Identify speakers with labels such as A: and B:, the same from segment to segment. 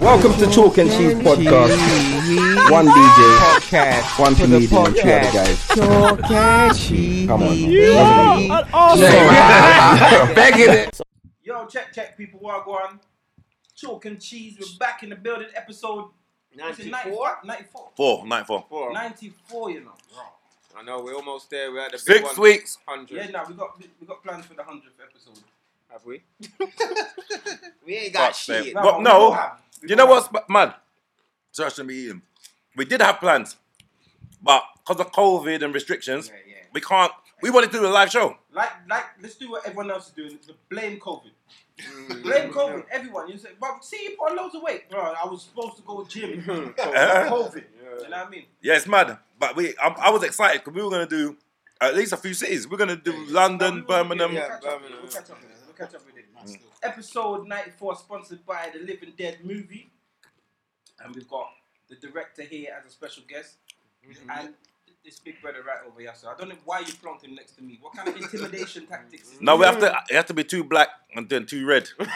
A: Welcome to Talk and Cheese Podcast. One DJ,
B: podcast.
A: one
B: For the
A: comedian, and two other
B: podcast.
A: guys.
B: Talk and cheese.
A: Come on.
C: Yo, check, check, people. What go on? Chalk and cheese. We're back in the building. Episode is it 94? 94.
D: Four, night four.
C: 94, you know.
B: I know we're almost there. We're at the big
D: Six
B: one.
D: weeks.
B: Hundred.
C: Yeah, now we got we got plans for the hundredth episode.
B: Have we?
E: We ain't
D: Fuck,
E: got shit.
D: man. But no,
C: we have- we
D: You know
C: have-
D: what's b- mad? Sorry, I shouldn't be eating. um, We did have plans, but because of COVID and restrictions, we can't. We wanted to do a live show.
C: Like, like, let's do what everyone else is doing. The blame COVID.
D: Mm.
C: Blame COVID. Everyone. You say, but see, you put on loads of weight, bro. I was supposed to go gym.
D: Eh?
C: COVID. You know what I mean?
D: Yeah, it's mad. But we, I, I was excited because we were gonna do at least a few cities. We're gonna do London, Um, Birmingham.
C: We'll
B: yeah.
C: catch up with it. We'll catch up with it. We'll catch up with it. Episode 94, sponsored by the Living Dead movie. And we've got the director here as a special guest. And this big brother right over here. So I don't know why you plonked him next to me. What kind of intimidation tactics is
D: No, we
C: this?
D: have
B: Mm.
D: to. It has to be two black and then two red. you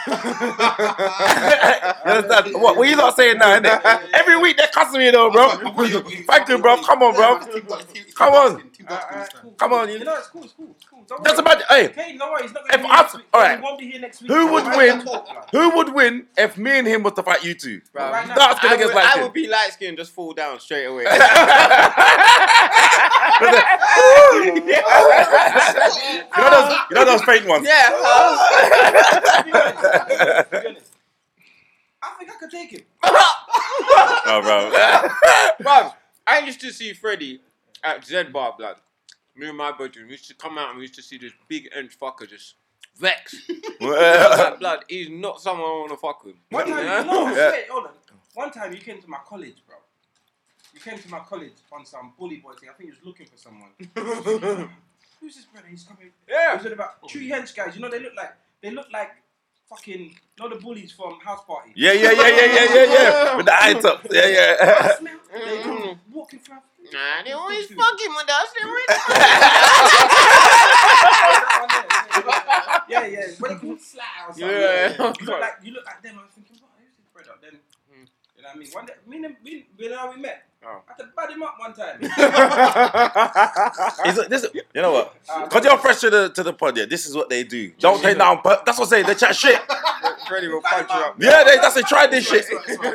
D: understand? What? What you not saying now? Innit? Every week they're cussing me though, bro. Thank you, bro. Come on, bro. Come on.
C: Alright, alright, cool,
D: Come
C: cool.
D: on, you-
C: You know, it's cool, it's cool, it's cool. Don't
D: That's
C: worry.
D: about. Hey,
C: Okay, no worries. He's not going
D: If
C: to be here
D: us-
C: next week.
D: alright.
C: He won't be here next week.
D: Who would
C: Why
D: win?
C: talk, man?
D: Who would win if me and him was to fight you two?
B: Bro,
C: Right now,
D: That's
B: I,
D: gonna
B: would,
D: get
B: I
D: like
B: would be light skinned, just fall down straight away.
D: You know those, you know those faint ones.
B: yeah.
C: To be honest, to be honest, I think I could take him.
D: Oh, bro.
B: Bro, I used to see Freddy at Z Bar Blood. Me and my bedroom we used to come out and we used to see this big inch fucker just vex. Like, blood, he's not someone I want to fuck with.
C: One time,
B: Yeah.
C: no,
D: Yeah.
C: wait, hold on. One time you came to my college, bro. You came to my college on some bully boy thing. I think he was looking for someone. Who's this brother? He's coming. He was
B: Yeah.
C: talking about two hench guys. You know they look like they look like fucking not the bullies from house party.
D: yeah, yeah, yeah, yeah, yeah, yeah, yeah. With the eye top. Yeah, yeah.
C: Smell. They come walking from.
E: Nah, they always
C: Dude.
E: fucking with us. They always
C: yeah,
E: fucking
C: yeah. yeah. When they call it sly or something.
B: Yeah.
C: You look like you look like them. I was thinking, what? Who's this brother? Then. You know what I mean? One day, me and him, we, we, know how we met.
B: Oh.
C: I had to bad him up one time.
D: He's like, this, you know what? Because you're fresh to the, to the pod, yeah, this is what they do. Don't take down. Per- that's what I'm saying. They chat shit.
B: Freddy will punch you up.
D: Yeah, they, that's they tried this shit.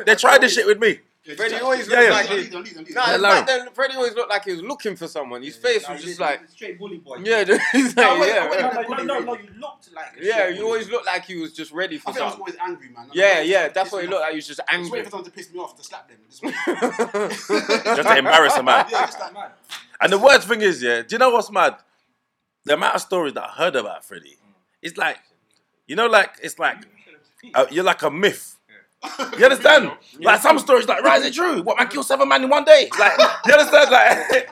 D: They tried this shit with me.
B: Freddy always
D: Yeah,
B: looks
D: yeah.
B: like he.
D: Yeah,
B: Nah, it's
D: Larry.
B: like then Freddy always looked like he was looking for someone. His face
C: Nah,
B: was
C: you
B: just
C: did,
B: like,
C: you straight bully boy.
B: yeah, dude, he's
C: No,
B: like,
C: wait,
B: yeah,
C: wait,
B: yeah.
C: no, no, no, no, you looked like. a
B: Yeah,
C: shit
B: you
C: bully.
B: always looked like he was just ready
E: I
B: for
E: think I was
B: something.
E: always angry, man.
B: Yeah, yeah, that's what he looked
E: like.
B: like. He was just
E: Just
B: angry.
E: waiting for someone to piss me off to slap them. Just
D: Just to embarrass a man.
E: yeah, just like
C: Man,
D: And the worst thing is, yeah, do you know what's mad? The amount of stories that I heard about Freddie, it's like, you know, like it's like uh, you're like a myth. You understand? Like some stories, like right, is it true? What man killed seven man in one day? Like you understand? Like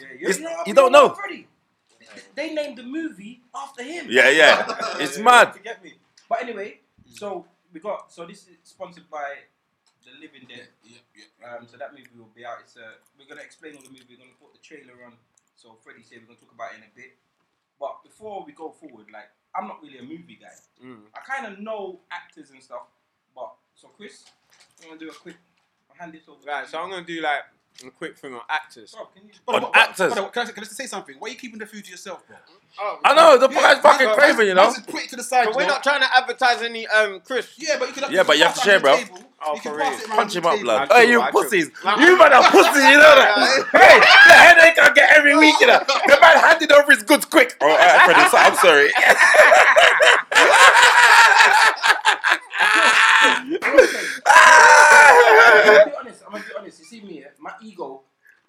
C: yeah,
D: It's-
C: you're-
D: you don't know.
C: Freddy. They named the movie after him.
D: yeah, yeah, it's mad.
C: To get me. But anyway,
E: Mm.
C: so we got so this is sponsored by the Living Dead.
E: yeah, yeah.
C: Um, so that movie will be out. It's uh, we're gonna explain all the movie. We're gonna put the trailer on. So Freddie said we're gonna talk about it in a bit. But before we go forward, like I'm not really a movie guy.
B: Mm.
C: I kind of know actors and stuff. But so Chris, I'm gonna do a quick. I'll hand this over. to
B: Right,
C: you.
B: so I'm gonna do like a quick thing on actors.
C: Rob, can you?
D: On actors.
E: But, can, I, can I just say something? Why are you keeping the food to yourself, bro?
D: I know the
E: Yeah,
D: guy's fucking
E: man,
D: crazy, you know.
E: Just put it to the side.
B: But
E: you
B: we're
E: know?
B: not trying to advertise any um Chris.
E: Yeah, but you can.
D: Yeah, but you have to share, bro.
B: Oh,
E: you can
B: for real.
E: pass it around
D: Punch
E: the
D: him up,
E: table.
D: blood.
B: I
D: Hey,
B: do,
D: you
B: I do.
D: pussies! You man are pussies, you know that? Hey, the headache I get every week, you know. The man handed over his goods quick. Oh, alright, Freddie, so I'm sorry.
C: I'm gonna be honest. I'm gonna be honest. You see me, eh? my ego.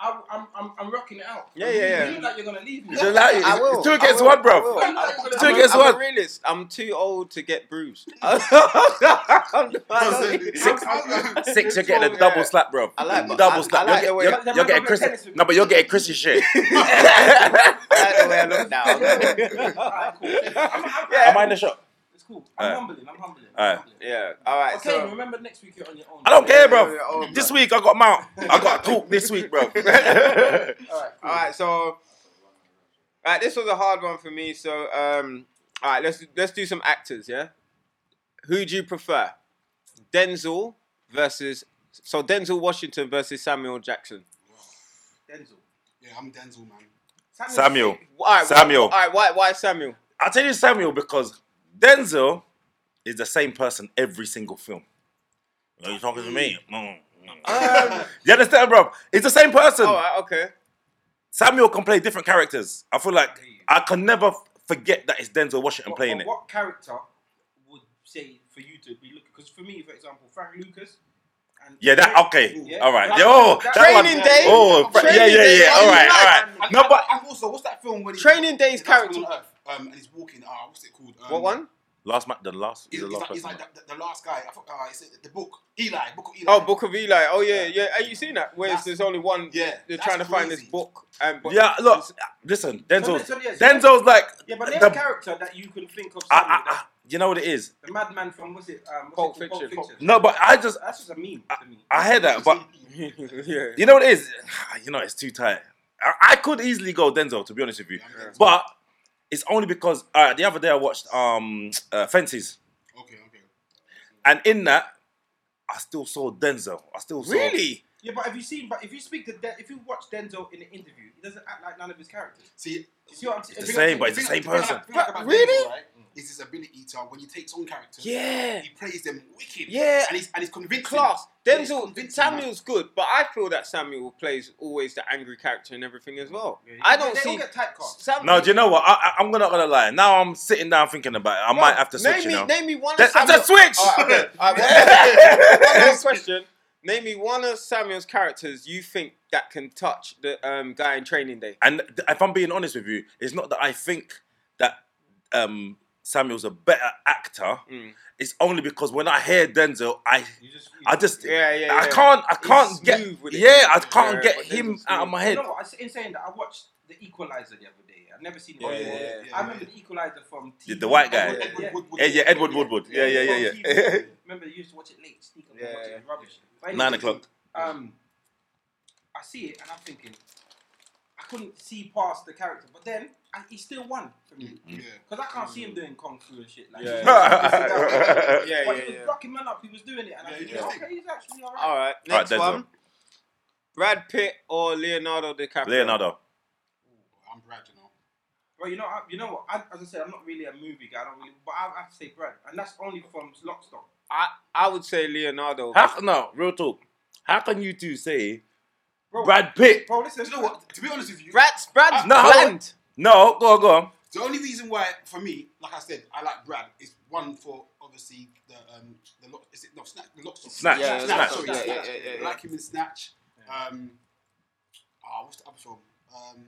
C: I, I'm, I'm, I'm rocking it out.
B: Yeah, yeah, yeah.
C: You look like you're gonna leave me.
D: Just like-
B: I will.
D: It's two
B: I
D: against
B: will.
D: one,
B: I
D: bro.
C: You
B: will.
C: look like you're gonna
D: Two
C: leave
B: I'm,
C: me.
B: a,
D: against
B: I'm a
D: one.
B: realist. I'm too old to get bruised. I
D: Six,
C: I'm- I'm-
D: six. You're getting a double slap, bro.
B: I like-
D: double
B: I-
D: slap.
B: I like
D: you're,
B: the way-
D: you're-
C: Like the man
D: you're getting
C: with the
D: Chris.
C: tennis-
D: No, but you're getting Chrissy shit.
B: like the way I look now.
C: Alright, cool. I'm, I'm,
D: Am I in the shop?
C: It's cool. I'm
D: Alright.
C: humbling. I'm humbling. I'm
D: Alright.
C: humbling.
B: Yeah. All right.
C: Okay,
B: So
C: remember next week you're on your own.
D: I don't care,
B: Yeah, yeah,
D: bro.
B: oh,
D: This week I got Mount. I got Talk this week, bro.
C: All right.
B: all right. So all right. This was a hard one for me. So um. All right. Let's let's do some actors. Yeah. Who do you prefer, Denzel versus so Denzel Washington versus Samuel Jackson.
C: Denzel.
E: Yeah, I'm Denzel, man.
D: Samuel.
B: All right,
D: Samuel.
B: All right, why why Samuel?
D: I'll tell you Samuel because Denzel is the same person every single film. Are you talking to me? Mm, mm. you understand, bro? It's the same person.
B: All right, okay.
D: Samuel can play different characters. I feel like I can never f- forget that it's Denzel Washington
C: What-
D: playing
C: but
D: it.
C: What character would say for you to be looking? Because for me, for example, Frank Lucas. And
D: Yeah, that okay.
C: Yeah.
D: All right.
C: That-
D: Yeah, oh,
C: that-
D: that one.
B: Training Day.
D: Oh, fra- yeah,
B: Training
D: yeah,
B: Day.
D: yeah. All right, all right.
E: And,
D: No, but
E: and also, what's that film when he,
B: Training Day's
E: he's dancing
B: character.
E: on Earth, um, and he's walking. Ah, what's it called? Um,
B: What one?
D: last man, the last,
E: He's,
D: the
E: he's
D: last
E: like, he's
D: person.
E: like the, the, the last guy. I thought, uh, it's the, the book. Eli, book of Eli.
B: Oh, Book of Eli. Oh yeah, yeah. Have you seen that? Where it's-
E: That's-
B: there's only one.
E: Yeah,
B: They're
E: that's
B: trying to find this
E: crazy.
B: book. And but
D: yeah, look,
B: it's-
D: listen,
C: So
D: Denzel.
C: this- so yes,
D: Denzel's like,
C: Yeah, but there's
D: the-
C: a character that you can think of.
D: I,
C: Samuel,
D: I, I,
C: that-
D: you know what it is.
C: the madman from what's it? Um, what's
B: Pulp
C: it called?
B: Fiction.
D: No, but I just,
C: That's just a meme to me.
D: I hear that, but
B: yeah.
D: you know what it is. You know, it's too tight. I, I could easily go Denzel, to be honest with you,
E: Yeah.
D: but it's only because uh, the other day I watched um uh, Fences,
E: Okay, okay.
D: and in that, I still saw Denzel. I still saw
B: Really?
C: Yeah, but have you seen? But if you speak to, Den- if you watch Denzel in an interview, he doesn't act like none of his characters.
E: See,
C: You see what I'm saying?
D: the
C: If you-
D: same, but it's the same
E: thing- thing I like-
D: person.
E: thing I like about
B: Really?
E: Denzel, right, is his ability to when he takes on characters.
D: Yeah.
E: He plays them wicked.
B: Yeah.
E: And he's and he's convincing.
B: Class.
E: Yeah, he's
B: Denzel
E: convincing, man.
B: Samuel's good, but I feel that Samuel plays always the angry character and everything as well.
C: Yeah,
B: I
C: they-
B: don't
C: they all
B: see
C: get typecast.
B: Samuel.
D: No, do you know what? I, I, I'm not gonna lie. Now I'm sitting down thinking about it. I
B: Bro,
D: might have to
B: name
D: switch.
B: me,
D: You know,
B: Name me one.
D: Then-
B: of
D: I said
B: Samuel-
D: switch.
B: Alright, okay. Alright, one- one more question. Name me one of Samuel's characters you think that can touch the um, guy in Training Day.
D: And th- if I'm being honest with you, it's not that I think that um, Samuel's a better actor.
B: Mm.
D: It's only because when I hear Denzel, I
C: You just, you
D: I just
B: Yeah, yeah.
D: I
B: yeah.
D: can't I
B: He's
D: can't
B: smooth
D: get
B: with it.
D: yeah I can't
B: Yeah,
D: get
B: but
D: him
B: Denzel's
D: out of
B: smooth.
D: my
C: You
D: head.
C: know what? I s- In saying that, I watched The Equalizer the other day. I've never seen it
B: Yeah,
C: before.
B: yeah,
E: yeah, yeah.
C: I remember The Equalizer from TV.
D: The- the white guy.
C: Yeah, yeah.
D: Yeah, yeah, Edward Woodward. Yeah, yeah, yeah, yeah.
C: from TV. Remember, you used to watch it late, sneak up
B: Yeah,
C: and watch it.
B: yeah.
C: It's rubbish. But
D: Nine
C: anyway,
D: o'clock.
C: Um, I see it and I'm thinking, I couldn't see past the character, but then I, he still won for me
D: Mm-hmm.
E: Yeah. Mm.
C: because I can't see him doing kung fu and shit like.
B: Yeah.
C: that.
B: Yeah,
C: but
B: yeah,
C: he was
B: yeah.
C: blocking man up. He was doing it, and I
E: Yeah,
C: was
E: he
C: thinking,
E: was.
C: okay, he's actually alright.
B: All right,
D: All right,
B: next
D: Denzel.
B: one. Brad Pitt or Leonardo DiCaprio?
D: Leonardo.
E: I'm Brad, you know.
C: Well, you know, I, you know what? I, as I said, I'm not really a movie guy. I don't really, but I, I have to say Brad, and that's only from Lockstock.
B: I, I would say Leonardo.
D: How can- no real talk? How can you two say
C: Bro,
D: Brad Pitt?
C: bro, listen.
E: Do you know what? To be honest with you,
B: Brad's Brad's
D: No.
B: bland.
D: No, go on, go on.
E: the only reason why, for me, like I said, I like Brad is one for obviously the um the lot. Is it no snatch? The lots of
D: Snatch,
B: Yeah,
E: snatch.
B: Snatch,
E: Sorry,
B: yeah,
E: snatch.
B: yeah, yeah, yeah,
E: I like him in snatch. Um, ah, what's the other film? Um,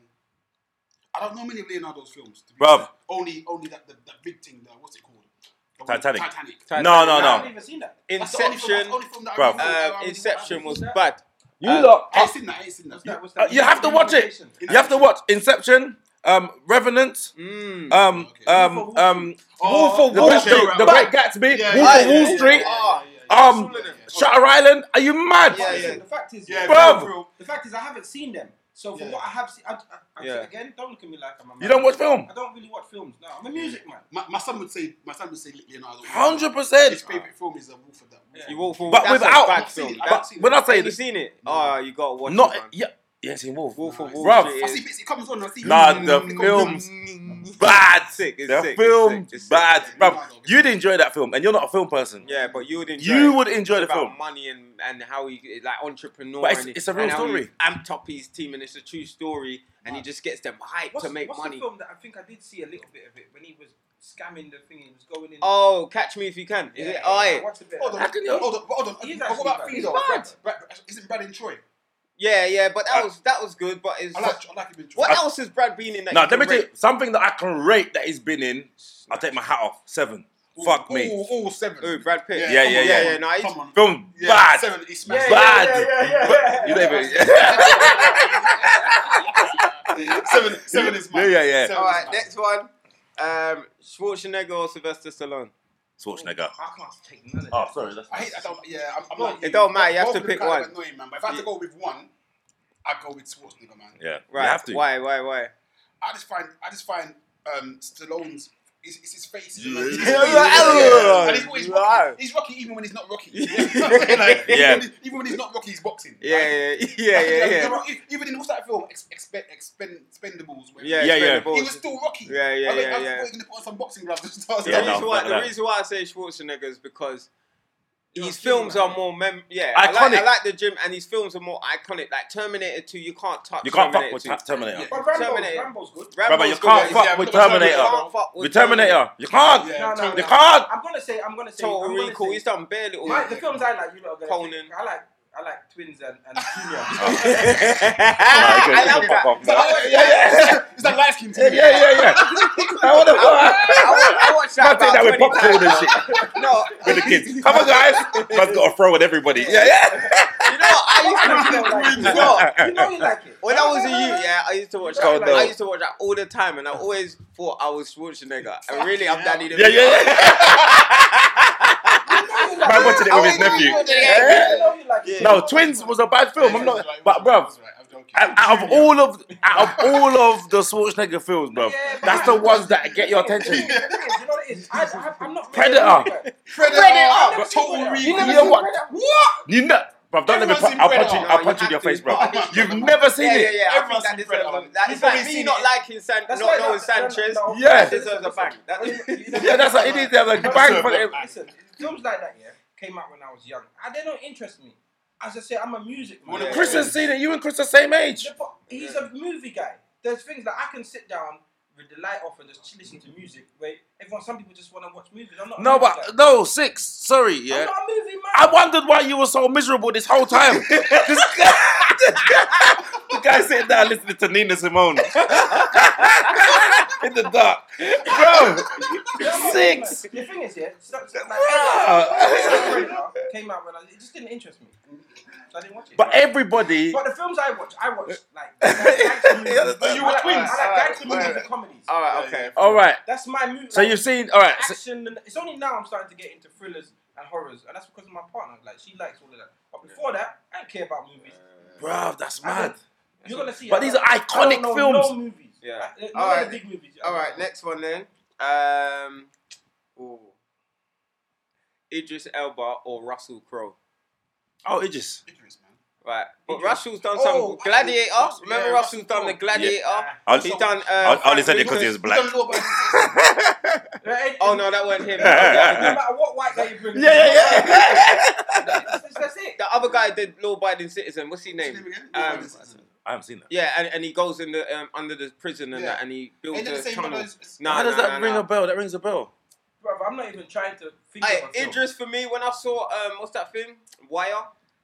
E: I don't know many of Leonardo's films. To be
D: Bruv.
E: honest. Only only that the, that big thing. The, what's it called? The one-
D: Titanic.
E: Titanic.
B: Titanic.
D: No, no,
C: I
D: no.
C: haven't
B: uh,
C: even seen that.
E: That's the only film- that's
B: Inception.
E: the only film that I
D: Bruv.
E: remember- I
B: Uh,
E: remember-
B: Inception was
C: that.
B: bad.
D: You
B: Uh,
D: lot.
E: I ain't seen that. I ain't seen that.
C: What's that? What's
D: Uh,
C: that?
D: you have to watch it.
C: Innovation.
D: You have to watch Inception, um, Revenant,
B: Mm.
D: um,
E: Okay.
D: um, um, Wolf
E: Oh,
D: of Wall
E: yeah,
D: Street,
E: yeah,
D: The
E: right.
D: Great Gatsby, Wolf
E: Yeah, yeah,
D: of Wall
E: yeah, Oh,
D: Street,
E: Ah, yeah, yeah, yeah.
D: um, Shutter Island. Are you mad?
B: Yeah,
C: Yeah,
B: yeah.
C: yeah. The fact is,
E: Yeah,
D: Bruv.
E: for real.
C: The fact is, I haven't seen them. So for
E: Yeah.
C: what I have seen, I, I, I,
B: Yeah.
C: again, don't look at me like I'm. A man.
D: You don't watch film?
C: I don't really watch films. No, I'm a music man.
E: My, my son would say. My son would say Leonardo.
D: Hundred
E: His
D: percent.
E: favorite film is The Wolf of that.
C: Yeah.
B: You walk
D: But
B: that's
D: without-
B: a bad
E: I've seen
B: film.
E: it, I've
B: That's-
E: seen it.
D: When I say
B: Have you
D: this,
B: seen it? Oh, you gotta watch it.
D: not
B: man.
D: yeah, you ain't seen Wolf.
B: Wolf of
E: Nah,
B: Wall
D: bruv.
B: Street.
E: I
B: is-
E: see bits. It comes on. I see.
D: Nah,
E: it
D: the
E: comes on.
D: films
B: bad.
D: bad.
B: Sick. It's
D: The
B: sick,
D: film
B: it's sick, it's
D: bad,
B: sick.
D: bro. You'd enjoy that film, and you're not a film person.
B: Yeah, but you would enjoy.
D: you
B: it.
D: would enjoy the
B: It's about
D: film.
B: money and, and how he like entrepreneur.
D: But it's-
B: and he-
D: it's a real
B: and how he
D: story.
B: Amped up his team and it's a true story, and he
E: Wow.
B: just gets them hyped
C: What's,
B: to make
C: what's
B: money.
C: the film that I think I did see a little bit of it when he was scamming the thing? He was going in.
B: Oh, catch me if you can.
C: Yeah,
B: Is it?
C: yeah,
B: Oh,
C: yeah,
B: yeah.
C: I watched a bit of
E: Hold on,
D: How can you-
E: hold on, hold on.
C: He's
E: But
C: actually
E: what about
C: bad.
E: Fee
C: He's
E: though?
B: bad.
E: Brad, Brad, isn't Brad in Troy?
B: yeah, yeah. But that
D: I-
B: was that was good. But it's
E: I like, I like him in Troy.
B: what
D: I-
B: else has Brad been in? That
D: Now
B: you
D: let me
B: can
D: tell you
B: rate?
D: something that I can rate that he's been in. I'll take my hat off. Seven.
E: All-
D: Fuck
E: all,
D: me.
E: All, seven.
B: Oh, Brad Pitt.
D: Yeah,
E: come
D: yeah,
E: on,
D: yeah.
E: come
B: yeah.
E: on,
B: No, he's
E: come on.
D: Film
E: Yeah,
D: bad.
E: Seven. He smashed.
C: Yeah,
E: it.
D: Bad.
C: yeah, yeah, yeah, yeah.
D: You don't even.
E: seven. Seven is mine.
D: Yeah, yeah, yeah.
E: Seven
B: All right,
E: is mine.
B: next one. Um, Schwarzenegger or Sylvester Stallone?
D: Schwarzenegger.
C: I can't take none of that.
D: Oh, sorry. That's
E: I hate. I don't. Yeah, I'm. I'm not,
B: It don't matter, you have
E: both
B: to
E: of them
B: pick
E: kind of
B: one.
E: Annoying, man. But if I had to go with one, I'd go with Schwarzenegger, man.
D: yeah.
B: Right.
D: You have to.
B: Why? Why? Why?
E: I just find. I just find um, Stallone's It's, it's his face.
D: Yeah.
E: Like,
D: Yeah.
E: yeah. And he's always
B: Right.
E: Rocky. He's Rocky even when he's not Rocky. You know what I'm saying? Like,
D: Yeah.
E: even, even when he's not Rocky, he's boxing. Like,
B: Yeah, yeah, yeah, yeah,
E: like,
B: yeah.
E: Rocky- Even in what's that film? Ex- expe- expend- Expendables. whatever.
B: Yeah,
D: Yeah, yeah.
B: Expendables.
E: He was still Rocky.
B: Yeah, yeah,
E: I mean,
B: yeah,
E: I was
B: yeah.
E: going to put on some boxing gloves and start.
B: The,
D: Yeah,
B: reason
D: no,
B: why,
D: no,
B: the
D: no.
B: reason why I say Schwarzenegger is because
C: You're
B: his
C: a
B: films
C: hero.
B: are more mem- yeah. I like, I
D: Iconic.
B: like the gym, and his films are more iconic. Like Terminator Two, you can't touch.
D: You can't fuck
B: Terminator
D: with
B: 2.
D: Ta- Terminator.
C: But Rambo,
B: Terminator.
C: Rambo's good.
B: Rambo's
D: Brother, you
B: good,
D: can't
B: yeah.
D: fuck with
E: yeah, but
B: You
D: Terminator.
B: can't fuck
D: With
B: with
D: Terminator, you can't.
E: Yeah.
C: No, no,
D: You
C: no.
D: can't. Oh,
C: I'm gonna say, I'm gonna say,
B: Total
C: I'm gonna
B: Recall.
C: say-
B: He's done barely all.
C: My, the films I like, you know,
B: Conan.
C: I like, I like twins and, and junior.
B: I love that.
E: It's like, yeah, yeah. It's like light skin to me.
D: yeah, yeah, yeah. I want to
B: I watched that.
D: Can't take that
B: about
D: with
B: 20 times.
D: popcorn and shit
B: No,
D: with the kids. Come on, guys. Man's got to throw at everybody. Yeah, yeah.
B: you know, what? I used to.
C: you,
B: Twins.
C: know, you know you like it.
B: When I was a youth, yeah, I used to watch.
D: Oh,
B: that.
D: no.
B: I used to watch that all the time, and I always thought I was Schwarzenegger, and really, I'm Danny DeVito.
D: Yeah, yeah, yeah.
C: You know you
D: Man
C: like
D: watching
C: it.
D: it with his
B: Oh,
D: nephew.
B: yeah.
D: Yeah.
C: You know you like it.
D: No, Twins was a bad film. I'm not. But, bruv, out out of all of out of all of the Schwarzenegger films, bruv,
C: Yeah, but-
D: that's the ones that get your attention.
C: You know what it is? I, I, I'm not
D: Predator.
B: Ah,
E: Predator,
C: You
E: Total
C: never
E: Recall.
D: You know what?
C: Predator?
D: You know, bruv. Don't let me.
E: Everyone's
D: Put,
E: seen
D: I'll punch you.
E: Predator.
D: I'll punch
B: No,
D: you in
B: you
D: your face,
B: have to.
D: bruv. You've never seen
B: yeah,
D: it.
B: yeah, yeah. I think
E: Everyone's
B: that
E: seen
B: deserves
E: Predator.
B: a, that,
E: You've
B: it's like
E: probably
B: me
E: seen
B: not
E: it.
B: liking San,
C: That's
B: not
C: why
B: knowing
C: that-
B: Sanchez.
C: no, no,
D: Yeah.
B: that deserves a bang. That,
D: Yeah, that's what it is. They have like bang for it.
C: Listen, films like that, yeah, came out when I was young. I, they don't interest me. As I say, I'm a music man.
E: Well,
B: Yeah.
D: Chris has seen it. You and Chris are same age.
C: Yeah, but He's a movie guy. There's things that I can sit down with the light off and just listen to music. Where everyone, some people just want to watch movies. I'm not. a
D: No,
C: movie
D: but
C: guy.
D: no six. Sorry,
C: I'm
D: yeah.
C: not a movie man.
D: I wondered why you were so miserable this whole time. this guy, the guy sitting there listening to Nina Simone in the dark, bro.
C: Yeah, I'm not a movie
D: Six.
C: man. The thing is, yeah, so, so, like,
D: Bruh.
C: Predator came out when I, it just didn't interest me, so I didn't watch it.
D: But everybody,
C: But the films I watch, I watch like. gangster movies.
D: Yeah, but
E: you
C: I
E: were
C: like-
E: twins.
C: I like gangster
B: Alright,
C: movies and
B: alright.
C: comedies.
B: All right, okay.
D: all right.
C: That's my movie.
D: So you've seen, all right. So,
C: action. And it's only now I'm starting to get into thrillers and horrors, and that's because of my partner. Like she likes all of that. But before that, I didn't care about movies.
D: bro, that's mad.
C: You're gonna see.
D: But these are
C: I
D: iconic
C: don't know No
D: films.
C: movies.
B: Yeah.
C: Like, none of
B: Alright.
C: the big movies.
B: All right, next one then. Um, ooh. Idris Elba or Russell Crowe.
D: Oh, it just.
B: Right, but
C: Idris.
B: Russell's done
E: Oh,
B: some
E: Russell-
B: Gladiator.
E: Russell-
B: Remember,
E: yeah,
B: Russell's
E: Russell
B: done the
E: Crowe.
B: Gladiator.
C: Yeah.
D: I'll-
B: He's done. Uh,
D: I only
B: Frank
D: said it
B: Wickers.
D: because he was black.
E: Black. Black.
B: Oh no, that wasn't him.
C: No
B: Yeah.
C: matter what white guy you bring.
D: Yeah, yeah,
C: That's, that's it.
B: the other guy did Law Abiding Citizen. What's his name? Um,
D: I haven't seen that.
B: Yeah, and, and he goes in the um, under the prison and
E: Yeah.
B: that, and he builds
E: Ain't that the
B: a
E: same
B: tunnel.
E: one as-
B: Nah,
D: How does
B: nah,
D: that
B: nah,
D: ring
B: nah.
D: a bell? That rings a bell.
C: Bro, I'm not even trying to think
B: Hey,
C: of a film.
B: Idris for me when I saw um what's that film Wire,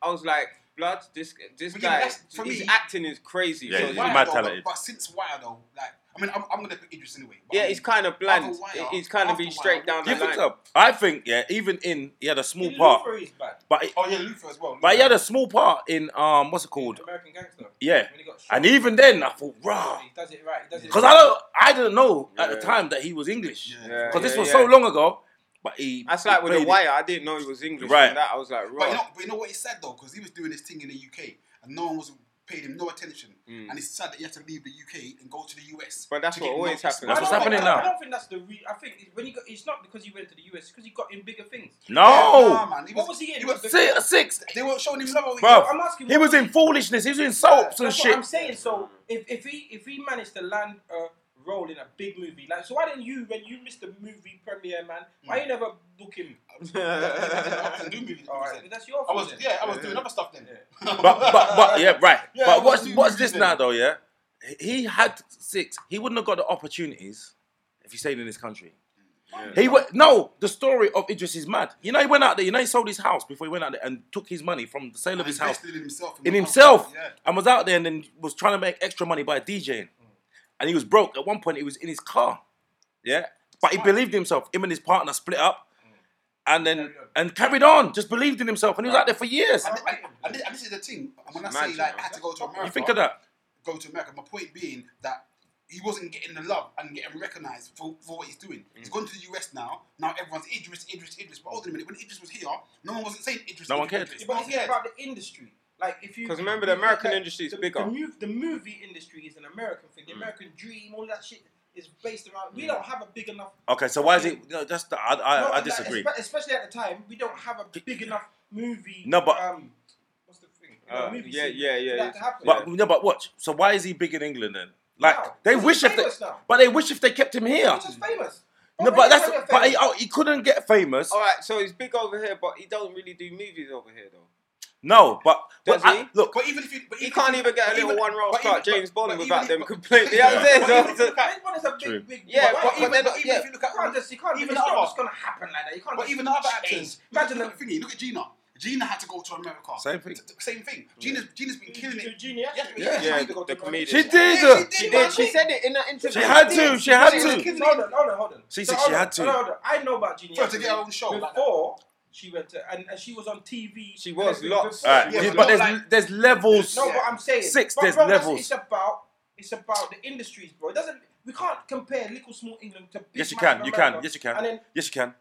B: I was like, blood. This this
E: But yeah,
B: guy,
E: that's- for
B: his
E: me-
B: acting is crazy.
D: Yeah,
B: so
D: he's
B: yeah,
D: mad
E: though,
D: talented.
E: But, but since Wire though, like I mean, I'm, I'm gonna pick Idris anyway. But
B: yeah,
E: I
B: he's kind of bland.
E: After Wire-
B: he's kind of
E: after
B: been
E: Wire,
B: straight down
D: Do
B: the
D: you think
B: line.
D: so? I think, yeah. Even in he had a small
C: Idris
D: part,
C: Elba is bad.
D: but he-
E: Oh yeah, Luther as well.
D: but he
E: yeah,
D: had a small part in um what's it called?
C: American Gangster.
D: Yeah.
C: When he got shot.
D: And even then, I thought, rah.
C: He does it right. He does it
D: Because I don't, I didn't know at the
B: Yeah.
D: time that he was English.
E: Yeah.
D: Because
B: Yeah,
D: this
B: yeah,
D: was
B: yeah.
D: so long ago. But he.
B: That's like
D: he
B: with the
D: played it.
B: Wire. I didn't know he was English.
D: Right.
B: Right. That I was like,
E: But you, know,
B: right.
E: but you know what is sad though, because he was doing his thing in the UK and no one was paying him no attention, and it's sad that he had to leave the UK and go to the US.
B: But that's
E: to
B: what
E: get
B: always
E: noticed.
B: happens.
D: That's
C: I
D: what's
C: don't
D: happening
C: think,
D: now.
C: I don't think that's the. Re- I think it's when he got, it's not because he went to the US. It's because he got in bigger things.
E: Yeah, nah,
D: No!
E: man. He
C: What was he in?
E: was,
D: Si- Six.
E: they weren't showing him love.
D: Bruv.
C: I'm asking.
D: He
C: what-
D: was in foolishness. He was in soaps and
C: That's
D: shit.
C: What I'm saying so. If, if he if he managed to land a role in a big movie, like so, why didn't you when you missed the movie premiere, man? Why
E: Hmm.
C: you never book him?
E: I was doing movies,
C: All right, but that's your
E: I
C: fault.
E: was
C: then.
E: yeah, I was doing other stuff then.
D: But, but, but, yeah, right.
E: Yeah,
D: but
E: what's
D: what's,
E: new
D: what's
E: with
D: this
E: him?
D: now, though, yeah? He had six. He wouldn't have got the opportunities if he stayed in this country. He went, no, the story of Idris is mad. You know, he went out there, you know, he sold his house before he went out there and took his money from the sale of his house
E: invested in himself.
D: in himself
E: Yeah.
D: and was out there and then was trying to make extra money by DJing. And he was broke. At one point, he was in his car. Yeah. But he believed in himself. Him and his partner split up and then
C: Carried on.
D: and carried on, just believed in himself. And he was out there for years.
E: And, thi- and thi- and this is the thing. When I say
B: Imagine,
E: like I
B: man.
E: had to go to America,
D: You think of that?
E: go to America. My point being that he wasn't getting the love and getting recognised for, for what he's doing.
D: Mm.
E: He's gone to the US now. Now everyone's Idris, Idris, Idris. But hold on a minute, when Idris was here, no one wasn't saying Idris.
D: No one
E: Idris,
D: cared.
E: Idris.
C: Yeah,
E: No
C: but
E: one
C: it's yeah.
E: cared.
C: about the industry. Like if you
B: 'Cause remember, the American industry is
C: the,
B: bigger.
E: Hmm.
C: The, mov- the movie industry is an American thing. The American dream, all that shit. is based around. We don't have a big enough.
D: Okay, so why is it? No, that's the, I, Uh, I,
C: No,
D: I
C: like,
D: disagree.
C: espe- especially at the time, we don't have a big enough movie.
D: No, but-
C: um, what's the thing? You know,
B: Uh,
C: movie
B: yeah,
C: scene
B: yeah, yeah,
C: for that
B: it's-
C: to happen.
B: yeah.
D: But no, but watch. So why is he big in England then? Like
C: No,
D: they
C: he's
D: wish if they,
C: famous now.
D: but they wish if they kept him here.
C: He's just famous.
D: No,
C: Why
D: but that's
C: can't he
D: but
C: be
D: he, oh, he couldn't get famous.
B: All right, so he's big over here, but he don't really do movies over here though.
D: No, but, but
B: Does
D: I-
B: he?
D: look,
E: But even if you, but
B: He
E: even-
B: can't even get a
E: but
B: little
E: even-
B: one roll
E: but
B: start
E: even-
B: James Bond
E: but
B: without
E: even
B: them
E: if-
B: completely. Yeah,
D: Yeah.
B: I'm saying,
C: famous?
B: so- so-
C: This one is a
D: True.
C: big, big.
B: Yeah,
C: why
E: But
B: but
C: even-
E: even,
B: they're
E: but
B: not-
E: even
B: yeah.
E: if you look at
C: You can't just, you can't,
E: Even
C: it's
E: the
C: not
E: other-
C: just gonna happen like that. You can't
E: But
C: just
E: even the other
C: change.
E: actors,
C: Imagine the
E: the thingy. Look at Gina. Gina had to go to America.
D: Same thing.
E: T- t- same thing. Gina's Gina's been killing it.
C: Eugenia.
E: Yeah,
D: Yeah.
B: yeah,
E: Yeah,
B: the, the
D: she
B: comedian.
D: did.
E: Yeah,
D: uh,
E: she did.
B: She
E: you know
B: did.
E: what I
B: She
E: mean?
B: said it in that interview.
D: She had to. She had
E: She was
D: to.
E: killing
C: Hold on, hold on, hold on.
D: She
C: So
D: said
C: hold
D: she
C: on,
D: had to.
C: Hold on, hold on. I know about Genia.
E: For her to get her own show like that.
C: Before she went to, and, and she was on TV.
B: She was
C: Before-
B: lots.
D: All right,
E: Yeah,
D: yeah,
E: but
D: but
E: not
D: there's
E: like-
D: there's levels.
C: No, but I'm saying
D: Six,
C: but
D: there's
C: bro, that's-
D: levels.
C: It's about it's about the industries, bro. It doesn't. We can't compare little small England to. Big
D: yes, you
C: massive
D: can. You
C: America.
D: can. Yes, you can.
C: And then,
D: yes, you can.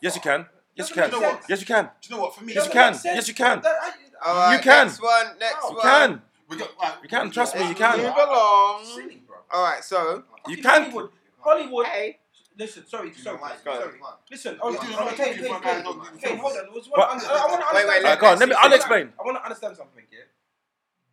D: Yes, you can. Yes, you
C: Doesn't
D: can.
C: make sense.
D: Yes, you can.
E: Do you know what? For me,
D: Yes, you
C: doesn't
D: can.
C: make sense.
D: Yes, you can.
C: That- I- uh,
B: All right,
D: You can.
B: Next one. Next
C: No.
D: You
B: one.
D: can.
E: We got, like,
D: You can, trust me, you can.
B: Move
E: Yeah.
B: along.
C: Silly, bro.
B: All right, so
D: Mm. You
C: Fucking
D: can't.
C: Hollywood. Hollywood.
B: hey,
C: Listen, sorry, sorry,
B: Go on.
C: sorry. Listen, oh, hold
E: He's
C: on.
E: doing
C: Hold on, Kane,
E: another
C: Kane,
E: thing
C: Kane,
E: for a man.
C: Kane, hold on. There was one-
D: But-
C: I- I wanna
B: Wait, wait,
C: understand
B: let-
C: something.
B: go on, let me-
D: I'll explain.
C: I want to understand something here.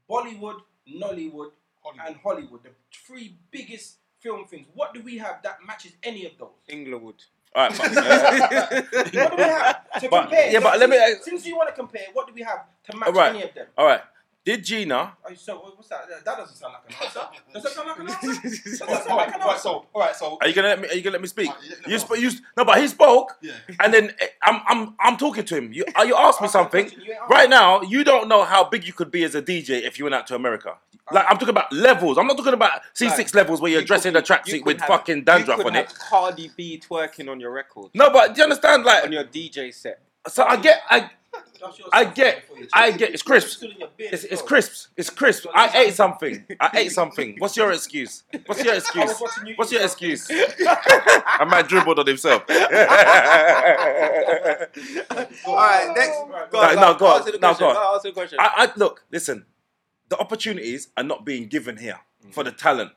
C: Bollywood, Nollywood,
E: Hollywood.
C: and Hollywood, the three biggest film things. What do we have that matches any of those?
B: Englewood.
D: All right, but,
C: What do we have to
D: But-
C: compare?
D: yeah, but let me-
C: Since- Since you want to compare, what do we have to match
D: Alright.
C: any of them?
D: all right. Did Gina?
C: Oh, so what's that? That doesn't sound like an answer. Does that sound like an answer? Does that sound like an
E: Alright,
C: answer?
E: so, alright, so,
D: Are you gonna let me? Are you gonna let me speak?
E: Uh, yeah, no.
D: you spoke. You s- no, but he spoke.
E: Yeah.
D: And then eh, I'm I'm I'm talking to him. You uh, you asked me
C: Ask me a
D: something.
C: question, you ain't
D: Right
C: answered.
D: now, you don't know how big you could be as a DJ if you went out to America. Like I'm talking about levels. I'm not talking about C6 levels where you're dressing a
B: You
D: tracksuit
B: could
D: with
B: have-
D: fucking
B: you
D: dandruff
B: could
D: on
B: have
D: it.
B: Cardi B twerking on your record,
D: No, but do you understand?
B: on
D: Like,
B: your DJ set.
D: so I get I
C: That's your
D: I
C: sound
D: get
C: before you
D: I
C: change.
D: get it's crisps.
C: Still in your beard
D: It's,
C: as
D: it's
C: well.
D: crisps. It's crisps. I ate something. I ate something. What's your excuse? What's your
C: I
D: excuse?
C: was watching you
D: What's
C: eat
D: your
C: something.
D: excuse? I might dribbled on himself. I,
B: All right, next.
C: Right,
B: Go on,
D: No, no,
B: go
D: go on.
B: Answer the
D: No,
B: question.
D: go on.
B: No, answer the question.
D: I look. Listen, the opportunities are not being given here
C: Mm-hmm.
D: for the talent.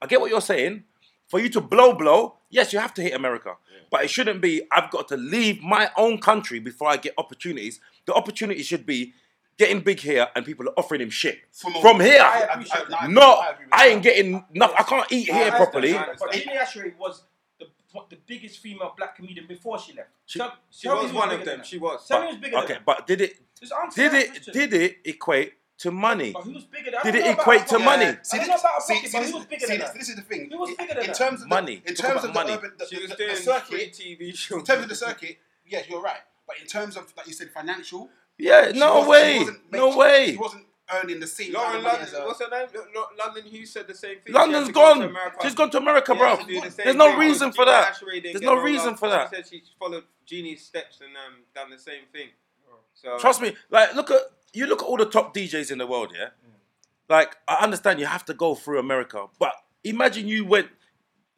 D: I get what you're saying. For you to blow, blow, yes, you have to hit America, but it shouldn't be. I've got to leave my own country before I get opportunities. The opportunity should be getting big here, and people are offering him shit from,
E: From-
D: here.
C: I appreciate that.
D: no,
E: I agree with
D: I
E: that.
D: ain't getting nothing. I can't eat here
B: I understand,
D: properly.
B: I understand.
C: But Jimmy Ashray was the, what, the biggest female black comedian before she left.
D: She-
C: Tell-
B: She
C: tell me
B: was
C: who's
B: one of
C: bigger than
B: them.
C: her.
B: She was.
C: Tell me who's bigger
D: Okay,
C: than her.
D: but did it
C: Just answer
D: did
C: that
D: it
C: question.
D: did it equate to money?
C: But who was bigger than I
D: Did
C: don't
D: it
C: know about
D: equate
C: her
D: to
C: pocket.
D: money?
C: I
E: See,
C: don't
E: this,
C: know about her
E: see,
C: pocket,
E: see,
C: but who
E: this,
C: was bigger
E: see,
C: than
E: this,
C: her?
E: this is the thing.
C: Who was bigger than
E: in
C: her?
E: terms of
D: Money.
E: the, in
D: Talk
E: terms
D: about
E: of
D: money.
E: the urban, the,
B: She was
E: the,
B: doing
E: the circuit,
B: three TV shows.
E: in terms of the circuit, yes, you're right. But in terms of, like you said, financial,
D: Yeah,
E: she
D: no
E: wasn't- she
D: way,
E: wasn't
D: no
E: making-
D: way.
E: She wasn't earning the same. kind
B: Lauren
E: of money
B: London,
E: as a-
B: what's her name? Lo- Lo- London Hughes said the same thing. She
D: London's
B: had to go to
D: gone.
B: America.
D: She's gone to America,
B: She had
D: bro.
B: to do the same
D: There's no
B: thing,
D: reason
B: because
D: for
B: Gina
D: that.
B: Ashray didn't
D: There's
B: get
D: no
B: love.
D: reason for
B: She
D: that.
B: said she followed Genie's steps and um, done the same thing. So
D: Trust me. Like, look at you. Look at all the top DJs in the world. Yeah.
B: Mm.
D: Like, I understand you have to go through America, but imagine you went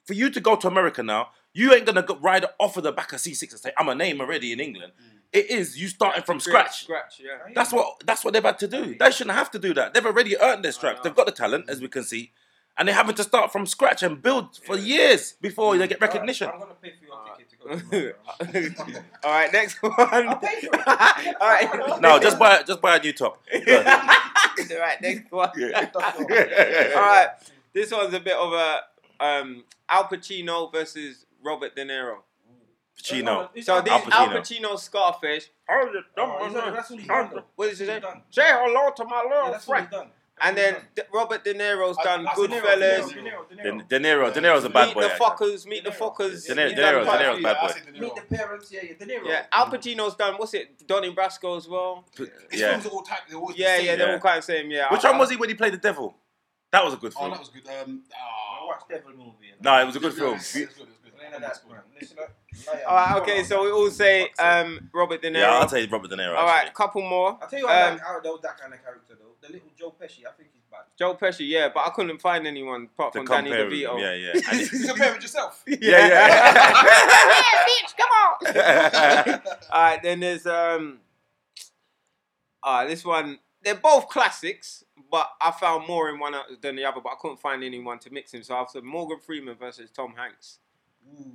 D: for you to go to America now. You ain't gonna go ride off of the back of C6 and say I'm a name already in England.
B: Mm.
D: It is you starting from scratch.
B: Scratch, yeah.
D: That's what that's what they've had to do. They shouldn't have to do that. They've already earned their stripes.
B: know.
D: They've got the talent, as we can see, and they're having to start from scratch and build for years before they get
C: Alright,
D: recognition.
C: I'm gonna pay for your ticket to go to America.
B: All right, next one.
C: I'll
B: All
C: pay for it.
B: right.
D: No, just buy just buy a new top. Yeah.
B: All right, next one. All
D: Yeah.
B: right, this one's a bit of a um, Al Pacino versus Robert De Niro.
D: Pacino.
C: It's
B: So
C: Al
B: this
D: Al
B: Al
D: Pacino.
B: Pacino, Scarface. Oh, the-
C: Oh, he's- that's what he's done, though.
B: What did you say?
C: He's done.
B: Say hello to my
C: Yeah,
B: little
C: that's what
B: friend.
C: he's done. That's
B: And
C: what he's
B: then
C: done. Uh,
B: D- Robert De Niro's done
E: that's
C: De
E: De
C: Niro,
B: Goodfellas.
C: De Niro, De
D: De,
C: Niro.
D: De Niro. De Niro's a bad
B: Meet
D: boy.
B: the
D: actually.
B: fuckers, meet the
C: De Niro.
B: fuckers.
D: De Niro-
B: He's
D: De
B: done
D: Niro's-
B: quite
D: De
B: a
D: Niro's
B: few.
D: bad boy.
E: I said De Niro.
C: Meet the parents, yeah, yeah, De Niro.
B: Yeah, Al Pacino's done. What's it? Donnie Brasco as well.
E: His
D: Yeah.
E: films are all type. They're always the
B: Yeah,
E: same.
B: yeah, they're
D: Yeah.
B: all kind of same. Yeah.
D: Which one was he when he played the devil? That was a good
E: Oh,
D: film.
E: that was good. Um,
C: I
E: oh.
C: watched every movie. you know.
D: No, it was a good film.
C: None of that, man. Listen up. Lie
B: All right,
C: on.
B: Oh, okay, so we all say um, Robert De Niro.
D: Yeah, I'll say Robert De Niro.
B: all right,
D: actually.
B: couple more.
C: I tell you, what I
B: Um,
C: like how that was that kind of character though. The little Joe Pesci, I think he's bad.
B: Joe Pesci, yeah, but I couldn't find anyone apart
D: To
B: from Danny
D: compare him.
B: DeVito.
D: Yeah, yeah. And it-
E: You compare it yourself.
D: yeah, yeah.
B: All right, then there's um. Ah, this one. They're both classics, but I found more in one than the other, but I couldn't find anyone to mix him. So I said Morgan Freeman versus Tom Hanks.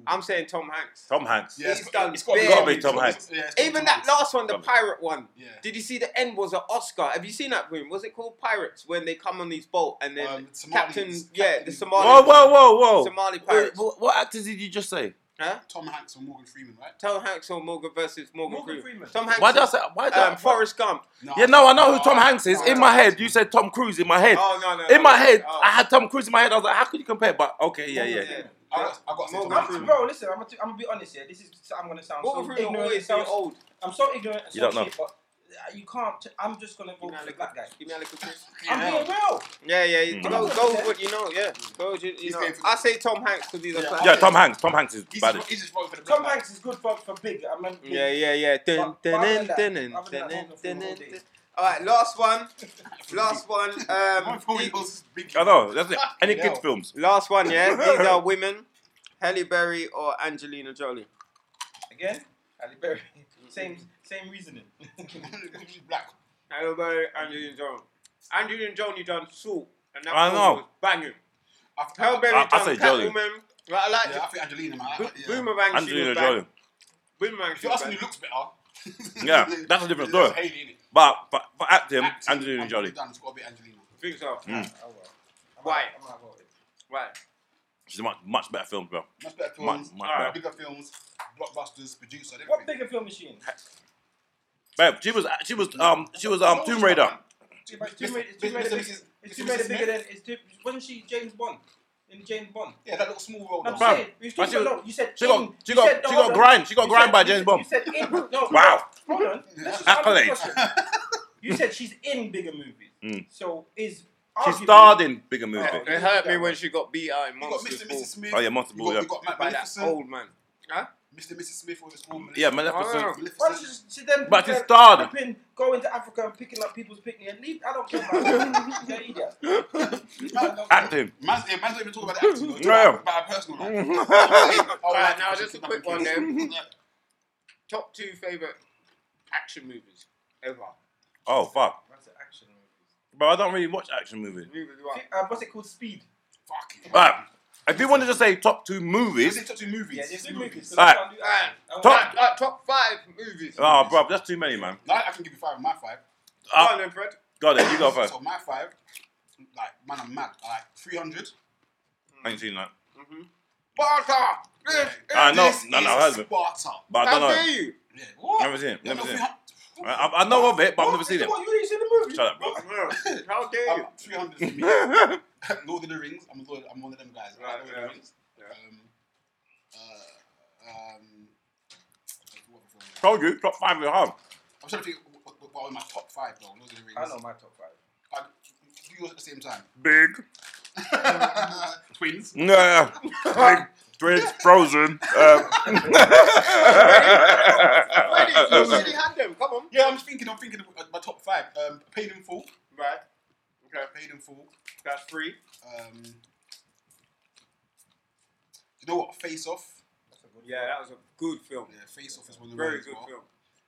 B: I'm saying Tom Hanks.
D: Tom Hanks.
E: Yeah,
B: He's done
E: gotta
B: bare-
D: Gotta be Tom Hanks.
E: Yeah, it's gotta be
B: Even
E: Tom
B: that
E: Hanks.
B: last one, the
D: Tom Hanks.
B: pirate one.
E: Yeah.
B: Did you see the end was an Oscar? Have you seen that film? Was it called Pirates when they come on these boat and then
E: Um,
B: Captain,
E: Somalis,
B: yeah, the
E: Captain-
B: Somali,
D: Whoa, whoa, whoa, whoa.
B: Somali
D: Wait,
B: pirates.
D: wh- what actors did you just say?
B: Huh?
E: Tom Hanks or Morgan Freeman, right?
B: Tom Hanks or Morgan versus Morgan,
C: Morgan
B: Freeman.
C: Freeman.
B: Tom Hanks.
D: Why does that? Why
B: um,
D: does?
B: Forrest Gump.
E: No.
D: yeah, no, I know who Tom
E: Oh,
D: Hanks is. In my head, you said Tom Cruise. In my head,
B: Oh no, no. no,
D: in my
B: no.
D: head,
B: Oh.
D: I had Tom Cruise in my head. I was like, how could you compare? But okay, yeah, yeah.
E: I got, I got to say Tom
B: Morgan
E: Hanks.
C: I'm, bro, listen, I'm gonna, I'm gonna be honest here. This is I'm gonna sound
B: Morgan
C: so
B: Freeman
C: ignorant.
B: always
C: it
B: so
C: sounds-
B: old.
C: I'm so ignorant. and
D: You
C: so
D: don't know.
C: shit, but uh, you can't. T- I'm just gonna
B: Give
C: vote
B: me a
C: for the
B: little-
C: black guy.
B: give me a little kiss.
C: I'm being real.
B: Yeah, yeah. you-
D: Mm.
B: Go, go with what you know. Yeah, go. with You, you
E: He's
B: know.
E: going for the-
B: I say Tom Hanks because he's a
E: Yeah.
B: classic.
D: Yeah, Tom Hanks. Tom Hanks is
E: He's
D: bad.
E: just, he's just voting for the
C: Tom
E: black
C: Hanks is good for for big. I mean, big.
B: Yeah, yeah, yeah. Dun,
C: But- but
B: dun,
C: other
B: dun,
C: than that-
B: dun, dun,
C: other than that,
B: dun,
C: Morgan
B: dun,
C: Freeman all
B: dun.
C: day.
B: All right, last one. Last one.
E: guy. Morgan Freeman
B: Um,
E: was big.
D: I know. That's it. Any
E: Fucking
D: kids
E: hell.
D: films?
B: last one. Yeah, these are women: Halle Berry or Angelina Jolie.
C: Again, Halle Berry. Same same reasoning.
E: He's black.
B: Halle Berry, Angelina Jolie. Angelina Jolie done salt, and that
D: I
B: film
D: know.
B: was banging.
E: I, think-
B: Halle Berry
D: I- I
B: done
D: say Jolie.
B: Catwoman. Like, I like
E: yeah, I think Angelina, man. I-
B: Bo-
E: yeah.
B: Boomerang. she
D: Angelina
B: was bang.
D: Jolie.
B: Boomerang.
E: If
B: she
E: you
B: was
E: ask me
B: bang.
E: who looks better.
D: Yeah, that's a different story.
E: Hailey, innit?
D: But for, for acting,
E: Acting,
D: Angelina
E: I'm
D: Jolie.
E: done, It's got to be Angelina.
B: Think so.
D: Mm.
C: Oh well. I'm
B: Why?
C: out- I'm out voted.
B: Right.
D: She's much much better film, bro.
E: Much better
D: Much,
E: films,
D: much
B: Alright.
D: better.
E: bigger films, blockbusters, producer, everything.
C: What bigger film is she in?
D: Babe, she was she was um she was um Tomb Raider.
C: Yeah, but
E: Miss-
C: Tomb Raider-
E: Miss-
C: Tomb Raider
E: Miss-
C: big-
E: Miss-
C: Is Tomb
E: Miss-
C: Raider
E: Miss-
C: bigger than? Is Tomb, wasn't she James Bond? In James Bond.
E: Yeah, that little small role.
C: No, I'm
E: though.
D: Bruh,
C: saying, you,
D: but
C: said,
D: she was-
C: no, you said
D: she
C: in,
D: got- she
C: you
D: got-
C: said-
D: she
C: hold
D: got
C: on.
D: grind, she got
C: You
D: grind
C: said-
D: by
C: you
D: James
C: said-
D: Bond.
C: You said in, no,
D: Wow.
C: Hold on. Let's just ask the
D: Accolades.
C: question. You said she's in bigger movies.
D: Mm.
C: So is
D: She
C: arguably-
D: starred in bigger movies.
C: Oh, okay.
B: It hurt me when she got beat out in
E: You got
B: Monsters
E: Mr. and
B: Ball
E: Mrs. Smith.
D: Oh, yeah, Monster Ball,
E: You
D: yeah.
E: got, you got Matt
B: by that
E: Magnificent.
B: old man. Huh?
E: Mr. and Mrs. Smith with his old
D: Yeah,
B: Oh,
D: Maleficent.
C: Why don't
E: Maleficent.
C: you sit there and
D: But
C: pick
D: she
C: up-
D: starred.
C: flipping, going to Africa and picking up people's picnic and leave? I don't care about that. You're an idiot.
D: Acting.
E: Man's, yeah, man's not even talking about the acting, though.
D: Yeah.
E: Yeah. About her personal life. oh,
B: Alright,
E: like,
B: now
E: she
B: just a quick
E: kidnapped the
B: one
E: kids.
B: then. Top two favorite action movies ever.
D: Oh fuck,
C: That's an action movie.
D: bro! I don't really watch action movies.
B: Movies what?
C: Uh, what's it called? Speed.
E: Fuck it.
D: Alright, if you wanted to say top two
E: Is
D: movies,
E: it touching movies?
C: Yeah, there's two movies.
D: Alright.
C: Top.
B: Alright. Top, uh, top five movies.
D: oh bro, that's too many, man.
E: Now I can give you five of my five.
B: Go on
D: Uh,
B: then, Fred.
D: got it. You go first.
E: So my five, like, man, I'm mad. Like, 300.
D: I ain't seen that,
B: Sparta! This is
D: I know.
E: This
D: No, no,
E: is
D: I heard of it.
E: Sparta.
D: but I
B: how
D: don't
B: dare
D: know.
B: you?
E: Yeah, what?
D: Never seen it.
E: Yeah,
D: Never
E: no,
D: seen it.
E: 300.
D: I, I know of it, but I've never seen it.
C: What? You didn't see the movie?
D: Shut up, bro.
B: How dare you?
E: Um, 300 for me. Lord of the Rings. I'm, Lord, I'm one of them guys.
B: Right,
E: Lord of
B: yeah.
E: the Rings. Um, uh, um, what was it?
D: Told you, top five you have.
E: I'm trying to think what, what, what are my top five, though. Lord of the Rings.
C: I know my top five.
E: I, do yours at the same time.
D: Big.
E: Twins.
D: Yeah. Big. Twins. Frozen. um.
B: Freddy, you
D: Um.
B: already had them. Come on.
E: Yeah, I'm just thinking. I'm thinking of uh, my top five. Um, Paid in Full.
B: Right. Okay,
E: Paid in Full.
B: that's three.
E: Um, you know what? Face Off.
C: That's a good
B: Yeah, that was a good film.
E: Yeah, Face Off is one of the
B: Very
E: as
B: good
E: well.
B: film.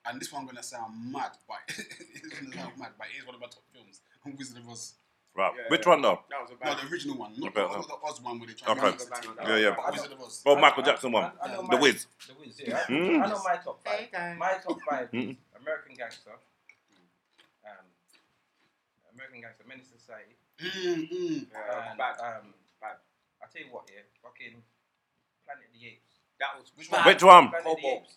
E: And this one gonna sound mad, but it's gonna sound mad, but it is one of my top films. Wizard of Oz.
D: Right.
B: Yeah,
D: Which
B: yeah.
D: one though?
B: That was a
E: No,
B: bad
E: the original one, not,
D: Okay,
E: the,
D: no.
E: not the Oz one where they tried
D: Okay.
E: to mix it together.
D: Yeah, yeah.
E: But Wizard of Oz.
D: Oh,
C: I-
D: Michael
C: I-
D: Jackson one.
C: I- I know
E: The
C: my-
D: Wiz.
C: The Wiz, yeah. I
D: Mm.
C: know my top five. My top five is
D: Mm.
C: American Gangster, um, American Gangster, Menace to Society,
E: Mm, mm.
B: Yeah, that was
C: and,
B: bad.
C: um,
B: Bad.
C: I tell you what, yeah, fucking Planet of the Apes.
B: That was
E: Which
B: bad.
E: one?
D: Which one?
C: Planet of the
B: Kobo.
C: Apes.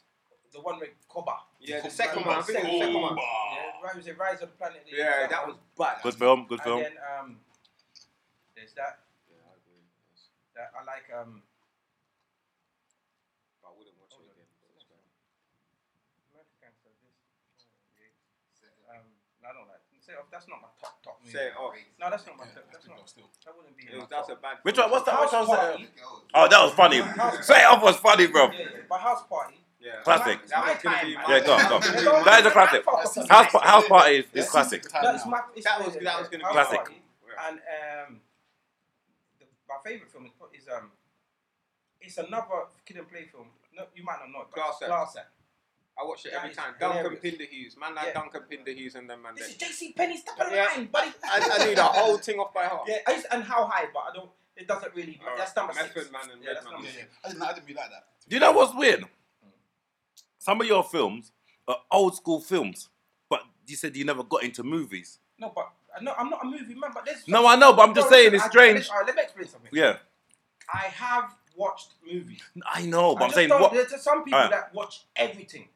C: The one with Koba.
B: Yeah, the
E: Cobra.
B: second one. I think it was the second one.
E: Cobra.
C: Yeah, right, was it Rise of the Planet of the Apes?
B: Yeah, that was bad.
D: Good film. Good
C: And
D: film.
C: then um, there's that. That I like um. American Gangster. This. Um, no, I don't like. Say it off. That's not my top top movie.
B: Say it off.
C: No, that's not my top.
E: Yeah,
C: That's
E: that's good
C: not.
E: though, still.
C: That wouldn't be.
B: It was,
C: my
B: that's a
C: top.
B: bad.
D: Which one? What's that?
C: House
D: Which one was that?
C: Party.
D: Oh, that was funny. Say it off was funny, bro.
C: Yeah, yeah. But house party.
B: Yeah.
D: Classic.
C: It's
B: That
C: my
B: was gonna
C: time,
B: be
C: man.
B: my-
D: Yeah, go on, go on. That is a classic.
E: That's-
D: House, pa- house party is, is
E: Yeah.
D: classic.
E: Time
C: That's
E: now.
C: my. It's
B: That was- that was gonna be-
C: House
D: Classic.
C: Party. And um, the, my favorite film is, is um, it's another kid and play film. No, you might not know it, but
B: Glass
C: Glass
B: Act.
C: Glass Act.
B: I watch it
C: That
B: every
C: is
B: time. Duncan
C: hilarious.
B: Pinder Hughes, man like
C: Yeah.
B: Duncan Pinder Hughes and them man.
C: This
B: There.
C: is JC Penny. Stop on the
B: Yeah.
C: line, buddy.
B: I, I knew the whole thing off by heart.
C: Yeah, I used to, and how high, but I don't. It doesn't really.
B: Alright,
C: That's number
B: Medford
C: six.
B: man and
C: yeah, that's
B: Redman.
C: number
E: Yeah,
C: six.
E: yeah. I didn't, I didn't really like that.
D: Do you know what's weird? Some of your films are old school films, but you said you never got into movies.
C: No, but uh, no, I'm not a movie man. But there's
D: No, I know, but I'm just
C: No,
D: saying
C: listen,
D: it's
C: I-
D: strange.
C: Alright, let me explain something.
D: Yeah,
C: I have watched movies.
D: I know,
C: I
D: but I'm
C: just
D: saying
C: don't-
D: what?
C: There's some people
D: Alright.
C: that watch everything.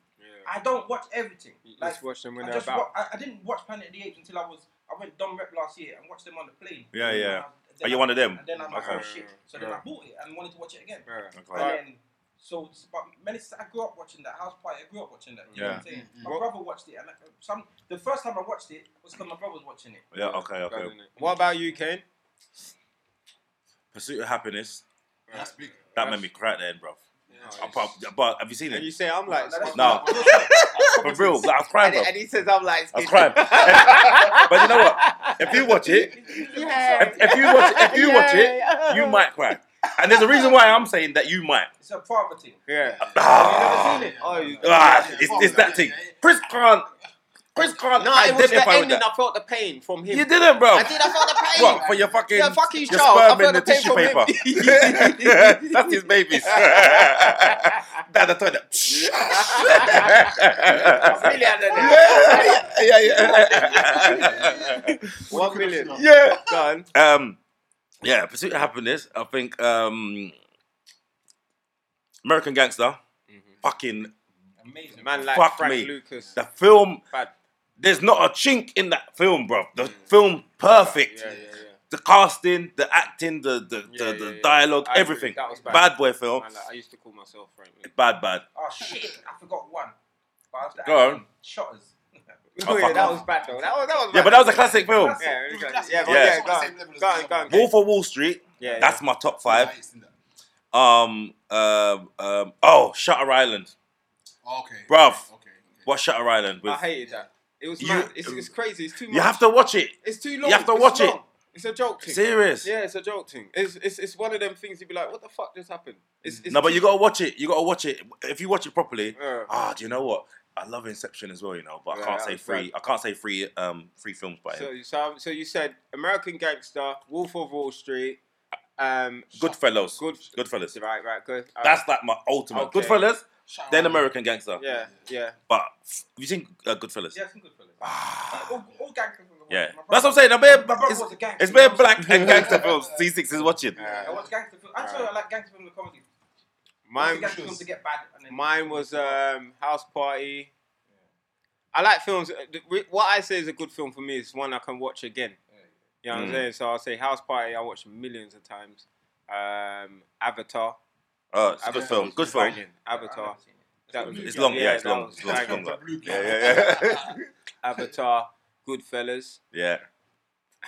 C: I don't watch everything. Like,
B: Let's watch them when
C: I,
B: they're
C: just
B: about.
C: wa- I, I didn't watch Planet of the Apes until I was. I went Dom Rep last year and watched them on the plane.
D: Yeah,
C: And
D: yeah.
C: then I- then
D: Are you
C: I-
D: one of them?
C: And then I'm like,
D: Okay.
C: oh shit. So then
B: Yeah.
C: I bought it and wanted to watch it again.
B: Yeah.
D: Okay.
B: Alright.
C: And then, so, but many, I grew up watching that house party. I grew up watching that. You know what I'm saying?
E: Mm,
C: My
B: What-
C: brother watched it. And like, some, the first time I watched it was because my brother was watching it.
D: Yeah, okay,
B: Bad,
D: okay.
B: innit? What about you, Kane?
D: Pursuit of Happiness.
E: That's big.
D: That made me cry at the end, bro.
B: Nice.
D: But have you seen
B: And you
D: it?
B: say I'm like,
C: No, that's-
D: No. For real, like, I was crying,
B: and,
D: bro.
B: and he says I'm like,
D: I was crying. but you know what? If you watch it, if, if you watch, if you watch it, you might cry. And there's a reason why I'm saying that you might.
C: It's a father thing.
B: yeah.
D: Ah,
B: seen it? Oh, you-
D: ah, it's, it's that thing. Chris can't. Chris can't
B: uh, No, it was the
D: identify with
B: ending.
D: that.
B: I felt the pain from him.
D: You didn't, bro.
B: I did. I felt the pain.
D: What for your fucking,
B: Yeah, fuck his
D: your
B: child. I
D: sperm in
B: felt
D: the
B: the pain
D: tissue
B: from
D: paper?
B: him.
D: That's his babies. Down the toilet.
B: Million in there.
D: yeah, yeah, yeah.
B: One million.
D: yeah.
B: Done.
D: Um, yeah, Pursuit of Happiness. I think um, American Gangster. Fucking
C: Amazing.
B: Man like
D: Fuck
B: Frank
D: me.
B: Lucas.
D: the film.
B: Bad.
D: There's not a chink in that film, bro. The film perfect.
B: Yeah, yeah, yeah.
D: The casting, the acting, the the,
B: Yeah,
D: the,
B: yeah,
D: the
B: yeah.
D: dialogue,
B: I agree.
D: everything.
B: That was bad.
D: Bad. boy film.
B: Man, like, I used to call myself Frank Lucas.
D: Bad, bad.
C: Oh shit! I forgot one. But I have to
D: Go
C: add
D: on.
C: in Shotters.
D: Oh,
B: yeah,
D: fuck
B: that
D: off.
B: was bad though. That was, that was
D: Yeah,
B: bad.
D: but that was a classic film.
C: Classic.
B: Yeah,
E: It was
B: yeah,
E: classic.
B: yeah, but
D: Yeah.
B: yeah, go
E: Same
B: on,
E: level as
B: go on,
E: the
B: go on.
E: other
D: Wolf of Wall Street.
B: Yeah, yeah.
D: That's my top
E: I
D: five.
E: ain't seen that.
D: Um, um, um, oh, Shutter Island.
E: Oh, okay.
D: Bruv.
E: Okay. okay.
D: What Shutter Island?
B: I
D: With
B: hated that. It was
D: You-
B: mad. It's, it's crazy. It's too much.
D: you have to watch it.
B: It's too long.
D: have to
B: It's
D: watch it.
B: long. It's a joke thing.
D: Serious.
B: Yeah, it's a joke thing. It's, it's it's one of them things you'd be like, what the fuck just happened? It's, it's
D: no, but you
B: too-
D: gotta watch it. You gotta watch it. If you watch it properly,
B: Yeah.
D: ah, do you know what? I love Inception as well, you know, but
B: Yeah,
D: I can't
B: that
D: say
B: was
D: three. I can't say three. Um, three films by
B: So,
D: him.
B: you- so, so you said American Gangster, Wolf of Wall Street, um,
D: Goodfellas.
B: Good,
D: Goodfellas.
B: right, right, good. All
D: That's
B: right.
D: like my ultimate.
B: Okay.
D: Goodfellas,
E: Shout
D: then
E: out.
D: American Gangster.
B: yeah, yeah.
D: But f- you think uh, Goodfellas?
C: Yeah, some good fellas. all, all gangster films. I
D: Yeah.
C: watched. My
D: That's what
C: brother-
D: I'm saying. I bet-
C: My brother
D: it's,
C: was a gangster.
D: it's bare black and gangster films. C6 is watching.
B: Yeah.
C: I watched gangster films. Actually, I like gangster films and comedy. I watched
B: Mine,
C: gangster films to get bad. And then
B: mine was um, House Party. I like films. uh, the- re- What I say is a good film for me is one I can watch again. You know what I'm
D: Mm.
B: saying? So I'll say House Party. I watched millions of times. Um, Avatar.
D: Oh, it's a good
B: Avatar
D: film.
B: was
D: Good film.
B: banging.
C: I've never
B: uh, Avatar.
C: seen it.
B: That was
D: It's long. Yeah, it's
B: that
D: long.
B: was
D: It's long. It's
B: banging.
D: long.
E: It's a
D: but-
E: blue
D: Yeah,
E: card.
D: yeah, yeah.
B: Avatar, Goodfellas,
D: yeah.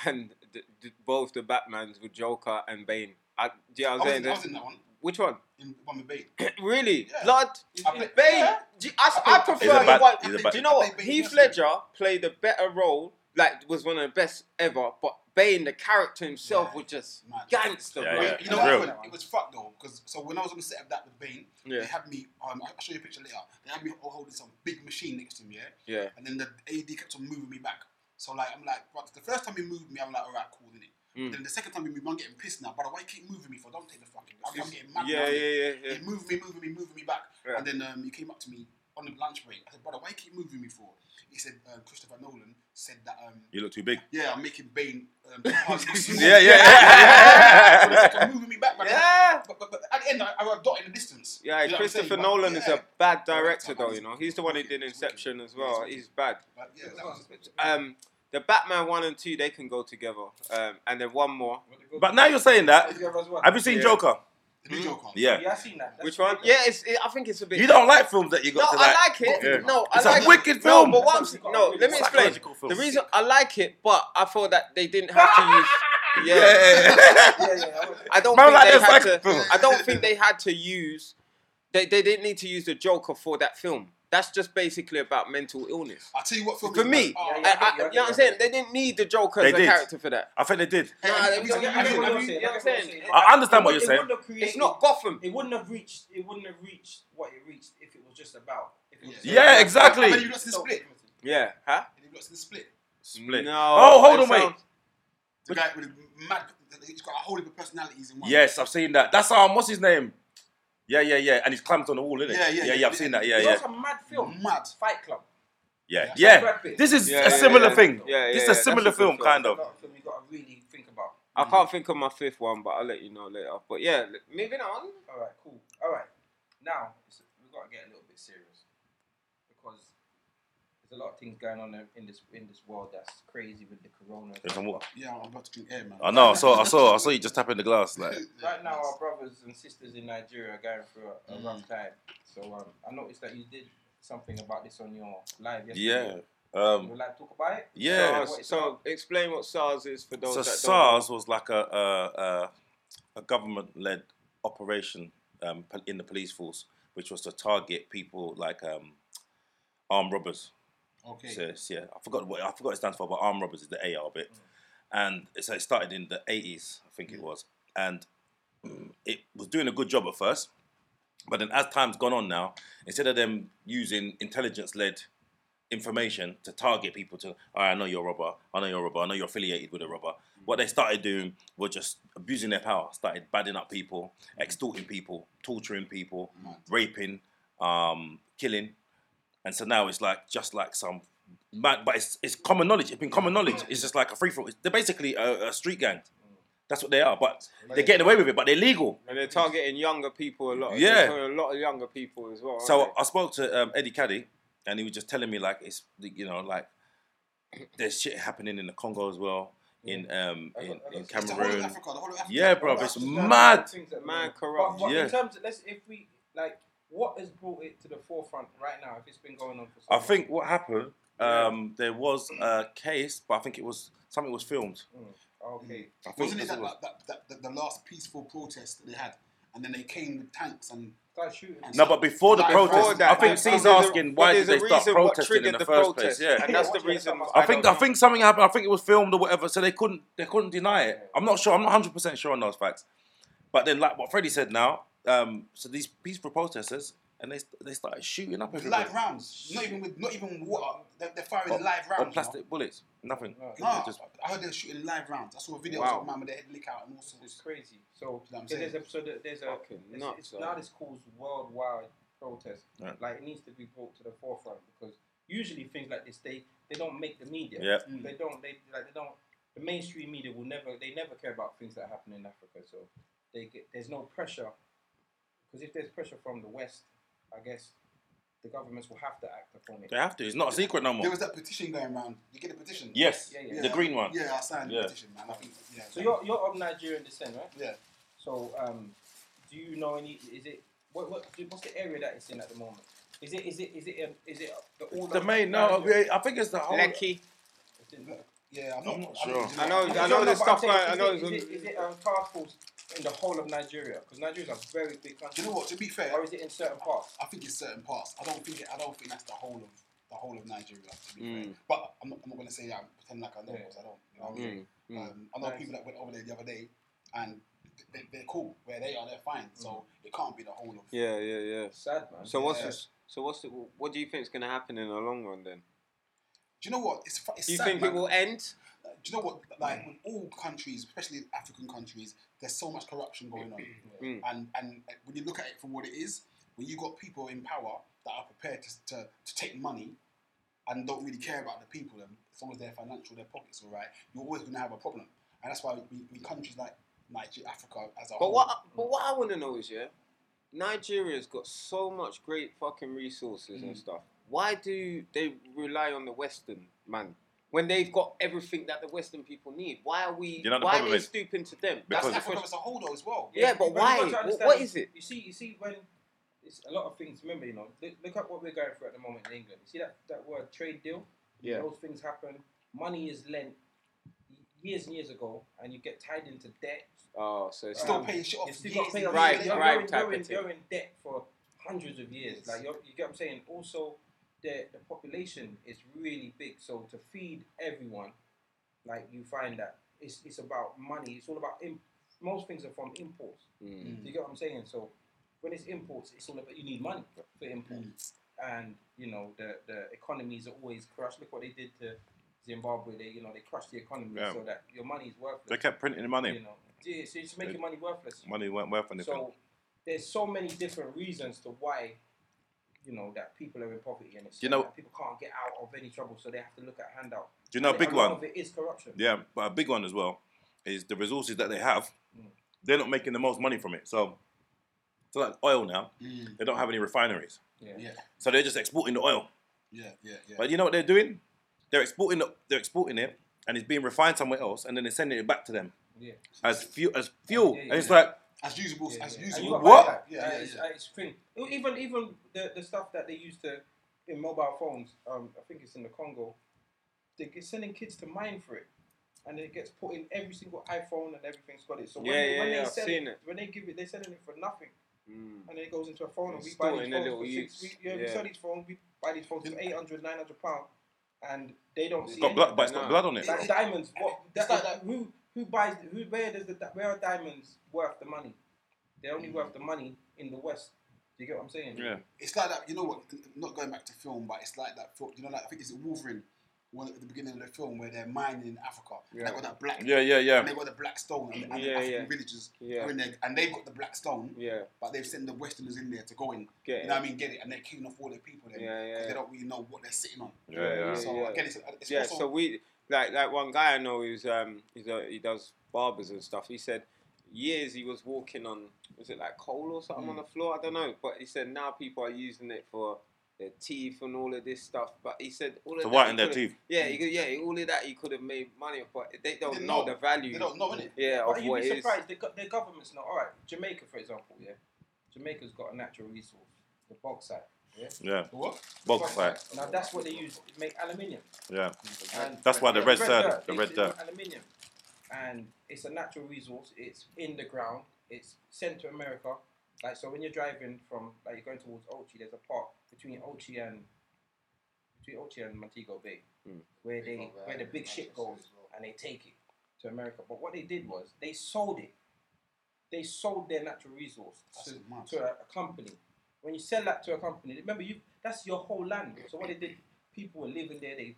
B: and th- th- both the Batmans were Joker and Bane. I, do you know
E: I
B: what I'm
E: was
B: saying?
E: in- I was in that one.
B: Which one?
E: In Bombay Bay.
B: really?
E: Yeah.
B: Blood?
E: I play-
B: Bane?
E: Yeah.
B: Do you- I, I,
E: I play-
B: prefer
D: He's a
B: the
D: bad-
B: one.
D: he's a
B: Do
D: bad-
B: you know
E: I
B: what?
E: play Bane
B: Heath
E: yesterday.
B: Ledger played a better role, like, was one of the best ever, but Bane, the character himself,
E: Yeah.
B: was just
E: Mad.
B: gangster,
D: Yeah,
B: bro.
D: yeah.
E: Wait, You
D: It's
E: know what
D: real.
E: happened? It was fucked though, because so when I was on the set of that with Bane,
B: Yeah.
E: they had me. Um, I'll show you a picture later. They had me all holding some big machine next to me, yeah.
B: Yeah.
E: And then the AD kept on moving me back. So like, I'm like, but the first time he moved me, I'm like, alright, cool, innit?
B: Mm.
E: Then the second time he moved me, I'm getting pissed now. But why you keep moving me for? Don't take the fucking. I'm, I'm getting mad. now,
B: Yeah, yeah,
E: innit?
B: yeah, yeah.
E: He moved me, moving me, moving me back.
B: Yeah.
E: And then um, he came up to me on the lunch break. I said, brother, why you keep moving me for? He said, uh, Christopher Nolan said that. Um,
D: You look too big.
E: yeah, I'm making Bane. Um,
D: Yeah, yeah, yeah.
E: So they kept moving me back, man.
B: Yeah.
E: But, but, but at the end, I, I got in the distance.
B: Yeah,
E: You know what I'm
B: Christopher
E: saying? But
B: Nolan is a bad director,
E: Yeah,
B: though.
E: he's-
B: You know, he's the one who
E: he's
B: did
E: wicked.
B: Inception as
E: He's
B: well.
E: wicked.
B: He's bad.
E: But yeah, that was,
B: Um, the Batman one and two, they can go together. Um, and then one more.
D: But now you're saying that. Have you seen
B: Yeah.
D: Joker?
E: the new Joker.
D: Yeah.
C: Yeah, I seen that. That's
B: Which one?
C: good.
B: Yeah, it's. It, I think it's a bit.
D: You don't like films that you
B: No,
D: got to
B: I like
D: like.
B: it.
D: Yeah.
B: No,
D: It's a
B: I like
D: wicked
B: it.
D: film.
B: No, but what I'm, no, let me explain.
D: Psychological film.
B: The reason I like it, but I thought that they didn't have to use. Yeah,
C: Yeah, yeah. I watched it.
B: I don't
D: Man,
B: think
D: like
B: they
D: that's
B: had
D: like-
B: to. I don't think they had to use. They they didn't need to use the Joker for that film. That's just basically about mental illness.
E: I'll tell you what film
B: For
E: it
B: me,
E: was.
B: I,
E: Oh,
C: yeah,
B: I, you know what I'm saying? They didn't need the Joker
D: They
B: as a
D: did.
B: character for that.
D: I think they did.
B: Nah,
E: Hey,
B: they-
E: we
B: you
E: don't-
B: know
E: I don't
B: what I'm
E: know.
B: saying? You know what I'm saying?
D: I understand what
C: It
D: you're
C: wouldn't
D: saying.
C: have created-
B: It's not Gotham.
C: It wouldn't have reached. It wouldn't have reached what it reached if it was just about. If
D: Yeah,
E: How-
D: exactly.
E: How many you lost in the split?
B: Yeah, huh?
E: How many you lost in the split?
D: Split.
B: No.
D: Oh, hold
B: it
D: on, wait.
B: sounds-
E: The guy with the mad, he's got a whole heap of personalities in one.
D: Yes, I've seen that. That's um, what's his name? Yeah, yeah, yeah. And he's climbed on the wall, isn't it?
E: Yeah, yeah,
D: yeah.
E: yeah.
D: I've seen that. Yeah,
C: It's
D: yeah,
C: also a mad film.
E: Mad.
C: Fight Club.
D: yeah,
C: Yeah.
D: yeah. This is
B: Yeah,
D: a
B: yeah,
D: similar
B: yeah.
D: thing.
B: Yeah, yeah,
D: this is
B: yeah.
D: a
B: That's
D: similar
B: a good
D: film,
B: film.
D: kind
C: It's
D: of.
C: a lot film you got to really think about.
B: I
D: Mm-hmm.
B: can't think of my fifth one, but I'll let you know later. But yeah, l- moving on.
C: All right, cool. All right. Now, it's- we've got to get a little bit serious because there's a lot of things going on in this in this world that's crazy with the corona.
D: There's some water.
E: Yeah, I'm about to drink air, man.
D: I know. I saw. I saw. I saw you just tapping the glass. Like,
C: Right now, our brothers and sisters in Nigeria are going through a, a
D: Mm.
C: rough time. So um, I noticed that you did something about this on your live
D: yeah.
C: yesterday.
D: Um,
C: Would like to talk about it?
D: yeah.
B: SARS. So explain what SARS is for those
D: So
B: that don't.
D: SARS was like a a, a, a government-led operation um, pol- in the police force, which was to target people like um, armed robbers.
E: Okay.
D: So it's- yeah, I forgot what I forgot it stands for, but armed robbers is the AR bit, and so it started in the eighties, I think it was, and mm, it was doing a good job at first, but then as time's gone on now, instead of them using intelligence-led information to target people to, "Oh, I know you're a robber, I know you're a robber, I know you're affiliated with a robber. What they started doing was just abusing their power, started badding up people, extorting people, torturing people, raping, um, killing, and so now it's like just like some mad, but it's it's common knowledge. It's been common knowledge. It's just like a free for. all. They're basically a, a street gang. That's what they are, but they're getting away with it. But they're legal.
B: And they're targeting younger people a lot.
D: Yeah.
B: They're targeting a lot of younger people as well. aren't
D: So I spoke to um, Eddie Caddy, and he was just telling me like it's you know like there's shit happening in the Congo as well, in um
C: I got-
D: in,
C: I got
D: in
E: It's the whole of
D: Cameroon.
E: Africa, the whole of Africa.
D: Yeah,
E: bro.
D: bruv, it's
E: That's just-
D: mad.
C: Things that
B: Man,
C: but-
B: corrupt.
C: But
D: Yeah.
C: in terms of, let's, if we, like, what has brought it to the forefront right now if it's been going on for so
D: I
C: long?
D: think what happened, um, there was a case, but I think it was something was filmed.
C: Okay.
D: I think
E: Wasn't it
D: that's
E: that,
D: what it
E: that, that, that, that the last peaceful protest that they had, and then they came with tanks and
C: Start shooting.
D: was. No, but before the
E: Like,
B: Before
E: before
D: protest, I
B: that,
D: think
B: there's-
D: C's
B: but there's a-
D: asking
B: but
D: why did
B: there's a
D: they start
B: reason what
D: protesting in
B: triggered
D: the first place.
B: protest,
D: Yeah,
B: and that's the reason.
D: I,
B: don't
D: think I
B: know.
D: think something happened. I think it was filmed or whatever, so they couldn't they couldn't deny it. I'm not sure. I'm not 100 percent sure on those facts. But then, like what Freddie said, now, um, so these peaceful protesters and they they started shooting up everybody.
E: live rounds. Not even with, not even water. They're, they're firing
D: Or-
E: live
D: or
E: rounds.
D: Oh, plastic bullets, nothing.
C: No.
E: you know? Nah,
D: Just-
E: I heard they were shooting live rounds. I saw videos
B: Wow.
E: of a man with their head lick out and all
C: It's
E: sorts.
C: crazy. So,
E: That's what I'm
C: there's
E: saying.
C: a, so there- there's a
B: Fucking
C: it's,
B: nuts,
C: it's
B: though.
C: now this caused worldwide protest.
D: Yeah.
C: Like it needs to be brought to the forefront because usually things like this they they don't make the media.
D: Yeah.
E: Mm.
C: They don't they like they don't the mainstream media will never they never care about things that happen in Africa. So they get there's no pressure because if there's pressure from the West, I guess the governments will have to act upon it.
D: They have to. It's not a secret no
E: There
D: more.
E: was that petition going around. You get the petition?
D: Yes,
C: Yeah, yeah.
D: the green one.
E: Yeah, I signed
D: Yeah.
E: the petition, man. I think, yeah.
C: So you're you're of Nigerian descent, right?
E: Yeah.
C: So, um, do you know any? Is it what, what what's the area that it's in at the moment? Is it is it is it um, is it the, all
D: The
C: of
D: main no,
C: Nigeria?
D: I think it's the whole.
B: Lekki.
C: Is it-
E: Yeah, I'm not,
D: I'm not
E: I don't-
D: sure.
E: you
B: I know-
E: what?
B: I
C: No,
B: know
C: no,
B: there's
C: but I'm
B: stuff
C: saying,
B: going. I know.
C: Is it, is it, is it um, task force in the whole of Nigeria? Because Nigeria is a very big
E: Do
C: country.
E: you know what? To be fair,
C: Or is it in certain parts?
E: I think it's certain parts. I don't think it, I don't think that's the whole of the whole of Nigeria. To be fair.
B: Mm.
E: But I'm not, I'm not gonna say that. I'm pretending like I know
C: Yeah.
E: because I don't. You know what I mean?
B: Mm, mm.
E: Um, I know
C: Nice.
E: people that went over there the other day, and they, they're cool where they are. They're fine. So it can't be the whole of.
B: Yeah, yeah, yeah.
C: Sad man.
B: So what's
E: Yeah.
B: this? So what's the, what do you think is going to happen in the long run then?
E: Do you know what? It's, fu- it's
B: Do you
E: sad,
B: think
E: man.
B: it will end?
E: Do you know what?
C: Mm.
E: Like with all countries, especially African countries, there's so much corruption going on,
B: Mm.
E: and and uh, when you look at it for what it is, when you got people in power that are prepared to, to, to take money and don't really care about the people, then as long as their financial, their pockets all right, you're always going to have a problem, and that's why we, we countries like Nigeria, Africa as a
B: But
E: whole.
B: what? But
D: Mm.
B: what I want to know is, yeah, Nigeria's got so much great fucking resources
D: Mm.
B: and stuff. Why do they rely on the Western man when they've got everything that the Western people need? Why are we?
D: You know the
B: why are
D: problem
B: they
D: is-
B: stooping to them?
E: that's
D: Because-
B: the
E: Africa
B: question.
E: as a whole though as well.
B: Yeah, but
C: you've got
B: why?
C: to
B: What-
C: understand,
B: what is it?
C: You see, you see, when it's a lot of things. Remember, you know, look, look at what we're going through at the moment in England. You see that that word trade deal?
B: Yeah.
C: Those things happen. Money is lent years and years ago, and you get tied into debt.
B: Oh, so it's
E: Still
C: Um,
E: paying shit off.
C: You still
E: years
C: got to pay
E: and
C: off.
E: years
B: Right,
C: you're,
E: later.
C: you're
B: right
C: in,
B: type
C: you're
B: of
C: in-
B: thing.
C: you're in debt for hundreds of years. Like you're, you get what I'm saying. Also, the the population is really big, so to feed everyone, like you find that it's it's about money. It's all about imp- most things are from imports.
B: Mm. Mm.
C: Do you get what I'm saying? So when it's imports, it's all about you need money for imports. and you know the the economies are always crushed. Look what they did to Zimbabwe. They you know they crushed the economy
D: Yeah.
C: so that your money is worthless.
D: They kept printing
C: you
D: money.
C: know, yeah, so you just make your money worthless.
D: Money weren't worth anything.
C: So there's so many different reasons to why, you know, that people are in poverty and it's
D: You know-
C: that people can't get out of any trouble, so they have to look at handout.
D: Do you know a
C: And
D: big
C: a lot
D: one?
C: Of it is corruption.
D: Yeah, but a big one as well is the resources that they have.
C: Mm.
D: They're not making the most money from it. So, so like oil now,
E: Mm,
D: they don't have any refineries,
C: Yeah.
E: yeah,
D: so they're just exporting the oil.
E: yeah, yeah, yeah.
D: But you know what they're doing? They're exporting. The, they're exporting it, and it's being refined somewhere else, and then they're sending it back to them
C: Yeah.
D: as fuel. As fuel,
C: Yeah, yeah,
D: and it's
C: yeah.
D: like
E: as usable,
C: Yeah,
E: as
C: yeah.
E: usable.
C: You got
D: What?
C: buyback.
E: Yeah,
C: Uh,
E: yeah,
C: it's,
E: yeah.
C: uh, it's thing. Even even the, the stuff that they used to in mobile phones. Um, I think it's in the Congo. They're sending kids to mine for it, and it gets put in every single iPhone and everything's got it. So when,
B: Yeah,
C: they,
B: yeah,
C: when
B: yeah,
C: they
B: I've
C: sell
B: seen it.
C: when they give it, they're selling it for nothing, and
B: Mm.
C: then it goes into a phone. And
B: It's
C: we buy
B: still
C: these
B: in a
C: phones
B: little
C: for six.
B: use.
C: We, yeah, we
B: Yeah.
C: sell these phones. We buy these phones for 800, 900 pound, and they don't
B: It's
D: it's
C: see
D: got
C: any
D: blood,
C: of
D: but
C: that.
D: it's got
B: No.
D: blood on it.
C: Like diamonds. What?
E: It's
C: That,
E: like
C: that- who who buys? Who where does the di- where are diamonds worth the money? They're only worth the money in the West. Do you get what I'm saying?
D: Yeah,
E: It's like that. You know what? n- Not going back to film, but it's like that. Film, you know, like I think it's Wolverine, one at the beginning of the film where they're mining in Africa. And
B: Yeah.
E: they got that black.
D: yeah, yeah,
E: And
D: yeah.
E: they got the black stone and,
B: Yeah,
E: and the African
B: yeah.
E: villages.
B: Yeah.
E: When they, and they've got the black stone,
B: Yeah,
E: but they've sent the Westerners in there to go and,
B: get
E: you
B: it.
E: know what I mean, get it. And they're killing off all their people then.
B: Yeah, yeah,
E: Because they
B: yeah.
E: don't really know what they're sitting on.
D: Yeah, yeah.
E: So
B: yeah.
E: again, it's, it's
B: yeah,
E: also,
B: so we like like one guy I know who's um he's a, he does barbers and stuff. He said years he was walking on was it like coal or something on
D: Hmm.
B: the floor? I don't know. But he said now people are using it for their teeth and all of this stuff. But he said all of
D: To
B: that
D: whiten
B: he
D: their
B: could've-
D: teeth. Hmm.
B: Yeah, he, could- yeah, all of that he could have made money, but they don't
E: They
B: know, the
E: know.
B: value.
E: they don't know, innit?
B: Yeah,
C: But
B: of
C: you'd
B: what
C: be
B: it is.
C: surprised. The, go- the government's not all right. Jamaica, for example, yeah. Jamaica's got a natural resource, the bauxite.
D: Yeah,
E: What?
D: bog fight.
C: Now that's what they use to make aluminium.
D: Yeah,
C: And
D: That's why the red dirt, the
C: they use
D: red
C: it
D: dirt.
C: for Aluminium, and it's a natural resource. It's in the ground. It's sent to America. Like so, when you're driving from like you're going towards Ochi, there's a park between Ochi and between Ochi and Montego Bay,
D: Hmm.
B: Mm.
C: where they where the big ship goes and they take it to America. But what they did was they sold it. They sold their natural resource
E: That's
C: to,
E: mad.
C: to a, a company. When you sell that to a company, remember you that's your whole land. So what they did, people were living there. They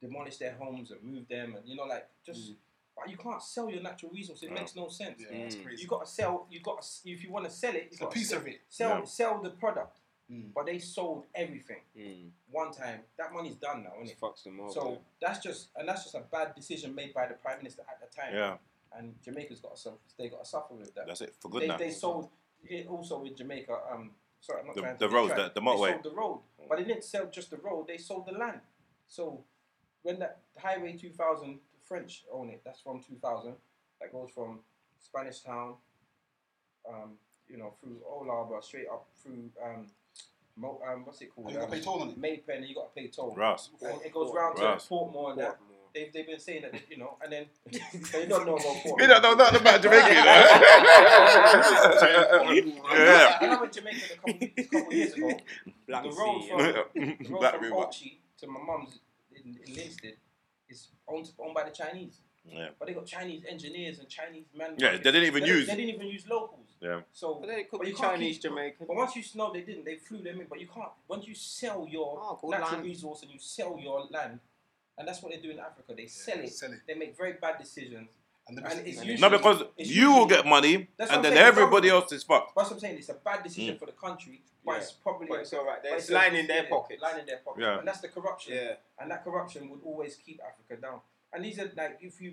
C: demolished their homes and moved them, and you know, like just. But you can't sell your natural resource. It
D: No.
C: makes no sense.
E: Mm. Yeah, that's
B: Mm.
E: crazy.
C: You gotta sell. You gotta s- if you want to sell it, you
E: It's a
C: gotta
E: piece
C: sell,
E: of it.
C: Sell
D: Yeah.
C: sell the product.
E: Mm.
C: But they sold everything
B: Mm,
C: one time. That money's done now, isn't
B: it
C: it?
B: fucks them up.
C: So that's just and that's just a bad decision made by the prime minister at the time.
D: yeah.
C: And Jamaica's got to suffer. They got to suffer with that.
D: That's it for good
C: They,
D: now.
C: they sold it also in Jamaica. Um, sorry, I'm not
D: The-
C: trying to
D: the
C: be
D: roads,
C: trite.
D: the- the
C: They
D: motorway.
C: sold the road, but they didn't sell just the road. They sold the land. So when that Highway 2000, the French own it. That's from 2000. That goes from Spanish Town, um, you know, through Old Harbour, straight up through um, Mo- um, what's it
E: Oh,
C: called?
E: you got to pay toll on it.
C: Um, Maypen, and you got to pay toll.
D: Ross.
C: And it goes round to
D: Right.
C: Portmore and that.
B: Portmore.
C: They've, they've been saying that, you know, and then they don't know about Portmore.
D: know nothing about Jamaican.
C: Yeah.
D: yeah.
C: I know in Jamaica a couple, a couple years ago,
B: Black
C: the road
B: Sea,
C: from,
B: yeah.
C: the road
D: Black
C: from
D: River.
C: Ochi to my mum's in, in Linstead is owned, owned by the Chinese.
D: Yeah.
C: But they got Chinese engineers and Chinese men.
D: Yeah, they didn't even
C: they
D: use.
C: They didn't even use locals.
D: Yeah.
C: So,
B: But then it could
C: but
B: be
C: you can't
B: Chinese
C: keep-
B: Jamaican.
C: But once you know they didn't, they flew them in. But you can't. Once you sell your
B: Oh, good
C: natural
B: land.
C: resource and you sell your land, and that's what they do in Africa. They sell it.
E: sell it.
C: They make very bad decisions.
E: And the
C: And it's usually,
D: No, because
C: it's
D: you will
C: usually-
D: get money,
C: That's what
D: and
C: I'm
D: then
C: saying,
D: everybody
C: government.
D: else is fucked.
C: That's what I'm saying. It's a bad decision
D: Mm.
C: for the country, but
B: Yeah.
C: it's probably
B: But it's all right.
C: but
B: They're
C: it's a-
B: lying in their
C: yeah,
B: pockets.
C: Lying in their pocket.
D: Yeah.
C: And that's the corruption.
B: Yeah.
C: And that corruption would always keep Africa down. And these are like if you,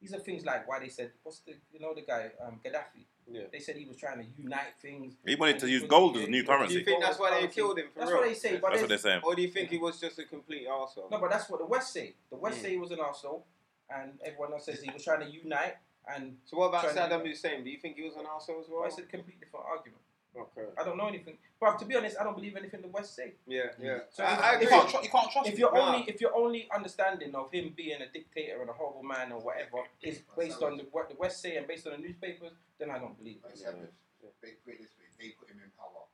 C: these are things like why they said what's the you know the guy um, Gaddafi.
B: Yeah.
C: They said he was trying to unite things.
D: He wanted
C: and
D: to
C: he
D: use
C: was-
D: gold as
C: yeah,
D: a new
C: he wanted to
B: Do you
D: currency.
B: think
C: use
B: that's
C: gold
B: why they
C: as
B: killed him? For
C: That's
B: real?
C: what they say. But
D: That's what they're
C: there's-
D: saying.
B: Or do you think he was just a complete arsehole?
C: No, but that's what the West say. The West
B: Mm.
C: say he was an arsehole, and everyone else says he was trying to unite. And
B: So what about
C: Trying to-
B: Saddam Hussein? Do you think he was an arsehole as
C: well,
B: well?
C: it's a completely different argument.
B: Okay.
C: I don't know anything. But to be honest, I don't believe anything the West say.
B: Yeah, yeah.
C: So
B: I,
C: if-
B: I
E: You
B: agree.
E: can't, tru- you can't trust
C: if
E: it.
C: your
B: Nah.
C: only if your only understanding of him being a dictator and a horrible man or whatever is based on the, what the West say and based on the newspapers, then I don't believe it.
F: Like Savage, they put it this way, they put him in power.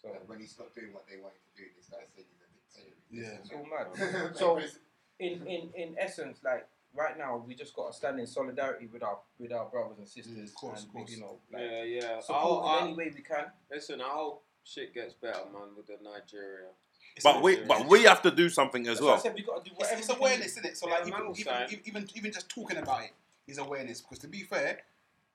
C: So
F: And when he stopped doing what they wanted to do, they started saying he's a dictator.
E: Yeah.
C: it's all mad.
F: Like,
C: So-
F: pres-
C: In in in essence, like right now, we just got to stand in solidarity with our with our brothers and sisters,
E: Mm, of course,
C: and
E: of course.
C: you know, like,
B: Yeah, yeah. I,
C: support in
B: I,
C: any way we can.
B: listen, I hope Shit gets better, man, with the Nigeria.
D: But we, but we have to do something as
C: That's why I
D: well.
C: said we gotta do
E: It's,
C: whatever
E: it's
C: we can
E: awareness, isn't it? So
B: Yeah,
E: like
B: man
E: even
B: will
E: even,
B: say.
E: even even even just talking about it is awareness. Because to be fair,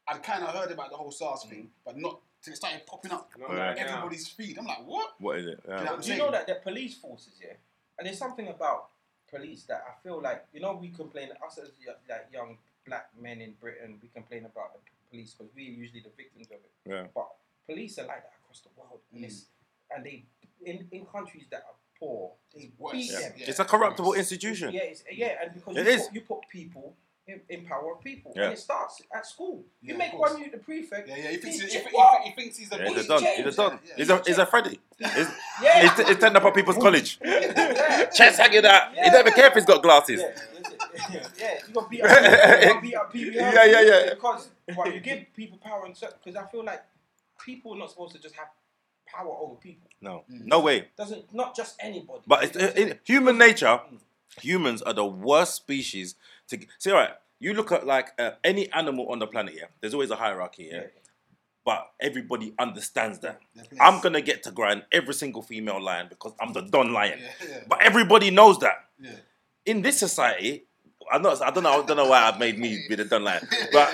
E: I'd kind of heard about the whole SARS thing, but not till it started popping up
B: Not
D: Right.
B: right now.
E: everybody's feed. I'm like, what?
D: What is it?
E: Do
D: Yeah.
E: you know what I'm
C: Do you
E: saying?
C: know that the police forces, yeah? And there's something about police that I feel like, you know, we complain, us as y- like young black men in Britain, we complain about the police because we're usually the victims of it.
D: Yeah. Mm.
C: But police are like that across the world. And, it's, and they, in, in countries that are poor, they
E: It's worse.
C: beat
E: Yeah.
C: them.
E: Yeah.
D: It's a corruptible
E: Yes.
D: institution.
C: Yeah, it's, yeah, and because
D: It
C: you,
D: is.
C: Put, you put people in, in power of people,
D: Yeah.
C: and it starts at school.
E: Yeah,
C: you
E: of
C: make
E: course.
C: one you the prefect.
E: Yeah, yeah. He thinks,
C: He's
E: he,
C: Jack
E: he-
C: Wild.
E: he thinks he's a
D: Yeah, he's a
E: bully.
D: don.
C: James,
D: He's a don.
E: yeah,
D: He's
E: yeah.
D: a he's a Freddy. He's
C: Yeah,
D: he's, he's turned up at people's college. Chest hanging out. He don't even care if he's got glasses.
C: Yeah, yeah, yeah. You gotta beat up, you gotta beat up people.
D: Yeah, yeah, yeah.
C: Because well, you give people power and because I feel like people are not supposed to just have power over people.
D: No,
E: Mm.
D: no way.
C: Doesn't not just anybody.
D: But it's, uh, it, it- human nature. Humans are the worst species to see. All right, you look at like uh, any animal on the planet. Yeah, there's always a hierarchy. Yeah,
C: Yeah.
D: but everybody understands that.
E: They're blessed.
D: I'm gonna get to grind every single female lion because I'm the don lion.
E: Yeah, yeah,
D: But everybody knows that.
E: yeah.
D: in this society, I'm not, I don't know. I don't know why I've made me be the done line, but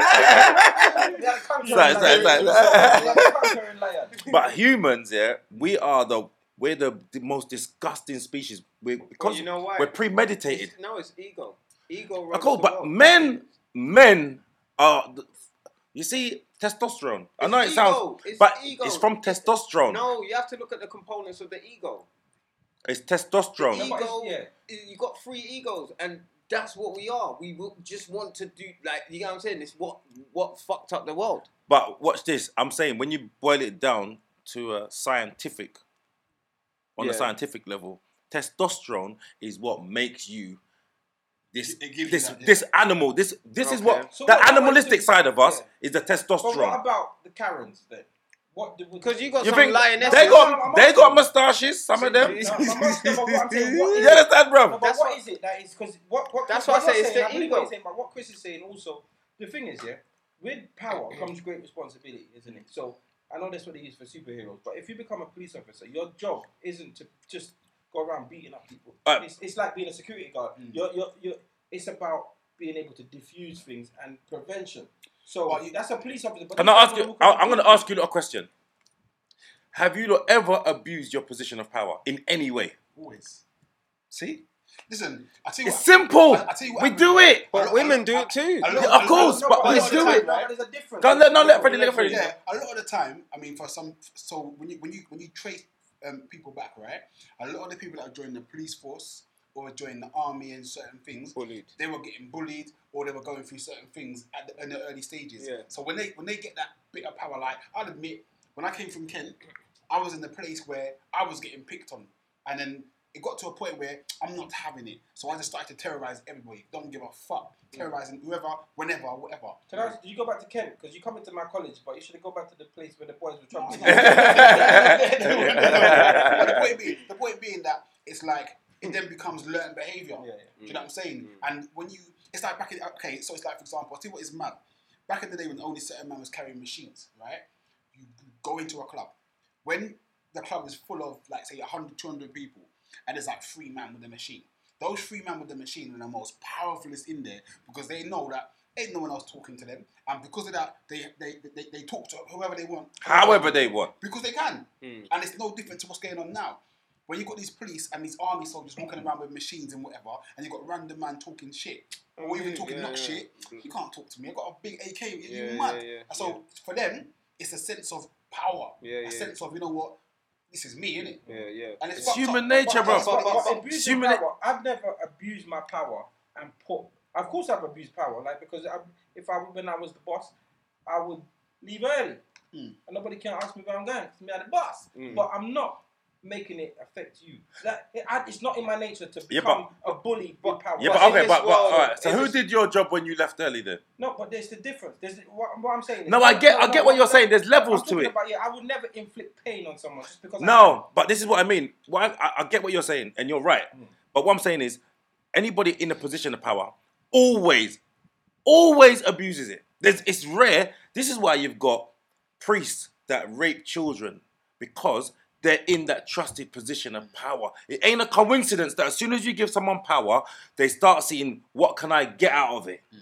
C: Yeah, come here,
D: Sorry, sorry,
C: lion.
D: sorry.
C: Yeah, come here, lion.
D: but humans, yeah, we are the we're the, the most disgusting species. We're
B: But
D: because
B: you know why?
D: we're premeditated.
B: It's- no, it's ego. Ego.
D: I
B: runs
D: call,
B: the
D: but
B: world.
D: men, men are. The, you see, testosterone. I
B: It's
D: know it sounds,
B: ego. It's
D: but
B: ego.
D: it's from testosterone.
B: No, you have to look at the components of the ego.
D: It's testosterone.
C: Yeah, but
B: Ego.
C: it's-
B: You got three egos, and that's what we are. We will just want to do like you know what I'm saying. It's what what fucked up the world.
D: But watch this. I'm saying when you boil it down to a scientific, on a
B: Yeah.
D: scientific level, testosterone is what makes you this
E: It gives you
D: this
E: that, yeah.
D: this animal. This this is
B: Okay.
D: what
C: So
D: the
C: what- what
D: animalistic
C: do-
D: side of us
C: yeah.
D: is the
C: But what
D: testosterone.
C: about the Karens then? What do we-
B: Because you got
D: You
B: some
D: think
B: lionesses.
D: they
C: No,
D: got
C: I'm
D: they
C: asking-
D: got mustaches? Some of them.
C: No, but I'm asking about what I'm saying, what is it?
D: You understand,
C: No,
D: bro?
C: but
B: That's
C: what
B: what-
C: is it that is because what, what
B: That's
C: what
B: why I say
C: you're
B: it's
C: saying,
B: the
C: I believe what
B: ego.
C: you're saying, but what Chris is saying also, the thing is, yeah, with power comes great responsibility, isn't it? So I know that's what they use for superheroes, but if you become a police officer, your job isn't to just go around beating up people.
D: Uh,
C: it's, it's like being a security guard.
D: Mm.
C: You're, you're, you're, it's about being able to diffuse things and prevention. So
E: Well, you-
C: that's a police officer. But
D: Can I ask you? I- I'm going to ask you lot a question. Have you lot ever abused your position of power in any way?
E: Always.
D: See,
E: Listen, I tell you
D: it's
E: what.
D: simple.
E: I- I tell you what
D: we
E: happened-
D: do it.
E: A lot- a- a-
B: too.
E: a lot-
D: Yeah, of
E: a lot-
D: course, but
E: a lot
D: let's
E: of the
D: do
E: time,
D: it.
E: right?
C: There's a difference.
D: Don't let- no, let Freddie, let Freddie.
E: Yeah, a lot of the time, I mean, for some, so when you when you when you trace um, people back, right? A lot of the people that joined the police force or joined the army and certain things,
B: Bullied.
E: they were getting bullied or they were going through certain things at the, in the early stages.
B: Yeah.
E: So when they when they get that bit of power, like I'll admit, when I came from Kent, I was in the place where I was getting picked on, and then it got to a point where I'm not having it. So I just started to terrorize everybody. Don't give a fuck. Terrorizing whoever, whenever, whatever.
C: Can I ask, do you go back to Kent? Because you come into my college, but you should have gone back to the place where the boys were
E: No,
C: trying
E: no, no, no, no, no, no, no, no.
D: Yeah.
E: the, point being, the point being that it's like it then becomes learned behavior.
C: Yeah, yeah.
E: Do you know what I'm saying? And when you, it's like back in okay, so it's like for example, I see what is mad. Back in the day when only certain man was carrying machines, right? You go into a club. When the club is full of like say 100, 200 people, and there's like three men with a machine. Those three men with the machine are the most powerfulest in there because they know that ain't no one else talking to them, and because of that, they they, they, they talk to whoever they want.
D: However they want.
E: Because they can.
B: Hmm.
E: And it's no different to what's going on now. When you've got these police and these army soldiers
B: Hmm.
E: walking around with machines and whatever, and you've got random man talking shit, or even
B: Oh, yeah,
E: talking
B: yeah,
E: not
B: yeah.
E: shit, you can't talk to me. I've got a big AK, you
B: Yeah,
E: you mad.
B: yeah, yeah,
E: and so for them, it's a sense of power,
B: Yeah,
E: a
B: yeah.
E: sense of, you know what, this is me, innit?
B: Yeah, yeah.
E: And it's,
D: It's
E: fucked
D: human
E: up.
D: nature, bro.
E: But- but- but-
C: But,
E: but-
C: abusing
D: human-
C: power, I've never abused my power and put. Of course, I've abused power, like because I, if I when I was the boss, I would leave early,
E: Mm.
C: and nobody can ask me where I'm going. It's me at the boss,
D: Hmm.
C: but I'm not making it affect you. That it, I, it's not in my nature to
D: Yeah,
C: become a bully with power.
D: Yeah,
B: But
D: but
B: in
D: okay,
B: this
D: but, but
B: world,
D: all right. So
B: in
D: who
B: this-
D: did your job when you left early then?
C: No, but there's the difference. There's what, what I'm saying. is-
D: No, I get- I get what you're saying. There's
C: I'm
D: levels to
C: talking
D: it.
C: About, yeah, I would never inflict pain on someone just because. I
D: No, but this is what I mean. Well, I, I get what you're saying, and you're right.
B: Hmm.
D: But what I'm saying is, anybody in a position of power always, always abuses it. There's, it's rare. This is why you've got priests that rape children because they're in that trusted position of power. It ain't a coincidence that as soon as you give someone power, they start seeing what can I get out of it.
B: Hmm.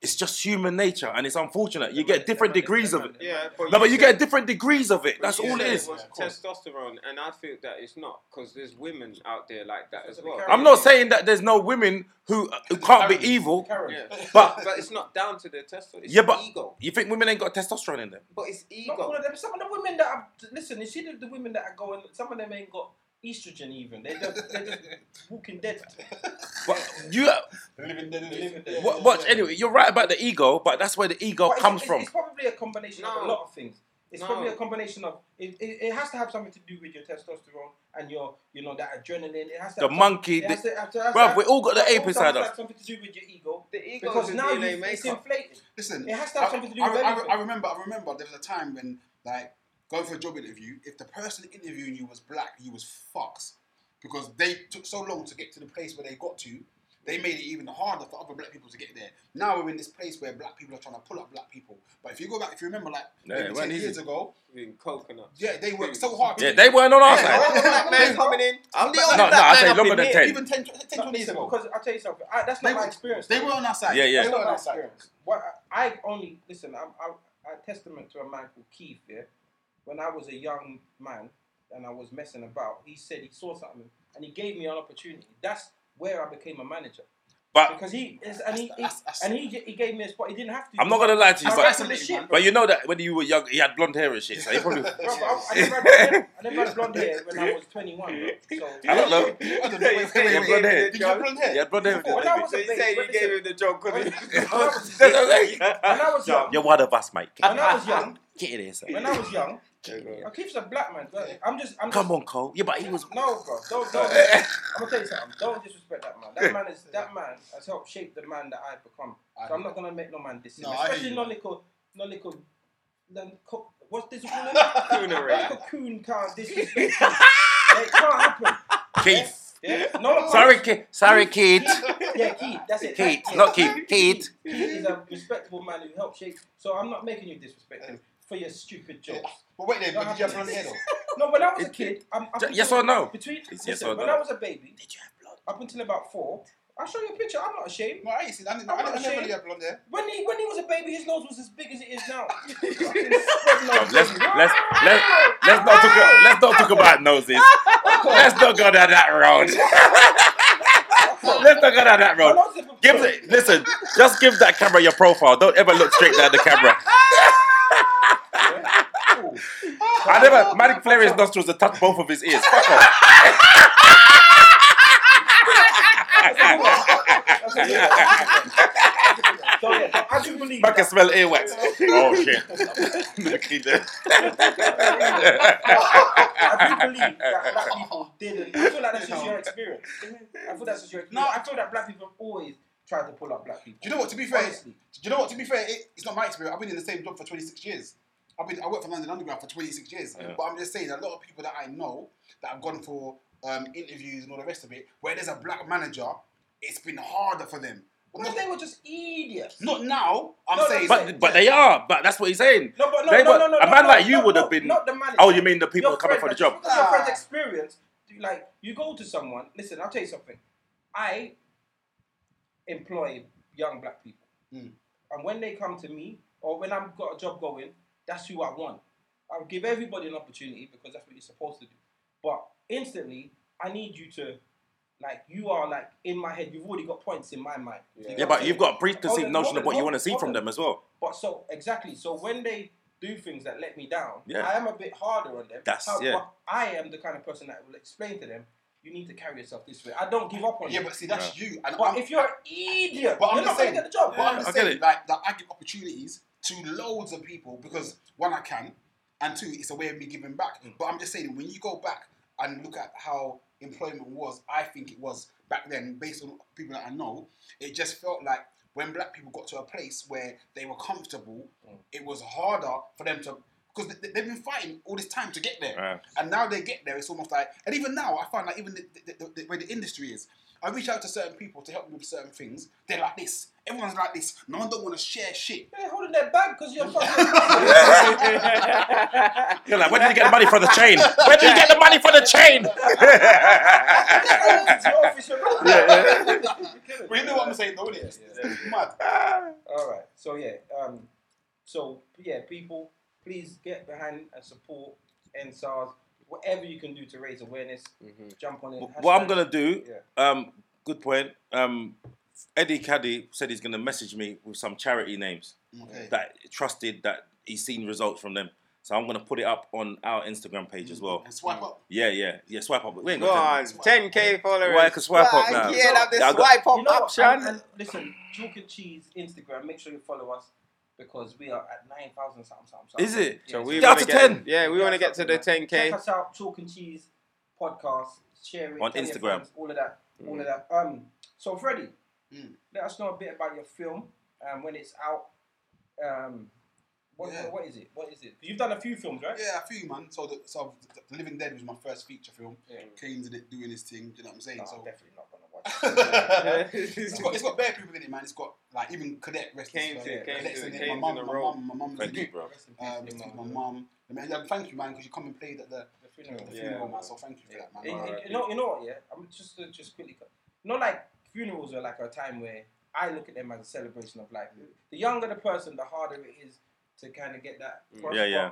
D: It's just human nature, and it's unfortunate. You get different degrees of it.
B: Yeah,
D: No, but you
B: said-
D: get different degrees of it.
B: but
D: That's
B: you
D: all it
B: said
D: is.
B: was testosterone, and I think that it's not because there's women out there like that as well.
D: I'm not saying that there's no women who, uh, who can't be evil,
C: Karen.
B: Yeah.
D: but
B: but it's not down to their testosterone. It's
D: Yeah, but-
B: ego.
D: you think women ain't got testosterone in them?
B: But it's
C: Not all
B: ego.
C: of them. Some of the women that are listen. You see the, the women that are going. Some of them ain't got estrogen even. They're just, they're just walking dead.
D: But you
E: Living dead, living dead.
D: wa- watch anyway. You're right about the ego, but that's where the ego
C: But it's-
D: comes
C: it's,
D: from.
C: It's probably a combination of a
B: No.
C: lot of things. It's
B: No.
C: probably a combination of it, it, it. has to have something to do with your testosterone and your, you know, that adrenaline. It has to.
D: The
C: have some-
D: monkey,
C: it has
D: the,
C: to- has to- has to
D: bruv,
C: have-
D: we all got the
C: it
D: ape
C: also
D: inside
C: has to
D: us.
C: have something to do with your ego
B: The ego
C: because
B: is a
C: now
B: DNA
C: you, it's
B: makeup.
C: inflated.
E: Listen,
C: It has to have
E: I-
C: something to do
E: I,
C: with
E: I,
C: everything.
E: I remember, I remember there was a time when, like, going for a job interview, if the person interviewing you was black, you was fucked. Because they took so long to get to the place where they got to, they made it even harder for other black people to get there. Now we're in this place where black people are trying to pull up black people. But if you go back, if you remember, like,
D: Yeah, it
E: maybe
D: wasn't
E: 10 years
D: easy.
E: ago,
B: In coconut.
E: yeah, they worked so hard.
D: Yeah, they weren't on our
E: Yeah,
D: side.
E: all the black men
B: coming in. I'm the
E: No,
B: only
E: no,
B: black
D: I'd say
B: man up
D: longer
B: in
D: than
B: here.
D: 10.
E: Even 10, 10
C: No,
E: 20 years
C: listen,
E: ago.
C: because I'll tell you something. I, that's
E: They
C: not my
E: were,
C: experience.
E: they were on our side.
D: Yeah, yeah.
C: That's
E: They were
C: not
E: on
C: my
E: our side.
C: experience. What I I only listen. I'm, I'm a testament to a man called Keith. Yeah, when I was a young man and I was messing about, he said he saw something and he gave me an opportunity. That's where I became a manager
D: But
C: because he is, and he, he
E: That's- that's-
C: and he, he gave me a spot. He didn't have to.
D: I'm not gonna lie to you,
C: I
D: but,
C: ran with the shit,
D: but you know that when you were young, he had blonde hair and shit. So he probably.
C: bro. Bro, I, I, never had, I never had blonde hair when I was 21. Bro. So
D: I don't know.
E: I don't know. Wait, wait, wait,
D: blonde
E: wait.
D: hair.
E: Did you have blonde hair?
D: He had blonde hair.
C: When I was
B: So
C: a
B: you
C: baby,
B: say
C: but
B: you gave him the job,
C: when,
B: couldn't
C: when I was,
D: That's what I'm saying.
C: when I was young,
D: You're one of us, mate. Get
C: when I was young,
D: get in here, sir.
C: when I was young,
B: you?
C: Keith's a black man. Bro. I'm just, I'm
D: Come
C: just,
D: on, Cole. Yeah, but he was.
C: No, bro. Don't, don't. I'm gonna tell you something. Don't disrespect that man. That man is that man has helped shape the man that I've become. So I'm not gonna make no man diss him.
E: No, I hear
C: Especially
E: you.
C: Nolico, Nolico, Nolico. What's this? Nolico Coon can't disrespect. him. it can't happen.
D: Keith.
C: Yeah. No one-
D: Sorry, Keith. Sorry, Keith.
C: Yeah, Keith. That's it.
D: Keith.
C: That's it.
D: Not Keith. Keith.
C: Keith is a respectable man who helped shape. So I'm not making you disrespect him for your stupid jokes.
E: But wait there, but did you have blonde hair though?
C: No, when I was a
D: It-
C: kid, I'm,
D: J-
C: I'm
D: yes or no?
C: Between
D: It's yes
C: listen,
D: or
C: when
D: no.
C: I was a baby,
D: Did you have blood?
C: up until about four. I'll show you a picture. I'm not ashamed.
E: No, I ain't seen. I didn't. I
C: I'm
E: didn't- I
C: not
E: never
C: ashamed.
E: really had blonde hair.
C: When he when he was a baby, his nose was as big as it is now.
D: Let's let's let's let's not talk. Let's not talk about noses. Let's not go down that road. Let's not go down that
C: My
D: road.
C: nose is a-
D: Give it. Listen, just give that camera your profile. Don't ever look straight down the camera.
C: Ooh.
D: I never. Manic Flair's nostrils that touch both of his ears. Fuck off.
C: That's a good- So, yeah, I do believe
D: I can
C: that.
D: smell earwax. Oh shit. Look, he did.
C: I do believe that black people didn't. I feel like that's just your experience. I feel that's just your. No, I feel that black people always tried to pull up black people.
E: Do you know what? To be fair,
C: Honestly.
E: do you know what? To be fair, it, it's not my experience. I've been in the same job for 26 years. I've been. I worked for London Underground for 26 years.
D: Yeah.
E: But I'm just saying, a lot of people that I know that have gone for um, interviews and all the rest of it, where there's a black manager, it's been harder for them. I'm
C: Well,
E: not,
C: they were just idiots.
E: not now. I'm
C: No, no,
E: saying,
D: But but they are. But that's what he's saying.
C: No, but no,
D: They
C: no,
D: were-
C: no, no,
D: a
C: no,
D: man
C: no,
D: like you
C: no,
D: would have
C: no,
D: been-
C: Not the manager.
D: Oh, you mean the people
C: Your
D: coming
C: friend,
D: for the
C: like,
D: job?
C: because Your friend's
E: Ah.
C: experience, do- like you go to someone. Listen, I'll tell you something. I employ young black people,
E: Mm.
C: and when they come to me, or when I've got a job going, that's who I want. I'll give everybody an opportunity because that's what you're supposed to do. But instantly, I need you to, like, you are like in my head. You've already got points in my mind. You know
D: Yeah,
C: what I'm
D: but you've
C: saying?
D: got a preconceived
C: Hold on,
D: notion
C: hold
D: of what
C: on,
D: you want to see
C: hold
D: from
C: on.
D: them as well.
C: But so exactly, so when they do things that let me down,
D: Yeah.
C: I am a bit harder on them.
D: That's- yeah.
C: But I am the kind of person that will explain to them, you need to carry yourself this way. I don't give up on
E: yeah,
C: you.
E: but see, that's you. And
C: But
E: I'm,
C: if you're an idiot,
E: But I'm
C: you're not
E: just
C: going
E: saying-
C: to get the job.
E: But I'm just
D: I get
E: saying,
D: it.
E: like, that I give opportunities to loads of people because one, I can, and two, it's a way of me giving back.
D: Mm.
E: But I'm just saying, when you go back and look at how employment was, I think it was back then, based on people that I know, it just felt like when black people got to a place where they were comfortable,
D: Mm.
E: it was harder for them to. Because they, they've been fighting all this time to get there,
D: Yeah.
E: and now they get there. It's almost like, and even now, I find like even the, the, the, the way the industry is, I reach out to certain people to help me with certain things. They're like this. Everyone's like this. No one don't want to share shit.
C: They're holding their bag because you're fucking.
D: You're like, where did you get the money for the chain? Where did you get the money for the chain?
C: It's your office, you're not- You're killing
E: We
C: me.
E: know what I'm saying, though, innit? It's- it's mad.
C: All right. So yeah. Um. So yeah, people, please get behind and support NSARS. Whatever you can do to raise awareness, jump on it.
D: Mm-hmm. what I'm
C: Hashtag-
D: gonna do,
C: Yeah.
D: um, good point. Um, Eddie Caddy said he's gonna message me with some charity names
E: Okay.
D: that trusted that he's seen results from them. So I'm gonna put it up on our Instagram page as well. Mm.
E: And swipe up.
D: Yeah, yeah, yeah. Swipe up. We ain't
B: Go
D: got
B: on,
D: to.
B: 10k followers.
D: Well, I can swipe up now.
B: Yeah, that this
D: Yeah, I got-
B: swipe up
C: You know what? And,
B: option.
C: and listen, Chalk and Cheese Instagram. Make sure you follow us because we are at nine thousand something something. something.
D: Is it?
C: Yeah,
B: So we
D: Get up
B: wanna
D: to
B: get-
D: 10.
B: Yeah, we
C: Yeah,
B: want to get to the
C: something, Check
B: 10k.
C: us out, Chalk and Cheese podcast. Share it
D: On
C: tell your
D: Instagram.
C: friends, all of that, all of that.
B: Mm.
C: Um, so Freddie,
E: Mm.
C: let us know a bit about your film and when it's out. Um, what,
E: Yeah.
C: what is it? What is it? You've done a few films, right?
E: Yeah, a few, man. So, the, so the, the Living Dead was my first feature film.
C: Yeah.
E: Kane did it doing his thing, you know what I'm saying?
C: No, I'm
E: so
C: definitely not gonna watch. it.
E: it's got it's got bare people in it, man. It's got like even cadet rest
B: Came
E: is-
B: to-
E: uh,
B: came
E: cadets
B: to-
E: in it.
B: came to
E: my mum,
B: the
E: my
B: role.
E: mum, my mum's
D: Thank
E: in
D: you,
E: it.
D: bro.
C: Rest in peace,
E: Um,
C: your
E: my
C: mum.
E: mum. I mean, yeah, thank you, man, because you come and played at the,
C: The
E: you know,
C: funeral.
E: the
B: Yeah.
E: funeral, man. So thank you for that, man.
C: You-
B: Alright.
C: you, you know, you know what? Yeah, I'm just to just quickly. cut- You know, like funerals are like a time where I look at them as a celebration of life. The younger the person, the harder it is to kind of get that.
B: Mm.
C: cross,
D: Yeah, yeah.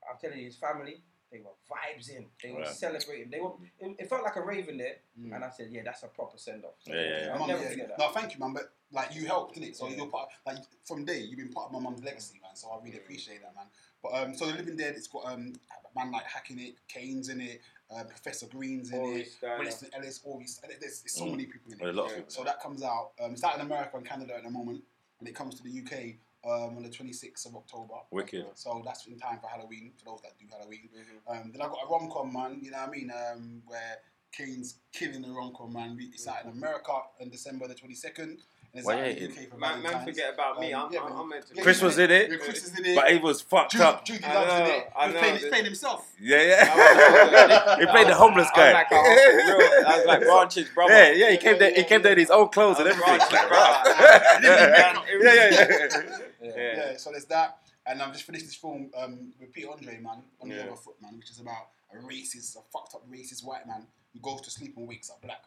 C: but I'm telling you, his family, they were vibes in. They were
D: Yeah.
C: celebrating. They were. It, it felt like a rave in there, and I said, yeah, that's a proper send off.
D: Yeah, yeah, yeah.
E: My
C: I'll
E: mum,
C: never
E: yeah.
C: forget that.
E: No, thank you, man. But like you helped, didn't it? So
C: Yeah.
E: you're part like from day you've been part of my mum's legacy, man. So I really appreciate that, man. But um, so the Living Dead, it's got um, man like hacking it, Kane's in it, uh, Professor Green's in
B: Ori
E: it,
B: Steiner.
E: Winston Ellis, Ori. Steiner. There's, there's so
D: Mm.
E: many people in it.
D: Well, a lot of people.
E: So that comes out. Um, it's out in America and Canada at the moment, and it comes to the UK um, on the 26th of October.
D: Wicked.
E: So that's in time for Halloween for those that do Halloween. Um, then I got a rom com man. You know what I mean? Um, where Kane's killing the rom com man. We- It's out in America on December the 22nd, and it's out in the
D: Wait.
E: UK for
B: Man, man,
E: Valentine's.
B: forget about me.
E: Um,
B: I'm,
E: yeah,
B: I'm,
E: man.
B: I'm meant to.
E: Yeah,
B: be-
D: Chris was in
E: Yeah,
D: it,
E: Chris is in it.
D: but he was fucked
E: Jude,
D: up.
E: Jude
B: I
E: Love's in
B: know,
E: it.
B: I
E: He was
B: know.
E: playing, he's playing himself.
D: Yeah,
B: I was-
D: yeah. he played the homeless
B: I was
D: guy.
B: like, a whole- real- I was like Branch's brother.
D: Yeah, yeah, he came there. He came there in his own clothes and
B: I was
D: everything.
B: Branch's
D: Like,
B: brother.
D: yeah, yeah, yeah.
B: Yeah.
E: yeah, so there's that. And I've just finished this film um, with Peter Andre, man, on
B: Yeah.
E: the other foot, man, which is about a racist, a fucked up racist white man who goes to sleep and wakes up black.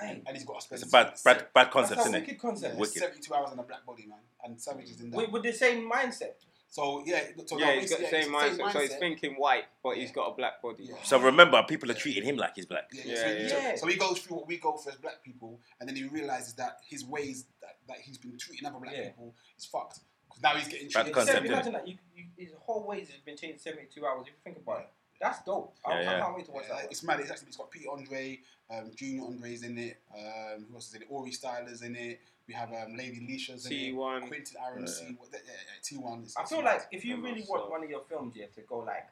C: Aye.
E: And he's got to spend
D: It's a bad, bad, bad
C: That's
D: concept,
C: a
D: isn't it?
C: wicked concept.
D: Wicked.
E: 72 hours on a black body, man. And Savage is in that.
C: With, with the same mindset.
E: so, yeah, so
B: Yeah, he's got the
E: yeah,
B: same
E: it's the
B: mindset, so he's thinking white, but he's got a black body.
E: Yeah.
D: So remember, people are treating him like he's black.
E: Yeah,
B: Yeah,
E: so,
C: yeah.
E: so he goes through what we go through as black people, and then he realizes that his ways that, that he's been treating other black
C: Yeah.
E: people is fucked. 'Cause now he's getting
D: Bad
E: treated.
D: concept,
C: Seven-
D: innit?
C: Imagine that. You, you, his whole ways has been changed 72 hours. If you think about it, that's dope. I,
D: Yeah,
C: I
D: yeah.
C: can't wait to watch
E: Yeah,
C: that. one.
E: it's mad. It's actually it's got Pete Andre, um, Junior Andre's in it. Um, who else is in it? Ori Styler's in it. We have um, Lady Leisha's in it.
B: T1.
E: Quentin RMC. What the- yeah, yeah, T1. It's,
C: I
E: it's
C: feel
E: mad.
C: like if you
B: I'm
C: really
B: not
C: want
B: sold.
C: one of your films, you have to go like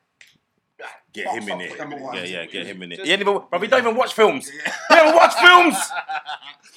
D: Get
E: Fuck,
D: him
E: fuck,
D: in it.
E: fuck, number one.
D: Yeah, yeah, get him in it.
B: Just-
D: He ain't even, bro, he don't even watch films. He don't even watch films.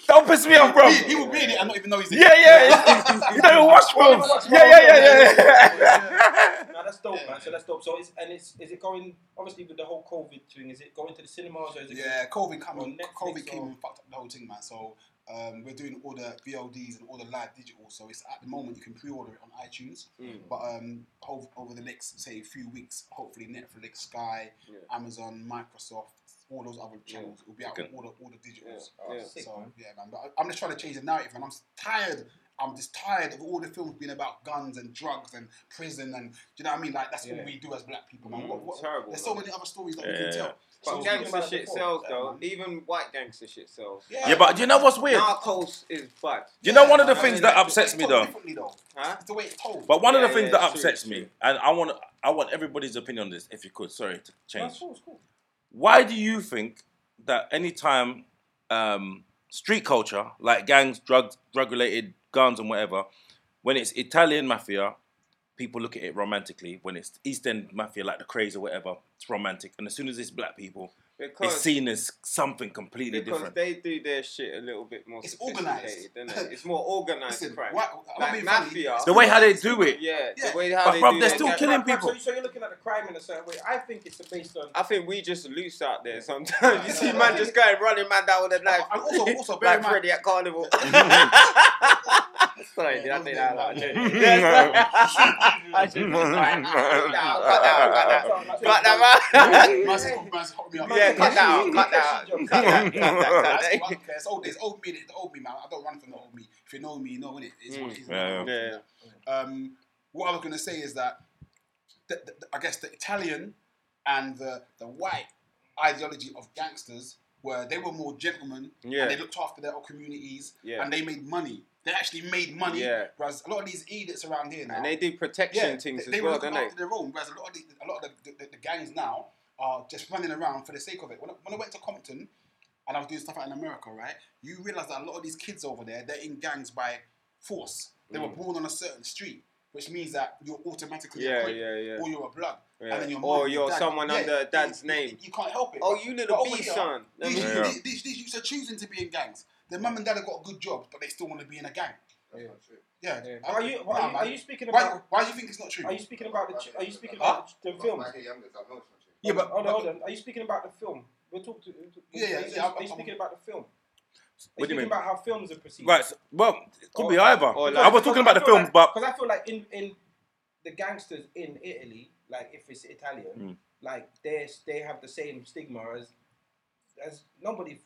D: Don't piss me off, bro.
E: He, he will be in it and not even know he's in
D: Yeah,
E: it.
D: yeah. He don't even watch films. Oh, Yeah, yeah, yeah, yeah.
C: No, that's dope, man. So that's dope. So it's and it's is it going obviously with the whole COVID thing? Is it going to the cinemas or is it?
E: Yeah, COVID come
C: On
E: on.
C: Netflix
E: COVID came
C: or-
E: and fucked up the whole thing, man. So um, we're doing all the VODs and all the live digital. So it's at the moment you can pre-order it on iTunes,
B: Mm.
E: but um, over, over the next say few weeks, hopefully Netflix, Sky,
B: Yeah.
E: Amazon, Microsoft, all those other channels, it'll be out
D: Okay.
E: on all the all the digitals.
C: Oh,
B: Yeah.
C: sick,
E: so
C: man.
E: yeah, man. But I- I'm just trying to change the narrative, and I'm s- tired. I'm just tired of all the films being about guns and drugs and prison and do you know what I mean? Like that's
C: Yeah.
E: all we do as black people, man.
B: Mm,
E: What, what,
B: terrible,
E: there's so
B: man.
E: many other stories that we
D: Yeah,
E: can
D: yeah,
E: tell.
D: yeah.
B: But
E: So-
B: gangster
C: about it
B: shit
C: before.
B: sells
E: Yeah,
B: though.
E: man.
B: Even white gangster shit sells.
D: Yeah, but you know what's weird?
B: Narcos is bad.
D: You know one of the
E: Yeah,
D: things
E: man,
D: that upsets
E: it's
D: me
E: told
D: though.
E: differently, though.
B: Huh?
E: It's the way it's told.
D: But one
B: Yeah,
D: of the things
B: yeah,
D: that
B: it's true,
D: upsets
B: it's true.
D: me, and I want I want everybody's opinion on this, if you could. Sorry to
C: No,
D: change.
C: it's cool, it's cool.
D: Why do you think that anytime um, street culture, like gangs, drugs, drug related guns and whatever, when it's Italian mafia, people look at it romantically. When it's East End mafia, like the craze or whatever, it's romantic. And as soon as it's black people,
B: Because,
D: is seen as something completely
B: because
D: different.
B: they do their shit a little bit more.
E: It's
B: sophisticated,
E: organised.
B: innit? It's more organised
E: Listen,
B: crime.
E: why- I'm
B: Like
E: not being funny.
B: mafia.
E: It's
D: The way how they do it.
B: yeah,
E: Yeah.
B: the way how
D: But
B: they
D: bruv,
B: do
D: they're
B: their
D: still
B: gang-
D: killing
C: Right, right,
D: people.
C: So, so you're looking at the crime in a certain way. I think it's based on.
B: I think we just loose out there sometimes. You see,
E: Yeah.
B: man, just going running man down with a knife.
E: And also- also bear
B: like
E: in mind-
B: Freddy at carnival. Sorry, did I say that out loud? I should- Cut that, man.
E: Man's hot- man's hot me up.
B: Yeah, cut that out, cut that out. Cut that, cut that,
E: That's
B: cut
E: what I don't care. It's old days. Old me, the old me, man. I don't run from the old me. If you know me, you know it. It's what it is.
D: Yeah,
B: that. Mm. Yeah.
E: Um, what I was going to say is that the, the, the- I guess the Italian and the, the white ideology of gangsters were they were more gentlemen
B: Yeah.
E: and they looked after their own communities
B: Yeah.
E: and they made money. They actually made money.
B: Yeah.
E: Whereas a lot of these idiots around here now,
B: And they do protection things
E: they, they
B: as
E: were
B: well,
E: looking
B: don't they?
E: after their own. Whereas a lot of the, a lot of the, the, the gangs now are just running around for the sake of it. When I, when I went to Compton and I was doing stuff out in America, right? You realize that a lot of these kids over there, they're in gangs by force. They
B: Mm.
E: were born on a certain street, which means that you're automatically
B: Yeah,
E: a crip,
B: yeah, yeah.
E: or you're a blood,
B: Yeah.
E: and then your
B: Or
E: mum, your
B: you're
E: dad-
B: someone under
E: you-
B: dad's
E: you-
B: name.
E: You can't help it.
B: Oh,
E: But-
B: you little
E: but uh, over
B: bee
E: here,
B: son. Let
E: These,
B: me-
D: Yeah.
E: these, these, these youths are choosing to be in gangs. Their mum and dad have got good jobs, but they still want to be in a gang.
F: That's not true.
E: Yeah.
C: Are you,
E: Nah,
C: are you,
E: man.
C: are you speaking
E: Why,
C: about?
E: why do you think it's not true?
C: Are you speaking about the? ch- Are you speaking
F: Huh?
C: about the, the
F: But
C: film?
F: my youngest, I know it's not true.
E: Yeah, but-
C: hold on, hold on. Are you speaking about the film? We're talking. To,
E: Yeah,
C: Are
E: yeah,
C: you,
E: yeah,
C: are you
E: I'm-
C: speaking about the film? Are
D: What do
C: you
D: you
C: speaking
D: mean?
C: about how films are perceived?
D: Right. so- well, it could be
B: Or-
D: either.
B: or Oh, like-
D: I was talking about the films, but
C: because I feel like in in the gangsters in Italy, like if it's Italian,
D: Hmm.
C: like they they have the same stigma as as nobody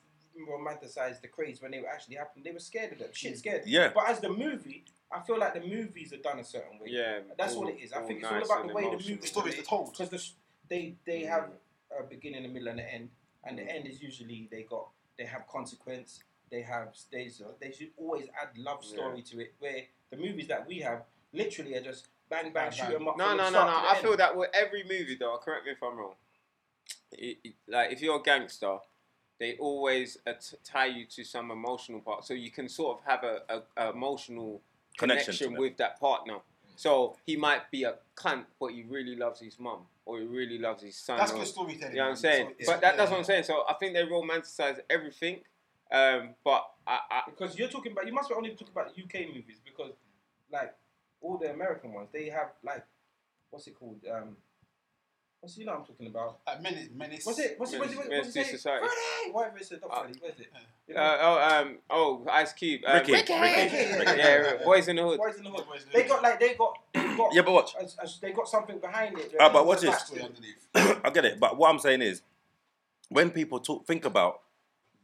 C: romanticized the craze when they were actually happened. They were scared of them.
B: Hmm.
C: Shit, scared.
D: Yeah.
C: But as the movie, I feel like the movies are done a certain way.
B: Yeah,
C: That's
B: all-
C: what it is. I
B: all
C: think it's
B: nice
C: all about
B: and
C: the way the
B: emotional.
C: movie
E: The stories are told.
C: because the, s- they they have a beginning, a middle, and an end, and the end is usually they got they have consequence. They have they so they should always add love story to it. Where the movies that we have literally are just bang bang,
E: Bang,
C: shoot
E: bang.
C: 'em up.
B: No,
C: from the
B: no, no, no.
C: start to the
B: I
C: end.
B: feel that with every movie, though. Correct me if I'm wrong. It, it- like if you're a gangster, they always uh, t- tie you to some emotional part, so you can sort of have a, a, a emotional
D: Connection
B: connection,
D: to them.
B: with that partner. So he might be a cunt, but he really loves his mum, or he really loves his son.
E: That's
B: or-
E: good storytelling.
B: you know what I'm
E: man.
B: saying?
E: So it's-
B: but that, that's
E: yeah.
B: what I'm saying. So I think they romanticize everything. Um, but I, I
C: because you're talking about you must be only talking about UK movies because like all the American ones they have like what's it called um what's you know what I'm talking about
E: Like menace, menace.
C: what's it what's it what's it
B: Menace-
C: what's it, what's
B: Menace to
C: it, say?
B: Society.
C: Friday! whatever it's not Friday what is it you know,
B: uh, oh um oh Ice Cube um,
D: Ricky, Ricky,
C: Ricky,
D: Ricky.
B: yeah, Boys in the Hood.
C: Boys in the Hood
E: Boys in the
C: they
E: Hood.
C: got like they got they got
D: Yeah, but watch.
C: as, as they got something behind it
D: Ah, but watch
C: There's a
D: this.
E: Story
C: backstory.
E: underneath.
D: I get it. But what I'm saying is, when people talk, think about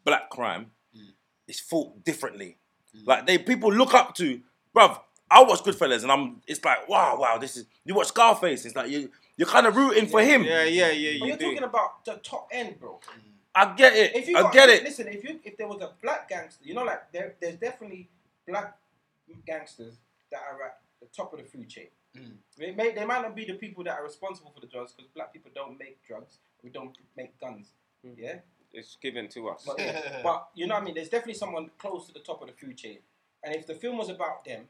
D: black crime,
B: Hmm.
D: it's thought differently. Like they people look up to, bruv. I watch Goodfellas, and I'm. It's like, wow, wow. This is you watch Scarface. It's like you, you're kind of rooting for him.
B: Yeah, yeah, yeah.
C: but
B: You
C: you're
B: do.
C: talking about the top end bro
D: I get
C: If
D: it.
C: you
D: I
C: got-
D: get it.
C: Listen, if you if there was a black gangster, you know, like there, there's definitely black gangsters that are at the top of the food chain.
D: Mm.
C: They may they might not be the people that are responsible for the drugs because black people don't make drugs. We don't make guns. Yeah,
B: It's given to us.
C: but, but you know what I mean. There's definitely someone close to the top of the food chain, and if the film was about them,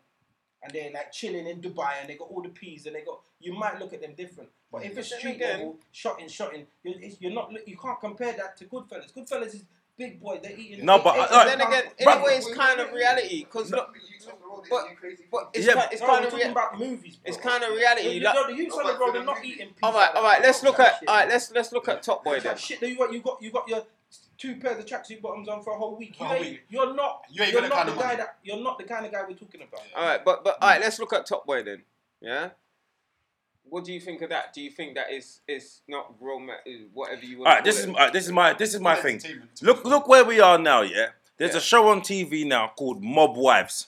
C: and they're like chilling in Dubai and they got all the peas and they got, you might look at them different. But if it's
B: Mm. Then
C: street
B: again-
C: level, shot in, shot in, you're, it's, you're not, look- you can't compare that to Goodfellas. Goodfellas is big boy. They're eating.
D: No, but,
C: it's-
D: uh,
B: then
C: it's-
B: again,
D: Bruv.
B: anyway, it's kind of reality. Cause look,
F: You took the road,
B: but-
F: you crazy
B: but it's,
D: Yeah,
B: ki- it's
C: no,
B: kind
C: we're
B: of
C: talking
B: rea-
C: about movies.
B: it's
C: bro.
B: kind of reality.
C: You,
B: like-
C: know, the youths on the
F: but
C: road
F: for
C: are
F: the
C: not
F: movie-
C: eating peas.
B: all right,
C: like
B: all right.
C: that.
B: Let's look
C: That
B: at
C: shit.
B: all right. Let's let's look at Top Boy
C: It's like
B: then.
C: shit that you got. You got you got your two pairs of tracksuit bottoms on for a whole week. You
E: For a whole
C: ain't,
E: week.
C: You're not.
E: You ain't
C: you're
E: got that
C: not
E: kind
C: the
E: of
C: guy
E: money.
C: that. You're not the kind of guy we're talking about.
B: All right, but but all right. Let's look at Top Boy then. Yeah. What do you think of that? Do you think that is it's not romantic? Whatever you want.
D: All right, this is all right, this is my this is my
E: Good
D: thing.
E: entertainment.
D: Look look where we are now. Yeah,
B: Yeah.
D: there's
B: Mm-hmm.
D: a show on TV now called Mob Wives.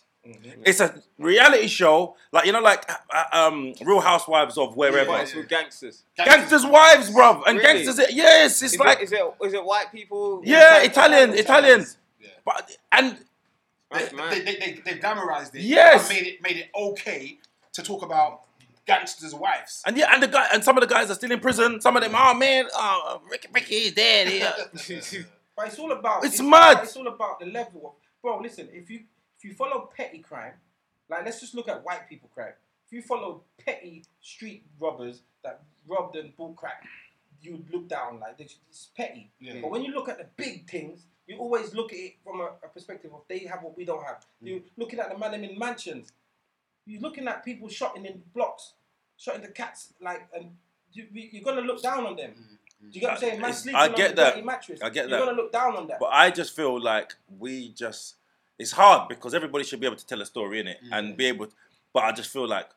D: It's a reality show, like you know, like uh, um, Real Housewives of wherever.
B: But it's with gangsters.
D: Gangsters' wives, bruv, and
B: Really?
D: gangsters. Yes, it's
B: Is,
D: like
B: it, is it is it white people?
D: yeah, Italian, Italian.
E: Yeah.
D: But and
E: They,
B: That's
E: they,
B: mad.
E: they, they, they've glamorized it.
D: Yes.
E: And made it made it okay to talk about gangsters' wives.
D: and yeah, and the guy and some of the guys are still in prison. Some of them, oh man, oh Ricky, Ricky is dead. Yeah.
C: But it's all about.
D: It's mad.
C: It's all about the level of. Bro, listen. If you if you follow petty crime, like let's just look at white people crime. If you follow petty street robbers that robbed and bought crack, you look down like this- it's petty.
E: Yeah.
C: But when you look at the big things, you always look at it from a, a perspective of they have what we don't have. You're looking at the man them in mansions. You're looking at people shotting in blocks, shotting the cats like, and you, you- you're gonna look down on them. Do you get what I'm saying? Man
D: It's-
C: sleeping
D: I
C: on
D: get
C: a
D: that.
C: dirty mattress.
D: I get
C: You're
D: that.
C: gonna look down on that.
D: But I just feel like we just it's hard because everybody should be able to tell a story in it and be able but I just feel like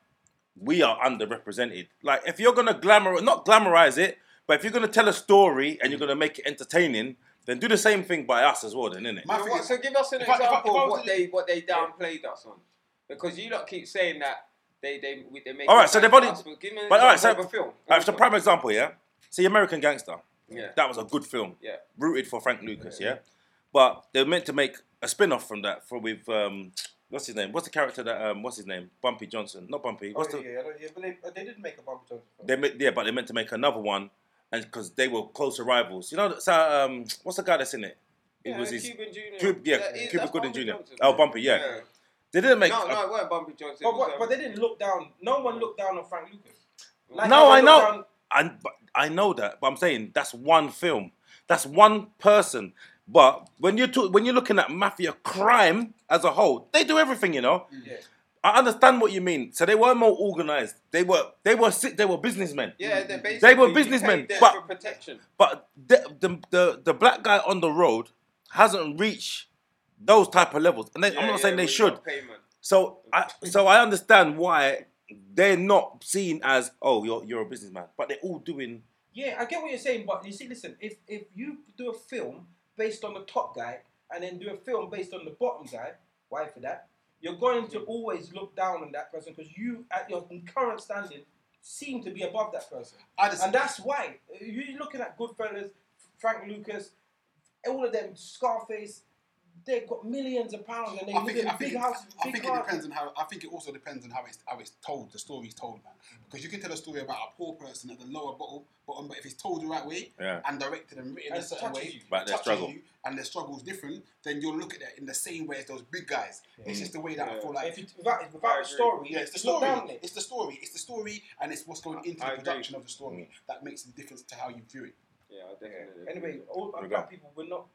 D: we are underrepresented. Like if you're gonna glamour not glamorize it, but if you're gonna tell a story and you're gonna make it entertaining, then do the same thing by us as well, then innit?
E: My
B: So,
E: thing
B: what,
E: is-
B: so give us an
E: if I- if I- if
B: example of
E: I was
B: what
E: to-
B: they what they downplayed us on, because you lot keep saying that they they we- they make.
D: All
B: it
D: right, so
B: bad
D: they've
B: for
D: only-
B: us, But, give me an
D: but all right,
B: example
D: so-
B: of a film.
D: All right, so prime example, yeah. See American Gangster.
B: Yeah.
D: That was a good film.
B: Yeah.
D: Rooted for Frank Lucas, yeah. But they were meant to make a spin-off from that for with um what's his name? What's the character that um what's his name? Bumpy Johnson. Not Bumpy. What's
C: Okay,
D: the
C: yeah, yeah, yeah, but they, but they didn't make a bumper joke.
D: They ma- yeah, but they meant to make another one, and because they were closer rivals. You know, so um, what's the guy that's in it? It
B: yeah,
D: was his.
B: Cuban Jr.
D: Cuba- yeah,
B: That is-
D: Cuba
B: that's
D: Gooding
B: Bumpy
D: Jr..
B: Johnson.
D: Oh, Bumpy, yeah. They didn't make. uh,
B: No,
D: a-
B: no, it weren't Bumpy Johnson. it
C: But,
B: was,
C: what,
B: um,
C: but they didn't look down. No one looked down on Frank Lucas. Like, they
D: No, I
C: looked
D: know.
C: down-
D: I but I know that, but I'm saying that's one film, that's one person. But when you talk, when you're looking at mafia crime as a whole, they do everything, you know.
C: Yeah.
D: I understand what you mean. So they were more organized. They were they were si- they were businessmen.
B: yeah, they're basically-
D: were
B: you
D: businessmen,
B: paid them
D: but-
B: for protection.
D: But the, the the the black guy on the road hasn't reached those type of levels, and they,
B: Yeah,
D: I'm not
B: yeah,
D: saying they
B: without
D: should.
B: Payment.
D: So I so I understand why they're not seen as oh you're you're a businessman, but they're all doing
C: Yeah, I get what you're saying, but you see, listen, if if you do a film based on the top guy and then do a film based on the bottom guy, why for that? You're going to always look down on that person because you, at your current standing, seem to be above that person.
E: I just-
C: and that's why you're looking at Goodfellas, Frank Lucas, all of them, Scarface. They've got millions of pounds and they
E: I
C: live
E: think, it-
C: in
E: I think,
C: big
E: it-
C: houses,
E: I
C: big
E: think it
C: cars.
E: depends on how. I think it also depends on how it's how it's told. The story is told, man. Because you can tell a story about a poor person at the lower bottom, bottom, but if it's told the right way
D: Yeah.
E: and directed and written
C: And
E: a certain
C: touches
E: way,
C: you.
D: Right, their
E: touches
D: struggle.
E: you, and their struggle is different, then you'll look at it in the same way as those big guys. It's just the way that I
B: Yeah.
E: feel
C: But
E: like
C: If you, without, without a
B: agree.
C: story,
E: yeah, it's the
C: you look
E: story.
C: down on it.
E: It's the story. It's the story, and it's what's going into
B: I
E: the
B: agree.
E: production of the story
D: Mm.
E: that makes the difference to how you view it.
B: Yeah, I definitely. agree.
C: Anyway, all
D: There we
C: black
D: go.
C: people, we're not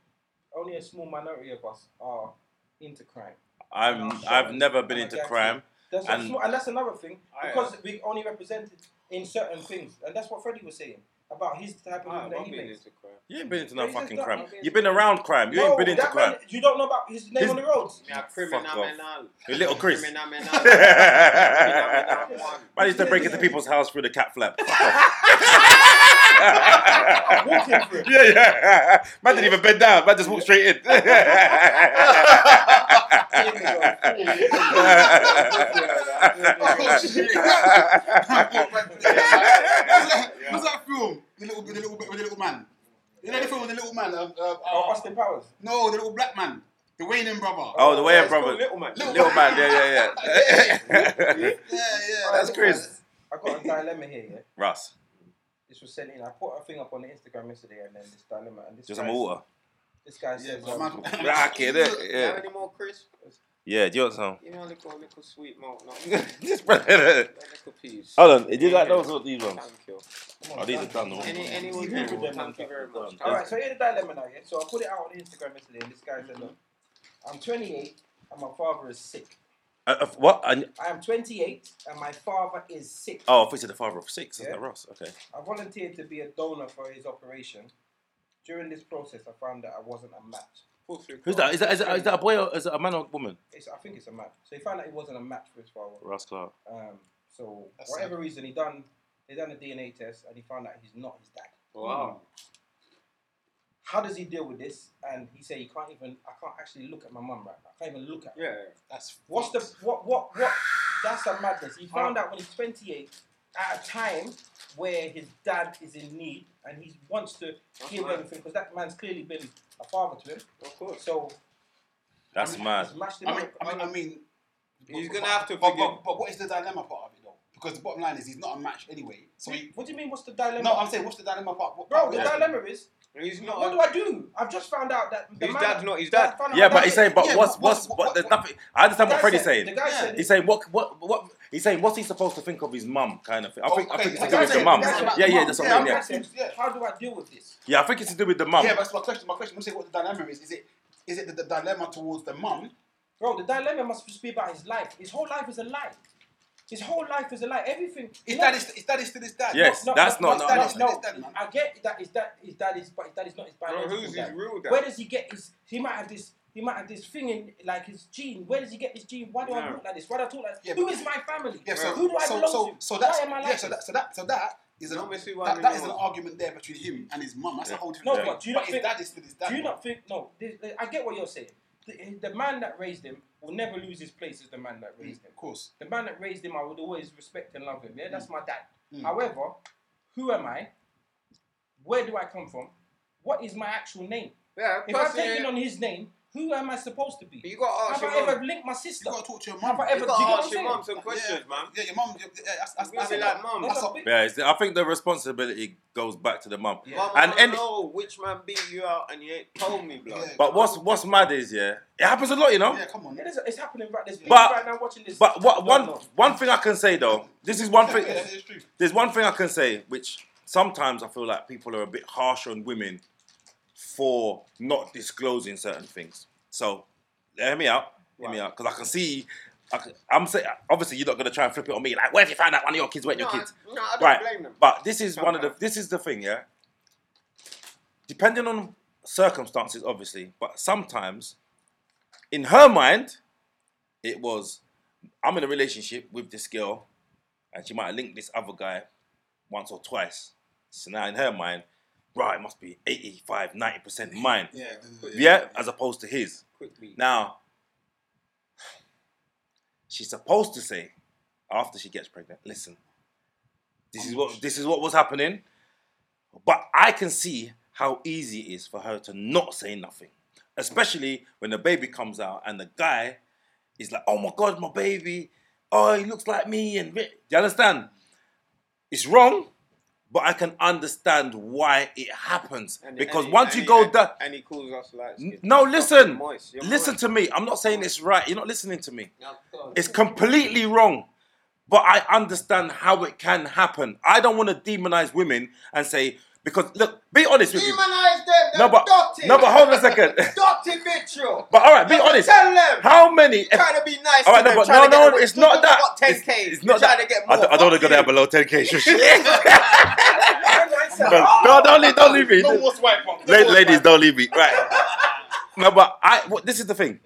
C: only a small minority of us are into crime.
D: I'm
C: I'm sure.
D: I've never been
C: I'm a
D: into
C: gangster.
D: crime.
C: That's and,
D: And-
C: small, and that's another thing
B: I-
C: because we only represented in certain things, and that's what Freddie was saying about his type of
B: Ah,
C: movie that
B: Bumpy
C: he makes.
B: into crime.
D: You ain't been into no
C: But he's
D: fucking
C: just
D: crime.
B: not-
D: You've been around crime. You ain't been into
C: that
D: crime.
C: man- you don't know about his name
D: His-
C: on the roads.
B: Yeah,
D: Fuck off.
B: criminal.
D: You little Chris.
B: Criminal.
D: I used to break into people's house through the cat flap. Fuck off.
C: Walking through.
D: yeah, yeah. Man didn't even bend down. Man just walked straight in.
E: Oh, shit. Was that- was that film? The little, the little, with the little man. You know the film with the little man. Um,
C: Oh,
E: uh, uh,
C: Austin Powers.
E: no, the little black man, the Wayne brother.
D: oh, the way
B: Yeah,
D: I
B: it's called
D: brother.
B: Little man.
D: Little man, yeah, yeah, yeah.
E: Yeah, yeah.
D: That's crazy.
C: I got a dilemma here. Yeah?
D: Russ,
C: This was sent in. I put a thing up on the Instagram yesterday, and then this dilemma and this.
D: just
C: guy,
D: some water.
C: This guy
E: Yeah,
C: says,
E: but
C: um,
E: man-
D: Ah, kid,
B: You have
D: yeah.
B: any more, Chris?
D: Yeah, do you want some?
B: You know, like a little sweet malt. No,
D: Just spread it.
B: little piece.
D: Hold on, did you like those or these ones?
B: Thank you.
D: Oh, these are done. though.
B: Any, anyone?
C: Keep it
B: Thank
C: with
B: you
C: them,
B: very much.
C: All right, so here's the dilemma now, yeah? So I put it out on Instagram yesterday, and this guy said, look, I'm 28 and my father is sick.
D: Uh, uh, what? And,
C: I am 28 and my father is sick.
D: oh, I thought you said the father of six. Isn't
C: Yeah.
D: that Russ? Okay.
C: I volunteered to be a donor for his operation. During this process, I found that I wasn't a match.
D: Who's that? Is that, is that, is that a boy or is it a man or woman?
C: It's, I think it's a match. So he found that he wasn't a match for his father.
D: Russ Clark.
C: Um, so
E: That's
C: whatever reason, he done they done a DNA test and he found out he's not his dad.
B: Oh, Wow.
C: How does he deal with this? And he said he can't even. I can't actually look at my mum right now. I can't even look at. her.
B: Yeah.
E: That's
C: What's the what what what? That's a madness. He found out when he's 28 at a time where his dad is in need and he wants to give
B: mad.
C: everything because that man's clearly been a father to him.
B: Of course.
C: So
D: That's mad.
C: he's mashed him
E: I mean,
C: up.
E: I mean, I mean
B: He's
E: but-
B: gonna
E: but-
B: have to
E: But,
B: forgive.
E: but, but what is the dilemma part of it though? Because the bottom line is he's not a match anyway. So he,
C: what do you mean? What's the dilemma?
E: no, I'm saying what's the dilemma part? What,
C: bro, the
E: yeah.
C: dilemma is
B: He's not.
C: what do I do? I've just found out that the
B: His
C: man-
B: dad's not his
C: I
B: dad.
C: found out
D: Yeah,
C: my
D: but
C: dad-
D: he's saying, but
E: yeah,
D: what's
E: but what's-
D: what's
E: what-
D: what? There's
E: what-
D: nothing. I understand
C: the
D: what
C: guy
D: Freddie's
C: said- The
D: saying.
C: guy
E: Yeah.
C: said
D: He's saying what what what He's saying, what's he supposed to think of his mum, kind of thing. I
E: Oh,
D: think, I
E: okay,
D: think it's to
E: that's
D: do
E: what
D: with
E: I'm
D: the mum.
E: saying, that's about
D: Yeah,
E: the
D: yeah,
E: mum.
D: that's what
E: Yeah,
D: I
E: I'm
D: mean. Yeah,
E: asking- yeah.
C: How do I deal with this?
D: yeah. I think it's to do with the mum.
E: Yeah, that's my question. My question. I'm saying what the dilemma is. Is it is it the, the dilemma towards the mum?
C: Bro, the dilemma must just be about his life. His whole life is a lie. His whole life is a lie. Everything.
E: Is
C: No,
E: that is, is that is still his dad?
D: Yes, that's not-
E: no,
C: no,
E: no,
C: no,
E: no, no.
C: I get that is that is that is but is that is not his biological
B: who's his
C: dad.
B: real dad?
C: Where does he get his? He might have this. He might have this thing in like his gene. Where does he get his gene? Why do I
B: Yeah.
C: look like this? Why do I talk like this?
E: Yeah,
C: Who
E: but-
C: is my family?
E: Yeah, so,
C: Who do I
E: so,
C: belong
E: so,
C: to?
E: so that's
C: Why am I like
E: yeah, so
C: this?
E: that so that so that is an
B: Let me see why
E: that,
B: we
E: that is
B: know.
E: an argument there between him and his mum. That's a whole
C: No,
E: different.
C: but do you not
E: his
C: think-
E: dad is still his dad.
C: Do you not think? No, this, I get what you're saying. The, the man that raised him will never lose his place as the man that raised him.
E: Of course.
C: The man that raised him, I would always respect and love him. Yeah,
E: Mm.
C: that's my dad. However, who am I? Where do I come from? What is my actual name?
B: Yeah,
C: If I'm
B: personally,
C: taking on his name, who am I supposed to be?
B: uh, You gotta ask
C: Have
B: your
C: I ever
B: mum.
C: linked my sister?
E: You gotta talk to your
C: Have
E: mum.
C: I ever?
B: you
C: do you
B: gotta
C: get what
B: ask
C: I'm
B: your
C: saying?
B: mum some questions,
E: yeah,
B: man.
E: Yeah, your mum. Yeah, yeah, that's, that's,
B: You gotta
E: that's,
B: be like, mum.
C: That's
E: That's
C: a
E: a-
C: big-
D: Yeah, it's the, I think the responsibility goes back to the mum.
B: Mum,
D: And
B: I
D: any-
B: know which man beat you out and you ain't told me, blood.
E: Yeah.
D: But what's what's mad is yeah, it happens a lot, you know.
E: Yeah, come on.
C: It is, it's happening right. There's people
D: But-
C: right now watching this.
D: But what
C: don't
D: one
C: know.
D: one thing I can say though, this is one
E: Yeah,
D: thing.
E: yeah, it's true.
D: There's one thing I can say, which sometimes I feel like people are a bit harsh on women for not disclosing certain things. So, hear me out, hear me
C: Right.
D: out, because I can see. I can, I'm saying, obviously, you're not gonna try and flip it on me. Like, what if you found out one of your kids went
B: No,
D: your
B: I,
D: kids?
B: no, I don't
D: right.
B: blame them.
D: But this is one of the this is the thing, yeah. Depending on circumstances, obviously, but sometimes, in her mind, it was I'm in a relationship with this girl, and she might have linked this other guy once or twice. So now in her mind, right, it must be 85, 90 percent mine.
E: Yeah, yeah, yeah.
D: Yeah, as opposed to his.
B: Quickly.
D: Now, she's supposed to say, after she gets pregnant, listen, this is what this is what was happening. But I can see how easy it is for her to not say nothing. Especially when the baby comes out and the guy is like, oh my god, my baby. Oh, he looks like me and ri-" do you understand? It's wrong, but I can understand why it happens.
B: And-
D: because
B: and he-
D: once
B: and
D: you
B: he-
D: go
B: and-
D: that
B: and he calls us like
D: N- No, listen.
B: moist. You're
D: Listen
B: moist.
D: to me. I'm not saying it's right. You're not listening to me.
B: Now, go on.
D: It's completely wrong. But I understand how it can happen. I don't want to demonize women and say because look, be honest with you.
B: Demonize them.
D: No, but no, but hold on a second.
B: Adopted vitriol.
D: But all right, be honest.
B: Tell them.
D: How many? if-
B: trying to be nice.
D: all right,
B: to
D: no,
B: them,
D: but
B: trying
D: no,
B: to get
D: no,
B: them-
D: it's not
B: You're
D: that.
B: talking about 10K.
D: It's, it's not
B: You're
D: that.
B: trying to get
D: I
B: more.
D: don't, I don't want to go
B: Fuck you.
D: down below 10k. Shush.
C: And I said,
D: no, no, don't leave, don't leave me.
E: No more swipe up.
D: La- ladies, don't leave me. Right. No, but I. What, this is the thing.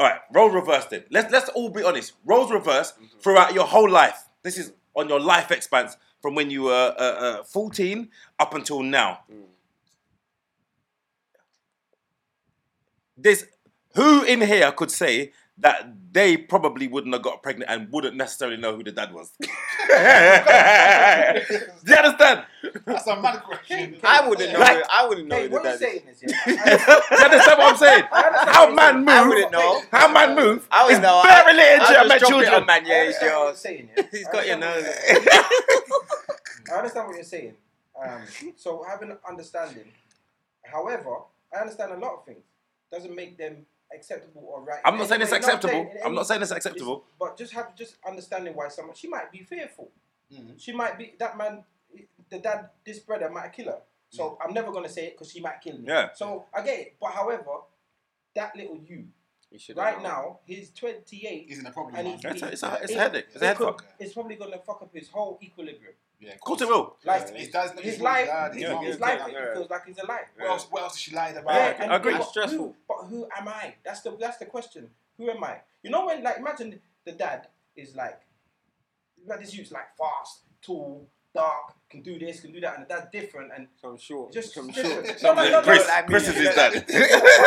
D: All right, roles reversed. Then let's let's all be honest. Roles reversed throughout your whole life. This is on your life expanse from when you were uh, uh, 14 up until now. This who in here could say that they probably wouldn't have got pregnant and wouldn't necessarily know who the dad was? Do you understand?
E: That's a mad question.
B: I wouldn't know.
D: Like-
B: it. I wouldn't know.
C: Hey,
B: who
C: what are
B: the
C: you
B: dad is.
C: saying? Is, yeah?
D: Do you understand what I'm saying? How man move?
B: I wouldn't know.
D: How man move?
B: I
D: is
B: wouldn't know.
D: Very related to
B: I, I
D: your mad children.
B: man. Yeah,
C: I
B: he's
C: understand what you're
B: yours.
C: saying. Yeah?
B: He's got your
C: I understand
B: nose.
C: what you're- I understand what you're saying. Um, so having an understanding. However, I understand a lot of things. Doesn't make them acceptable or right.
D: I'm not saying it's
C: You know what I'm
D: acceptable.
C: saying? In
D: I'm
C: any-
D: not saying it's acceptable.
C: It's- But just have just understanding why someone she might be fearful.
D: Mm-hmm.
C: She might be that man, the dad, this brother might kill her. So I'm never gonna say it because she might kill me.
D: Mm. Yeah.
C: So I get it. But however, that little you
B: You should have
C: right
B: known.
C: now, he's 28.
E: He's in a problem.
C: And he-
E: man.
D: It's a, it's a, it's a
C: It-
D: headache. It's a
C: it
D: head
C: could-
D: fuck.
C: It's probably gonna fuck up his whole equilibrium.
E: Yeah, of
D: Of course it will.
C: Like
E: His dad's not
C: his
E: not
C: life,
E: dad,
C: his,
E: his mum.
C: his
B: yeah,
C: life
B: yeah.
C: it feels like he's alive.
E: What else? What else is she lying about?
C: Yeah,
D: I agree.
C: but
B: It's stressful.
C: Who, but who am I? That's the that's the question. Who am I? You know when like imagine the dad is like, like this youth's like fast, tall, dark, can do this, can do that, and the dad's different and
B: Some short.
C: just
B: some short.
C: different. No, no, no, no,
D: Chris,
C: like-
D: Chris is his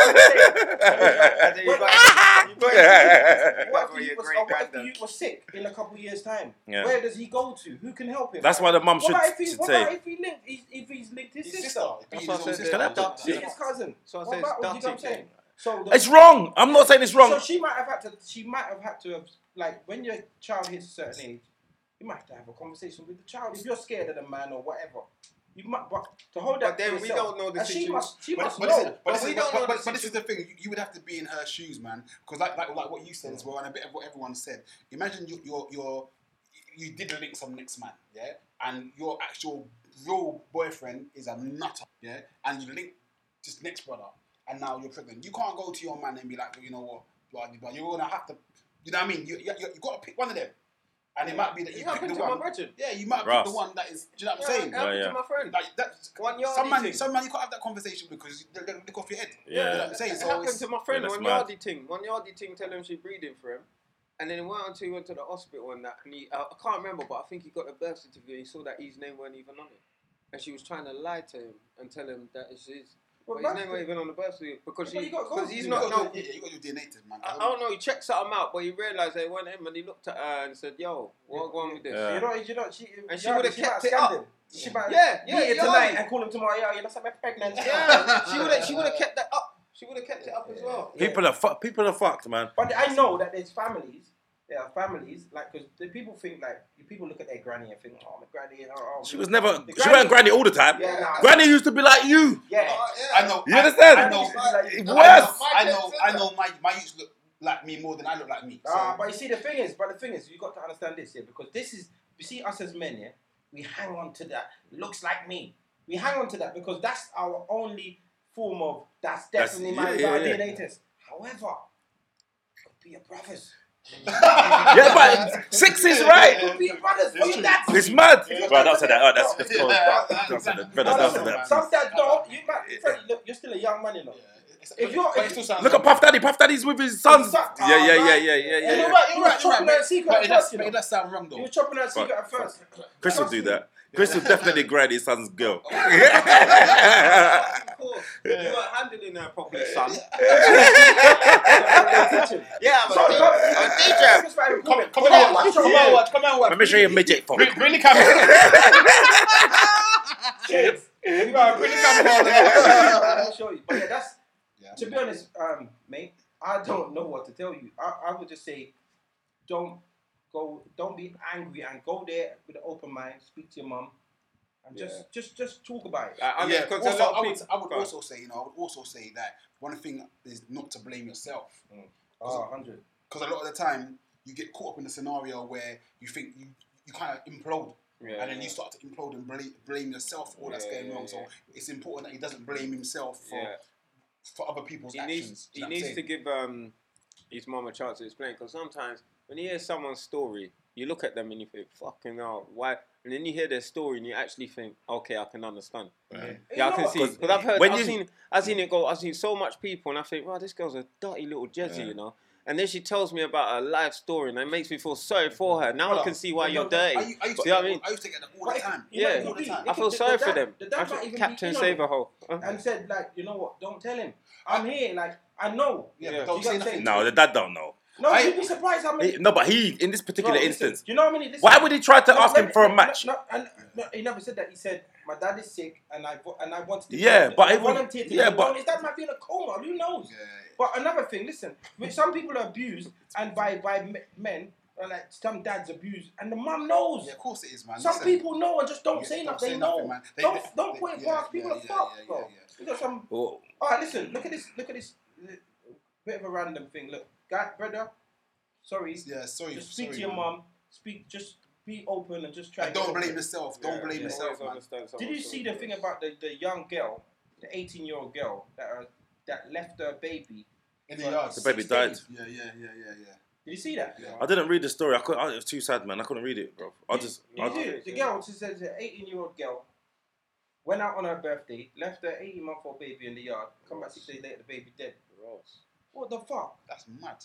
B: I
D: dad.
B: think you got- you got-
C: What if,
B: Or
C: he
B: your
C: was,
B: great
C: or what if
B: granddad.
C: you were sick in a couple years' time?
D: Yeah.
C: Where does he go to? Who can help him?
D: That's why the mum
C: What
D: should,
C: about if he,
D: should
C: what about
D: say.
C: if he linked, if, if he's linked his,
E: His sister.
C: sister?
E: He's
B: That's what I
E: his
B: said,
E: sister.
D: they're adopted.
C: It's his cousin.
B: So I
C: what
B: say it's
C: about, you know what I'm
B: dirty
C: saying? So the-
D: It's wrong. I'm not saying it's wrong.
C: So she might have had to. She might have had to have like when your child hits a certain age, you might have to have a conversation with the child if you're scared of the man or whatever. You might, but to hold that.
B: But then
C: to
B: we
C: yourself-
B: don't know the
C: and she
B: situ-
C: must. She
E: But,
C: must
E: but,
C: know.
E: this, but,
B: but
E: this
B: we
E: is,
B: don't
E: but,
B: know
E: but,
B: the
E: but this is the thing. You, you would have to be in her shoes, man. Because like, like like what you said as well, and a bit of what everyone said. Imagine you, you're you're you did link some next man, yeah, and your actual real boyfriend is a nutter, yeah, and you link this next brother, and now you're pregnant. You can't go to your man and be like, you know what, blah blah. blah. You're gonna have to, you know what I mean? You you you got to pick one of them, and it might be that you
B: It
E: pick
B: happened
E: the
B: to my
E: one.
B: brother.
E: Yeah, you might pick
D: Russ.
E: the one that is. Do you know what
B: Yeah,
E: I'm saying?
B: it happened
D: Yeah, yeah.
B: to my friend.
E: Like that,
B: One yard
E: some man,
B: eating.
E: some man, you can't have that conversation because they they look off your head.
D: Yeah.
E: you know what I'm saying.
B: It
E: So
B: happened
E: it's,
B: to my friend.
D: Yeah, that's
B: one
D: mad.
B: yardy ting. One yardy ting. Tell him she breathing for him. And then went until he went to the hospital and that. And he, uh, I can't remember, but I think he got a birth certificate. He saw that his name weren't even on it, and she was trying to lie to him and tell him that it's his.
C: Well,
B: but his
C: that's
B: name weren't even on the birth certificate because
C: But
B: she,
C: you gotta go
B: because
C: to
B: he's
E: you
B: not.
E: got
B: No,
E: your, yeah, you got your DNA test, man.
B: I, I don't know. He checked something out, but he realised they weren't him, and he looked at her and said, "Yo, what going with this?"
D: Yeah.
C: You know, you know, she
B: And she
C: yeah,
B: would've
C: might
B: kept
C: have
B: it
C: scanned
B: up.
C: him. She might
B: Yeah,
C: have
B: yeah,
C: beat it
B: yeah.
C: tonight and call him tomorrow. Yeah, you know, I'm pregnant.
B: Yeah, she would have. She would have kept that up. She would have kept it up as well.
D: People are fucked. People are fucked, man.
C: But I know that there's families. There are families like because the people think like the people look at their granny and think, oh, my granny. Oh, oh,
D: She was never.
C: The
D: She weren't granny all the time.
C: Yeah, nah.
D: Granny used to be like you.
F: Oh,
C: Yeah.
E: I know.
D: You
E: I-
D: understand?
E: I know.
C: Like,
E: I know-
D: Worse.
E: I know. I know. My my youths look like me more than I look like me. So
C: Ah, but you see, the thing is, but the thing is, you got to understand this, yeah, because this is, you see, us as men, yeah, we hang on to that. Looks like me. We hang on to that because that's our only form of that's
D: That's-
C: definitely
D: yeah,
C: my
D: yeah,
C: our
D: yeah.
C: DNA test. However, it could be your brothers.
D: Yeah, but six is
C: It
D: right.
C: could be your brothers.
E: It's
C: Or your
E: true.
C: dads.
D: It's mad.
E: Yeah.
D: Right, don't say that. Oh, that's that's
E: Yeah.
D: cold.
E: Yeah.
D: Don't say that.
E: Yeah.
D: Brothers, don't say that.
C: Some dads don't. You might, Fred, look, you're still a young man, you know.
E: yeah, it's-
C: If you're-
E: but
C: if-
E: it still sounds
D: Look at
E: like-
D: Puff Daddy. Puff Daddy's with his sons.
C: Son- Ah,
D: Yeah, yeah, yeah,
C: man.
D: yeah, yeah,
E: Yeah,
D: yeah.
E: you're
D: yeah.
E: right. You're
C: He was
E: right. You're
C: chopping her
E: right.
C: secret
E: But
C: at
E: it does-
C: first, you
E: but it
C: know.
E: does sound wrong
C: You were
E: though.
C: chopping her secret
D: Fuck,
C: at first.
D: Chris will do that. Chris will definitely grade his son's girl.
B: Of course, you weren't handling her properly, son.
C: yeah,
B: I'm a teacher. I'm a teacher.
E: Come on, come on, watch, come on, watch, come on, watch.
D: Let me show you a midget fuck.
E: Bring, bring the camera.
C: Kids.
E: You gotta bring the camera.
C: I'll show you. But yeah, that's
E: Yeah.
C: to be honest, um, mate. I don't know what to tell you. I, I would just say, don't go, don't be angry, and go there with an open mind. Speak to your mum, and just, just, just talk about it.
D: Uh,
B: Like, I mean,
E: yeah.
B: 'cause a
E: also,
B: lot of
E: I would,
B: people-
E: I would
B: Go on.
E: also say, you know, I would also say that one thing is not to blame yourself.
C: Oh, 100.
E: because a lot of the time you get caught up in a scenario where you think you, you kind of implode
B: Yeah,
E: and then
B: yeah.
E: you start to implode and blame, blame yourself for all that's
B: Yeah,
E: going
B: yeah,
E: wrong.
B: yeah.
E: So it's important that he doesn't blame himself for,
B: Yeah.
E: for other people's
B: he
E: actions.
B: needs
E: you
B: he
E: know what I'm
B: needs to
E: saying?
B: give um his mum a chance to explain because sometimes when you hear someone's story, you look at them and you think, "Fucking hell, why?" And then you hear their story and you actually think, "Okay, I can understand." Yeah,
C: You
B: I
C: know
B: can
C: what?
B: see because I've heard,
D: when
B: I've
D: you-
B: seen, I've seen it go. I've seen so much people, and I think, wow, this girl's a dirty little jezzy, you know. And then she tells me about her life story, and it makes me feel sorry for her. Now I
E: Brother,
B: can see why
C: no,
B: you're
C: no,
E: I,
B: dirty.
E: u- I used
B: Do
E: to,
B: you know what I mean?
E: I used to get that all
C: But
E: the
C: if-
E: time.
C: you know
B: Yeah.
C: what it
E: All the
C: is?
E: time.
C: It
B: I feel
C: could- the
B: sorry for
C: dad-
B: them.
C: the
B: I
C: dad
B: feel-
C: might even be
B: Captain
C: in on it.
B: Saverhole.
C: And said like, you know what? Don't tell him. I'm here. Like I know.
E: Yeah,
B: Yeah.
E: but
C: You
E: don't
C: gotta
E: say
C: say-
E: nothing.
D: No, the dad don't know.
C: No,
E: I-
C: you'd be surprised how many.
D: He- No, but he in this
C: Bro,
D: particular
C: listen,
D: instance,
C: You know how many? listen-
D: why would he try to
C: No,
D: ask him
C: no,
D: for a
C: no,
D: match?
C: No, no, and- no, he never said that. He said, "My dad is sick, and I vo- and I wanted to."
D: Yeah, but
C: I
D: it would-
C: volunteered to
D: yeah,
C: go
D: but-
C: on. his dad might be in a coma. Who knows?
E: Yeah,
C: But another thing, listen, with some people are abused, and by by me- men, and like some dads abused, and the mum knows.
E: yeah, of course it is, man.
C: Some
E: Listen,
C: people know and just don't
E: yeah,
C: say
E: don't
C: nothing. They
E: say
C: know.
E: nothing, man. They-
C: don't
E: they-
C: don't
E: they-
C: put it
E: yeah,
C: past people
E: yeah,
C: are
E: yeah,
C: fucked,
E: yeah,
C: bro.
E: yeah, yeah.
C: You got some
D: Oh,
C: all right, listen. Look at this. Look at this. li- Bit of a random thing. Look, guy, brother. Sorry.
E: Yeah, sorry.
C: Just speak
E: sorry,
C: to your
E: man.
C: mum. Speak. Just be open and just try.
E: And
C: to
E: don't
C: get
E: blame
C: over it.
E: yourself. Don't blame yourself, man.
C: Did you see the thing about the, the young girl, the eighteen year old girl that uh, that left her baby?
E: In the yard.
D: the baby died.
E: Yeah, yeah, yeah, yeah, yeah.
C: Did you see that?
E: Yeah.
D: I didn't read the story. I couldn't. I- It was too sad, man. I couldn't read it, bro. I just.
C: Did
D: I,
C: you see it? The girl, she says, an eighteen year old girl, went out on her birthday, left her eighteen month old baby in the yard. Come back six days later, the baby dead. What the fuck?
E: That's mad.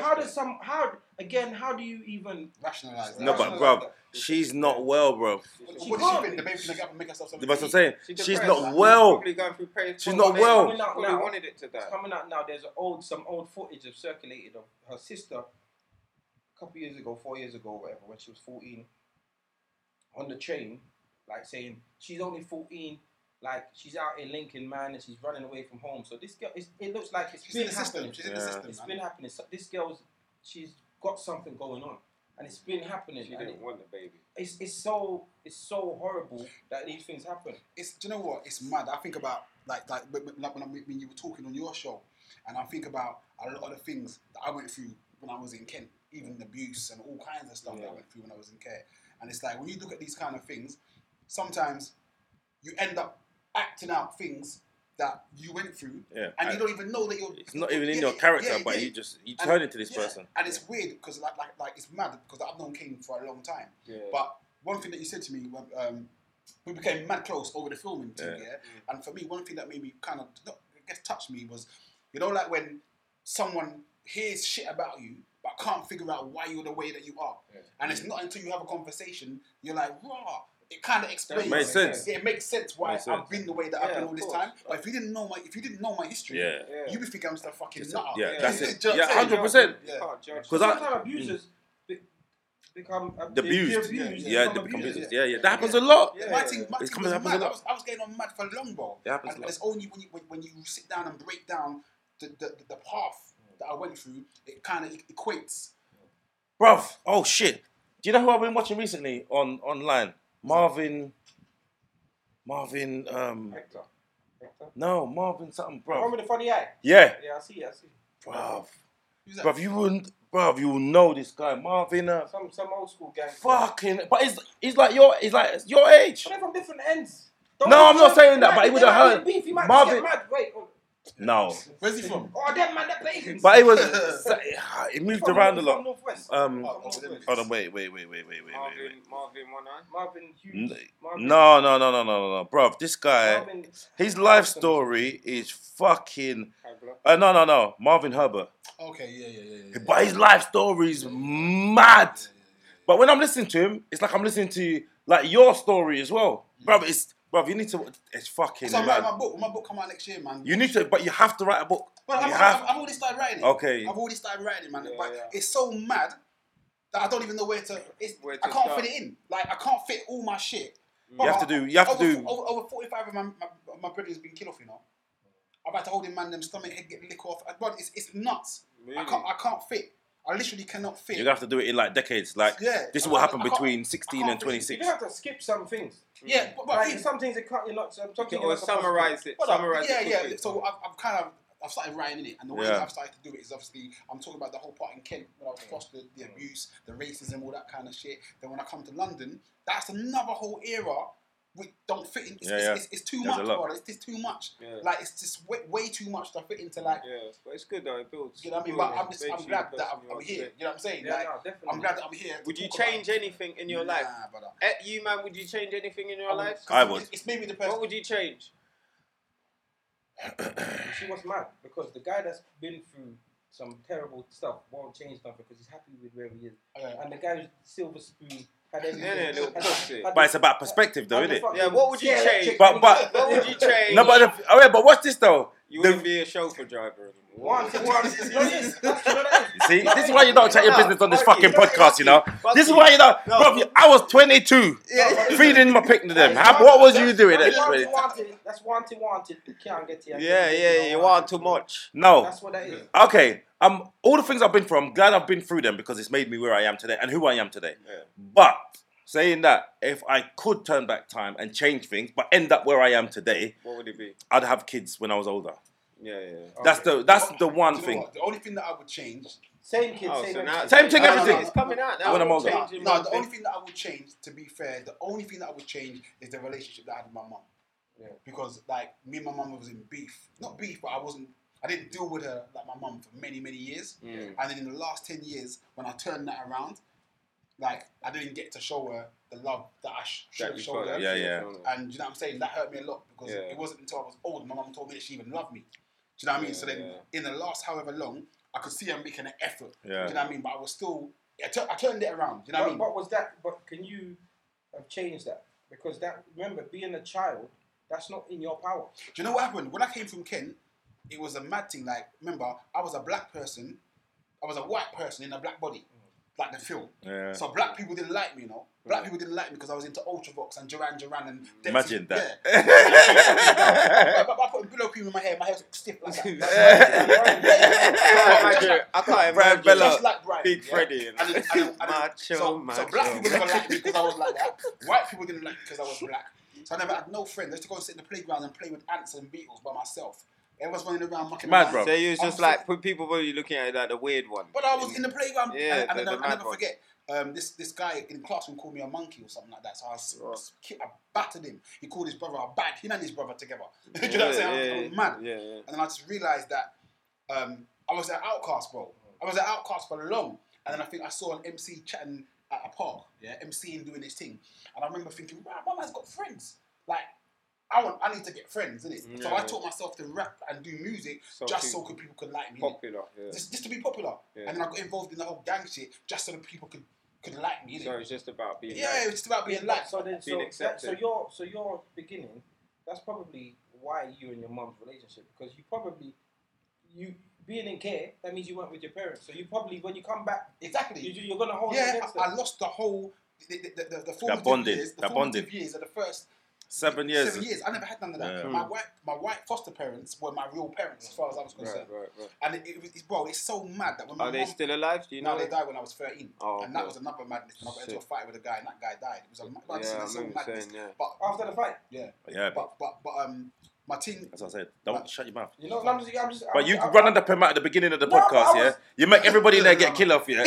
C: How does some how again? How do you even?
E: Rationalise that.
D: no, but bruv, she's not well, bro.
E: What
C: She
E: what does she
C: can't.
E: think? The baby's gonna get up and make herself something.
D: That's what
E: to
D: I'm
E: eat?
D: saying.
B: She's
D: She's
B: depressed.
D: not well.
B: Probably going through pain.
D: She's
B: Probably
D: not well.
B: Probably
C: Now-
B: wanted it to
C: It's
B: die.
C: coming out now. There's an old some old footage have circulated of her sister a couple years ago, four years ago, whatever, when she was 14, on the train, like saying she's only 14, like she's out in Lincoln, man, and she's running away from home. So this girl, it's, it looks like it's
E: She's in
C: been
E: the system.
C: happening.
E: She's in the
D: Yeah.
E: system.
C: It's
E: man.
C: been happening. So this girl's, she's got something going on. and it's been happening.
B: She
C: and
B: didn't
C: it-
B: want the baby.
C: it's it's so it's so horrible that these things happen.
E: it's do you know what? It's mad. I think about like like when- when- like when, I, when you were talking on your show, and I think about a lot of the things that I went through when I was in Kent, even abuse and all kinds of stuff that I went through when I was in care. And it's like when you look at these kind of things, sometimes you end up acting out things that you went through,
D: Yeah. Uh,
E: and you don't even know that you're.
D: it's not even in
E: Yeah,
D: your
E: yeah,
D: character,
E: yeah,
D: but
E: yeah.
D: you just you
E: And-
D: turn into this
E: yeah,
D: person.
E: And it's weird because like, like like it's mad because I've known Kane for a long time.
B: Yeah.
E: But one thing that you said to me, when, um, we became mad close over the filming thing, yeah. And for me, one thing that made me kind of not, I guess touched me was, you know, like when someone hears shit about you but can't figure out why you're the way that you are,
F: Yeah.
E: and it's not until you have a conversation you're like, raw. It kind of explains.
D: makes
E: it.
D: sense.
E: Yeah, it makes sense why
D: Makes
E: I've
D: sense.
E: been the way that
B: Yeah,
E: I've been
B: of
E: all this
B: course.
E: time. But if you didn't know my if you didn't know my history,
D: Yeah.
B: Yeah.
E: you would think I'm just a fucking
D: Just a-
E: nut.
D: yeah, that's it. Yeah,
B: You can't
D: 100%.
B: judge. You can't judge.
D: Because I-
C: sometimes abusers be- become ab- they- they're
D: Abused.
E: yeah,
C: abused, they
D: Yeah,
C: become
D: the computers.
C: abusers.
D: Yeah, yeah. That happens a lot.
C: Yeah.
E: my thing,
D: It's
E: my thing
D: coming
E: was
D: up as a
E: mad. I
D: lot.
E: was, I was getting on mad for long, bro.
D: It happens
E: And
D: a lot.
E: it's only when you, when, when you sit down and break down the, the, the, the path that I went through, it kind of equates.
D: Bruv, oh shit. Do you know who I've been watching recently on online? Marvin. Marvin. Um,
C: Hector. Hector.
D: no, Marvin something,
C: Remember
D: bruv.
C: the funny eye?
D: Yeah,
C: Yeah, I see, I see.
D: bruv.
E: Who's that?
D: Bruv, you wouldn't. Bruv, you will know this guy, Marvin. Uh,
C: Some some old school gang.
D: fucking. But he's he's like your he's like your age.
C: But they're from different ends. Don't
D: No, I'm
C: be
D: not
C: sure.
D: saying that,
C: They
D: but he
C: might-
D: would
C: they
D: have
C: might
D: heard.
C: be beef, he might just
D: Marvin.
C: get mad. Wait, oh,
D: No,
E: Where's he from?
C: oh that man, that Bacon.
D: but he was. He moved around a lot.
C: Northwest.
D: Um,
E: Oh, oh, them-
D: hold on, wait, wait, wait, wait, wait, wait, wait,
B: Marvin, Marvin, one eye.
C: Marvin Hughes.
D: wait.
C: Marvin,
D: No, no, no, no, no, no, no, bruv. This guy,
C: Marvin,
D: his life story is fucking.
B: Hagler.
D: Uh, no, no, no, Marvin Herbert.
E: Okay, yeah, yeah, yeah, yeah, yeah.
D: But his life story is mad. But when I'm listening to him, it's like I'm listening to like your story as well, bruv. It's bruv. You need to. It's fucking
E: Mm. So I'm writing
D: mad.
E: my book. When My book come out next year, man.
D: You need to, but you have to write a book.
E: Well,
D: you
E: I've,
D: have.
E: I've, I've already started writing it.
D: Okay.
E: I've already started writing it, man.
B: Yeah,
E: but
B: yeah.
E: it's so mad that I don't even know where to. It's,
B: Where to
E: I can't
B: start.
E: fit it in. Like I can't fit all my shit.
D: You have to do- you have to
E: over,
D: do-
E: Over, over forty-five of my my, my brethren's been killed off. You know, I've had to hold him, man. Them stomach head get lick off. But it's it's nuts. I
B: Really?
E: can't I can't fit. I literally cannot fit.
D: You're gonna have to do it in like decades. Like
E: Yeah.
D: this is
E: I
D: what
E: can't-
D: happened
E: I can't- I
D: between
E: can't
D: 16 and
E: really-
C: you
D: 26.
C: don't have to skip some things.
D: Mm.
E: yeah, but, but
C: Like,
E: it's-
C: some things it can't. You're not. Some
B: You
C: things
B: can always summarize it.
E: Well,
B: Summarize
E: uh, yeah,
B: it.
E: yeah.
B: quickly.
E: So I've, I've kind of I've started writing it, and the way
D: Yeah.
E: that I've started to do it is obviously I'm talking about the whole part in Kent when I was fostered, the abuse, the racism, all that kind of shit. Then when I come to London, that's another whole era. which don't fit in. It's,
D: Yeah,
E: it's,
D: yeah.
E: it's, it's too
D: There's a
E: much,
D: lot.
E: bro. It's just too much.
B: Yeah.
E: Like it's just way, way too much to fit into. Like
B: yeah, but it's good though. It builds.
E: you know what I mean?
B: builds
E: But I'm just
B: makes
E: I'm
B: you
E: glad
B: the
E: that
B: person
E: I'm,
B: you
E: I'm
B: are
E: here.
B: today.
E: You know what I'm saying?
C: Yeah,
E: like
C: no, definitely.
E: I'm glad that I'm here. to
B: Would you
E: talk about it.
B: change anything in your life?
E: Nah, brother.
B: Eh, you man, would you change anything in your life?
D: I would.
E: It's maybe the
B: What
E: person.
B: would you change?
C: She was mad because the guy that's been through some terrible stuff won't change nothing because he's happy with where he is.
E: Yeah.
C: And the guy with silver spoon had everything.
B: Yeah, yeah, little
C: had-
B: pussy.
C: had
D: But
C: the-
D: it's about perspective, though,
C: had
D: isn't
C: the fucking
D: it?
B: Yeah, what would you
C: scare
B: change?
C: chick-
D: But- but-
B: What would you change?
D: No, but the, all right, but watch this though.
B: you
D: The-
B: wouldn't be a chauffeur driver anymore.
C: One, one, one. You know this? That's- you know that is-
D: See, this is why you don't chat your
B: No,
D: business on this
B: fuck
D: fucking
B: it. No,
D: podcast, you know.
B: fuck
D: This is
B: it.
D: why you don't,
B: No.
D: bro. I was 22, feeding my pick to them. How, what was you doing at
C: That's
D: 22?
C: wanted, wanted. That's wanted, wanted. You can't get here.
B: Yeah, yeah, you want too much.
D: No.
C: That's what that is.
D: Okay. Um, all the things I've been through, I'm glad I've been through them because it's made me where I am today and who I am today.
B: Yeah.
D: But saying that, if I could turn back time and change things, but end up where I am today,
B: What would it be?
D: I'd have kids when I was older.
B: Yeah, yeah.
D: Oh. That's the that's the one
E: Do you know
D: thing.
E: what? The only thing that I would change
C: Same kid,
B: Oh,
C: same
B: so
C: kid.
B: now-
D: Same thing,
B: Oh, no,
D: everything.
B: no, It's coming out now.
D: When I'm older.
E: No,
B: Changing
E: no,
B: one
E: the
B: thing.
E: only thing that I would change, to be fair, the only thing that I would change is the relationship that I had with my mum.
C: Yeah.
E: Because like me and my mum was in beef. Not beef, but I wasn't I didn't deal with her like my mum for many, many years.
B: Mm.
E: And then in the last ten years, when I turned that around, like I didn't get to show her the love that I sh- should
B: That
E: have
B: you
E: shown
B: felt
E: her.
B: that
D: Yeah,
B: shit,
D: yeah.
B: don't it?
E: And do you know what I'm saying? That hurt me a lot because
B: Yeah.
E: it wasn't until I was old my mum told me that she even loved me. Do you know what I mean? so
B: Yeah,
E: then
B: yeah.
E: in the last however long, I could see her making an effort.
D: Yeah.
E: Do you know what I mean? But I was still I tu- I turned it around. Do you know
C: But-
E: what I mean?
C: What was that? But can you have changed that? Because that, remember, being a child, that's not in your power.
E: Do you know what happened? When I came from Kent, it was a mad thing. Like, remember, I was a black person, I was a white person in a black body. like the film.
D: Yeah.
E: So black people didn't like me, you know. Black people didn't like me because I was into Ultravox and Duran Duran and Dempsey-
D: Imagine that.
E: Yeah. I, I, I put pillow cream in my hair. My hair's stiff like that. That's
B: can't imagine. I can't
D: Brian
B: imagine.
E: Just
D: Bella,
E: like Brian.
D: Big
E: yeah?
D: Freddy. and-
E: And then- and then- and then-
B: Macho,
E: so,
B: macho.
E: so black people didn't like me because I was like that. White people didn't like me because I was black. So I never had no friends. I used to go and sit in the playground and play with ants and beetles by myself. Everyone's running around mucking
D: Mad,
E: around.
D: bro.
B: So you was
E: I'm
B: just
E: sorry.
B: like put people really looking at it like the weird one.
E: But I was in the playground,
B: Yeah,
E: and, and
B: the-
E: I,
B: the
E: I
B: mad
E: never
B: one.
E: forget. Um, this this guy in classroom called me a monkey or something like that. So I, s- s- ki- I battered him. He called his brother. I battered him and his brother together. Do you know what I'm saying? I was- I was mad.
B: Yeah, yeah.
E: And then I just realised that um, I was an outcast, bro. I was an outcast for long. And then I think I saw an MC chatting at a park, yeah, MCing doing his thing. And I remember thinking, wow, my man's got friends. Like, I want, I need to get friends, innit? So I
B: Yeah.
E: taught myself to rap and do music
B: Something
E: just so could people could like me. innit?
B: Popular. Yeah.
E: Just, just to be popular.
B: Yeah.
E: And then I got involved in the whole gang shit just so that people could, could like me, innit?
B: So it's just about being.
E: yeah,
B: nice.
E: it was just about being liked.
C: so then, so,
B: Being
C: that, so
B: accepted.
C: your so your beginning, that's probably why you and your mum's relationship because you probably you being in care that means you weren't with your parents. So you probably when you come back,
E: Exactly.
C: you, you're gonna hold it
E: yeah,
C: against
E: I, I
C: them.
E: lost the whole the, the, the, the, the formative
D: bonding,
E: years, the
D: that
E: formative
D: bonding.
E: years of the first
D: Seven years.
E: Seven years. I never had none of that.
D: Yeah.
E: My white, my white foster parents were my real parents, as far as I was concerned.
B: Right, right, right.
E: And it, it was, it's, bro, it's so mad that when my
B: Are they
E: mum-
B: still alive? Do you know?
E: no, they
B: that?
E: died when I was thirteen,
B: Oh,
E: and that
B: okay.
E: was another madness. And I got into a
B: Shit.
E: fight with a guy, and that guy died. It was a mad-
B: Yeah, I
E: so
B: remember
E: madness.
B: saying, yeah.
E: But
C: After the fight,
E: yeah,
D: Yeah,
E: but but but um, my team.
D: as I said, don't shut your mouth.
C: you know, I'm just, I'm just,
D: But you
C: I'm,
D: run under him at the beginning of the
C: No, I
D: podcast,
C: was-
D: yeah? You make everybody in there get killed off, yeah?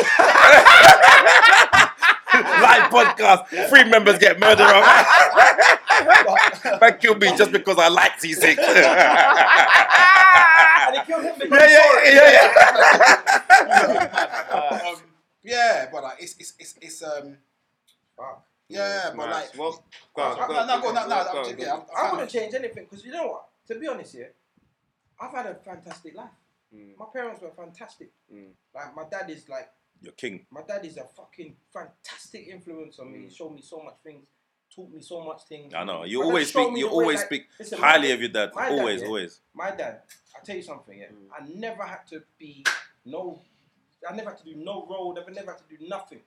D: Live podcast, three members get murdered off. Man killed me just because I like T6. yeah,
C: And they killed him.
D: yeah, yeah, yeah.
E: um, yeah, but like, it's it's it's it's um.
C: Wow.
E: Yeah,
B: it's
E: but
B: mad.
E: like,
B: Well, go on,
E: no,
B: go
E: no,
B: on,
E: no, go on, no, no,
B: go on,
E: I'm-
B: go
E: yeah,
B: on.
E: I'm-
C: I
E: I'm-
C: wouldn't change anything because you know what? To be honest here, I've had a fantastic life.
B: Mm.
C: My parents were fantastic.
B: Mm.
C: Like my dad is like
D: You're king.
C: my dad is a fucking fantastic influence on me. He showed me so much things, taught me so much things.
D: Mm. I know. You
C: My dad
D: always
C: showed
D: speak.
C: me
D: You
C: the way,
D: always
C: like-
D: speak
C: listen, my
D: highly
C: dad-
D: of your dad.
C: my dad,
D: Always,
C: yeah.
D: always.
C: My dad, I tell you something. Yeah,
E: Mm.
C: I never had to be no. I never had to do no road. I've never had to do nothing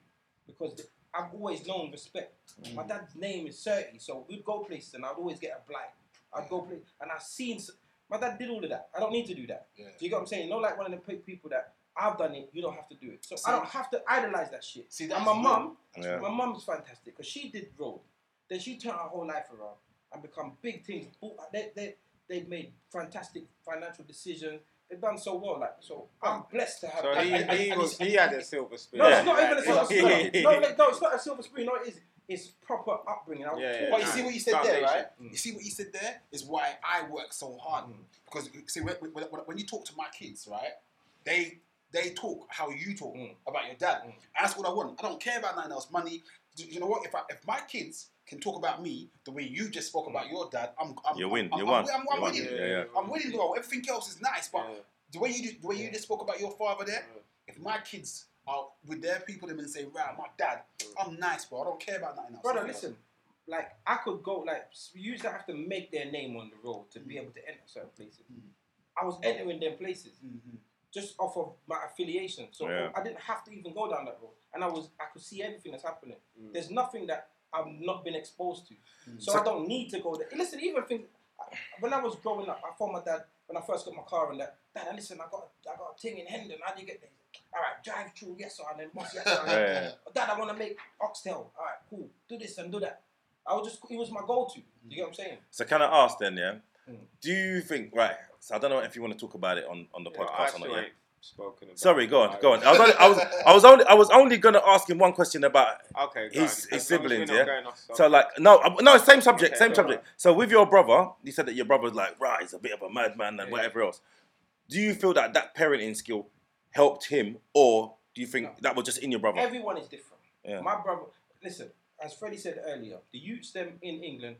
C: because th- I've always known respect.
E: Mm.
C: My dad's name is Certy, so we'd go places and I'd always get a blight. I'd go play and I've seen. s- My dad did all of that. I don't need to do that.
E: Yeah.
C: Do you get what I'm saying? Not like one of the pe- people that I've done it. You don't have to do it. So
E: See-
C: I don't have to idolize that shit.
E: See,
C: and
E: that's
C: my
E: real.
C: mum,
D: Yeah.
C: my mum's fantastic because she did road. Then she turned her whole life around and become big things. Bought- They, they, they've made fantastic financial decisions. They've done so well. Like so, I'm blessed to have.
B: So
C: that.
B: he,
E: I- I-
B: he,
E: I-
B: was,
E: I-
B: he had a silver spoon.
C: no,
D: Yeah.
C: it's not even a silver spoon.
B: Yeah.
C: No, like, no, it's not a silver spoon. No, it is. It's proper upbringing. I was
B: Yeah, yeah.
C: taught
E: But you
C: that.
E: see what you said there,
B: Foundation.
E: right?
C: Mm.
E: You see what you said there is why I work so hard. Because see, when, when, when- when you talk to my kids, right, they they talk how you talk
C: Mm.
E: about your dad.
C: Mm.
E: And that's what I want. I don't care about nothing else. Money. Do You know what? If I, if my kids can talk about me the way you just spoke
C: Mm.
E: about your dad, I'm, I'm
D: You win.
E: I'm,
D: You
E: I'm-
D: won.
E: I'm, I'm
D: You won.
E: winning.
D: Yeah, yeah.
E: I'm winning, bro. Everything else is nice, but
B: Yeah.
E: the way you do, the way you just spoke about your father there, if my kids are with their people them and say, "Right, my dad, I'm nice, bro. I don't care about nothing else."
C: brother, listen. Like I could go like you used to have to make their name on the road to be able to enter certain places. I was entering them places
E: Mhm.
C: just off of my affiliation, so
D: Yeah.
C: I didn't have to even go down that road, and I was I could see everything that's happening. There's nothing that I've not been exposed to, so, I don't need to go there. Listen, even things when I was growing up, I told my dad when I first got my car and that, Dad, listen, I got I got a thing in Hendon. How do you get there? All right, drive through, yes sir, and then what's yes sir? and then-
D: Yeah.
C: Dad, I want to make oxtail. All right, cool. Do this and do that. I was just, it was my goal to. You get what I'm saying?
D: So can I ask then, yeah?
C: Mm.
D: Do you think right? So I don't know if you want to talk about it on, on the
B: Yeah, I
D: podcast or
B: still
D: not. Yeah?
B: ain't spoken about
D: Sorry, go on,
B: it.
D: go on. I was only, I was I was only I was only gonna ask him one question about
B: Okay, go on.
D: his- his
B: As long as we're
D: siblings,
B: not
D: yeah?
B: going off
D: So like no uh, no same subject
B: Okay,
D: same
B: go
D: subject.
B: on.
D: So with your brother, you said that your brother's like right, he's a bit of a madman and
B: Yeah.
D: whatever else. Do you feel that that parenting skill helped him, or do you think that was just in your brother?
C: Everyone is different.
D: Yeah.
C: My brother, listen, as Freddie said earlier, the youths them in England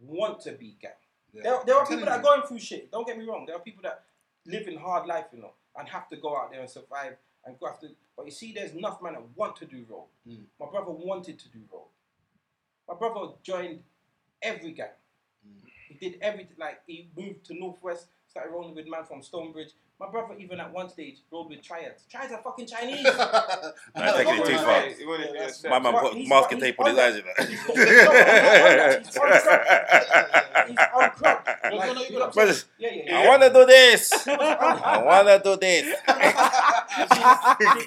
C: want to be gang. There, there are people that are going through shit. Don't get me wrong. There are people that live in hard life, you know, and have to go out there and survive and go after. But you see, there's enough man that want to do road. My brother wanted to do road. My brother joined every gang. He did everything. Like he moved to Northwest, started rolling with man from Stonebridge, My brother even at one stage rode with triads. Triads are fucking Chinese.
E: I
D: take it too far.
B: It wouldn't be
E: Yeah,
B: a
E: that's-
B: set.
D: My man
C: Right,
D: put
C: he's
D: masking
C: right,
D: tape
C: he's
D: on his
C: on
D: eyes. you know.
C: He's on crack.
E: No, no, no,
C: Like,
E: you
C: you
E: got
C: know what
E: upset.
D: But
C: Yeah, yeah,
D: I
C: yeah.
D: want to do this. I
C: I
D: want to do this.
C: Don't make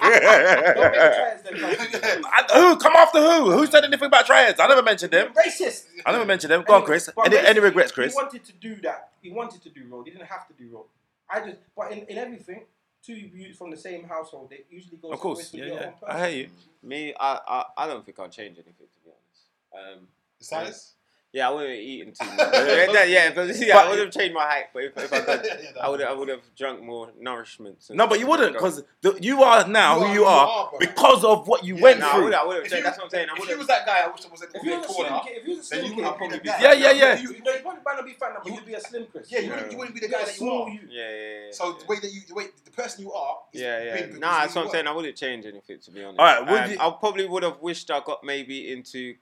C: triads then, bro.
D: I- who? Come after who? Who said anything about triads? I never mentioned them.
C: Racist.
D: I never mentioned them. Go on,
C: Anyway,
D: Chris.
C: but
D: Any, any
C: basically,
D: regrets, Chris?
C: He wanted to do that. He wanted to do road. He didn't have to do road. I just, but in, in everything, two youths from the same household, they usually go.
D: Of course. Yeah,
C: somewhere to be
D: yeah.
C: at one
D: I hear you.
B: Me, I, I, I don't think I'll change anything to be honest. Um,
E: Size?
B: yeah, I wouldn't have eaten too much. yeah, yeah, because yeah,
D: But-
B: I would have changed my height, but if, if I could, I would, I would have drunk more nourishment.
D: No, but you wouldn't because you are now
E: You
D: who
E: are-
D: you
E: you
D: are
E: are, bro.
D: because of what you
E: Yeah,
D: went
B: no, I
D: through.
B: would, I would have.
E: If you-
B: That's what I'm saying. I
E: If
B: would
E: he
B: have.
E: was that guy, I wish I was at
C: If you
E: the
C: was a slim
E: corner.
C: kid, if you was a
E: Then
C: slim
E: you
C: kid,
E: wouldn't
C: I'd
E: be
C: probably
E: the
C: be
E: guy.
D: Yeah, yeah, yeah.
E: You- you-
C: No, you probably might not be fat enough, but you'd be a slim Chris.
E: Yeah, you wouldn't, you wouldn't be the
C: You're
E: guy
C: a
E: that you are.
C: small you.
B: Yeah, yeah, yeah.
E: So the way that you, the way the person you are. Is
B: Yeah, yeah.
E: big because
B: Nah,
E: you
B: that's what I'm
E: were.
B: saying. I wouldn't change anything to be honest. Um,
D: Alright, would you-
B: I probably would have wished I got maybe into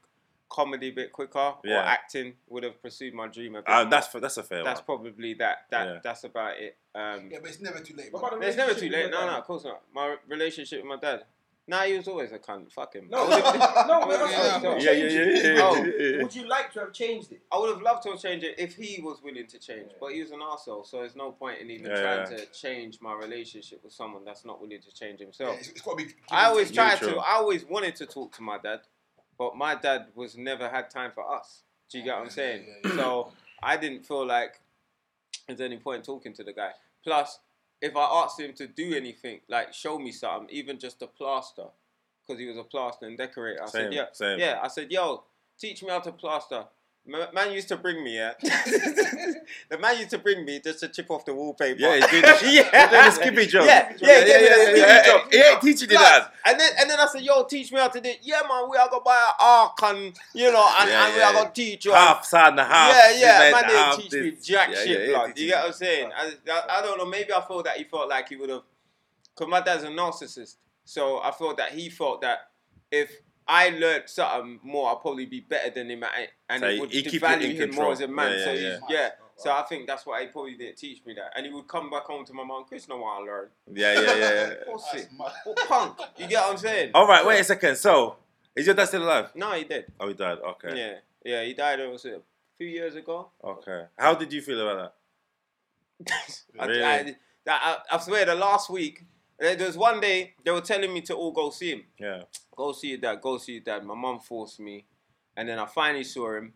B: comedy a bit quicker
D: Yeah.
B: or acting. Would have pursued my dream a bit.
D: Uh,
B: more.
D: that's that's a fair
B: that's
D: one.
B: probably that. That
D: Yeah.
B: that's about it. Um,
E: Yeah, but it's never too late.
C: What
E: bro.
C: about the
B: it's never too
C: relationship
B: late.
C: with
B: No,
C: your
B: no,
C: dad?
B: of course not. My relationship with my dad. Nah, he was always a cunt. Fuck him.
C: No,
B: I
C: no,
B: would've-
C: no, but
B: Yeah,
C: that's what I'm
D: Yeah,
C: saying.
D: yeah, yeah,
C: Change
D: yeah,
C: it.
D: yeah,
B: Oh,
D: yeah, yeah.
C: Would you like to have changed it?
B: I would have loved to have changed it if he was willing to change, but he was an arsehole, so there's no point in even
D: Yeah,
B: trying
D: yeah.
B: to change my relationship with someone that's not willing to change
E: Yeah,
B: himself.
E: it's, it's got to be.
B: I always tried to.
D: Neutral.
B: I always wanted to talk to my dad, but my dad was never had time for us. Do you get what I'm saying?
E: Yeah, yeah, yeah.
B: So I didn't feel like there's any point talking to the guy. Plus, if I asked him to do anything, like show me something, even just a plaster, because he was a plaster and decorator, I
D: Same,
B: said, yeah,
D: same.
B: yeah. I said, yo, teach me how to plaster. Ma- Man used to bring me, yeah. the man used to bring me just to chip off the wallpaper.
D: Yeah, he's doing the,
B: yeah.
D: he's doing the skippy job.
B: Yeah, yeah, yeah, yeah, yeah, yeah.
D: He ain't teaching you that.
B: And then and then I said, yo, teach me how to do it. Yeah, man, we are gonna buy an arc and you know, and,
D: Yeah,
B: and we
D: yeah,
B: are gonna teach you.
D: Half, side and a half.
B: yeah, yeah,
D: this
B: man,
D: and
B: didn't
D: half,
B: teach me
D: this.
B: jack
D: Yeah, yeah,
B: shit,
D: yeah,
B: blood.
D: teaching
B: You
D: you.
B: get what I'm saying? I, I, I don't know. Maybe I felt that he felt like he would have, cause my dad's a narcissist. So I felt that he felt that if I learned something more, I'd probably be better than him at it, and
D: So
B: it
D: he-
B: would
D: he keep you
B: devalue
D: in
B: him
D: control.
B: more as a man.
D: Yeah,
B: so
D: yeah,
B: he's,
E: yeah.
B: yeah. So I think that's why he probably didn't teach me that, and he would come back home to my mom, Chris, no one learned.
D: Yeah, yeah, yeah. yeah.
B: Pussy.
E: That's mad.
B: Well, punk. You get what I'm saying?
D: All right, wait a second. So, is your dad still alive?
B: No, he did.
D: Oh, he died. Okay.
B: Yeah, yeah. He died almost a few years ago.
D: Okay. How did you feel about
B: I,
D: Really?
B: I, I, I swear, the last week there there was one day they were telling me to all go see him.
D: that? Yeah.
B: Go see your dad. Go see your dad. My mum forced me, and then I finally saw him.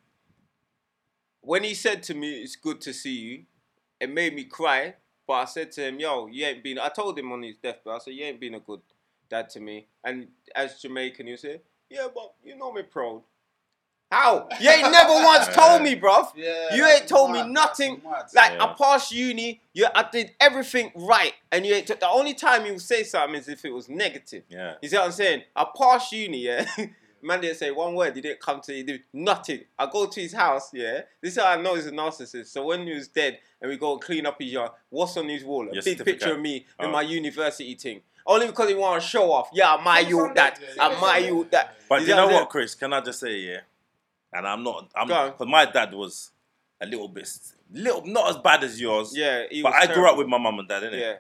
B: When he said to me, "It's good to see you," it made me cry. But I said to him, "Yo, you ain't been." I told him on his deathbed. I said, "You ain't been a good dad to me." And as Jamaican, he said, "Yeah, but you know me proud." How? You ain't never once told me, bruv.
E: Yeah,
B: You
E: that's
B: ain't told me
E: mad,
B: nothing.
E: that's mad.
B: Like
D: Yeah.
B: I passed uni, you, I did everything right, and you ain't took. The only time you would say something is if it was negative.
D: Yeah.
B: You see what I'm saying? I passed uni, yeah. Man didn't say one word. He didn't come to. He did nothing. I go to his house, yeah. This is how I know he's a narcissist. So when he was dead, and we go and clean up his yard, what's on his wall? A
D: Your
B: big
D: certificate.
B: picture of me
D: Oh.
B: in my university thing. Only because he want to show off. Yeah, my
C: Some
B: you
C: Sunday-
B: that.
E: Yeah, yeah,
B: I my
E: yeah,
B: you
E: yeah,
B: that.
D: But
B: You
D: you,
B: see
D: know
B: what I'm
D: what,
B: saying?
D: Chris? Can I just say yeah? And I'm not. I'm
B: Go on.
D: because my dad was a little bit, little not as bad as yours.
B: Yeah, he
D: But
B: was
D: I grew up
B: terrible.
D: with my mum and dad, innit?
B: Yeah.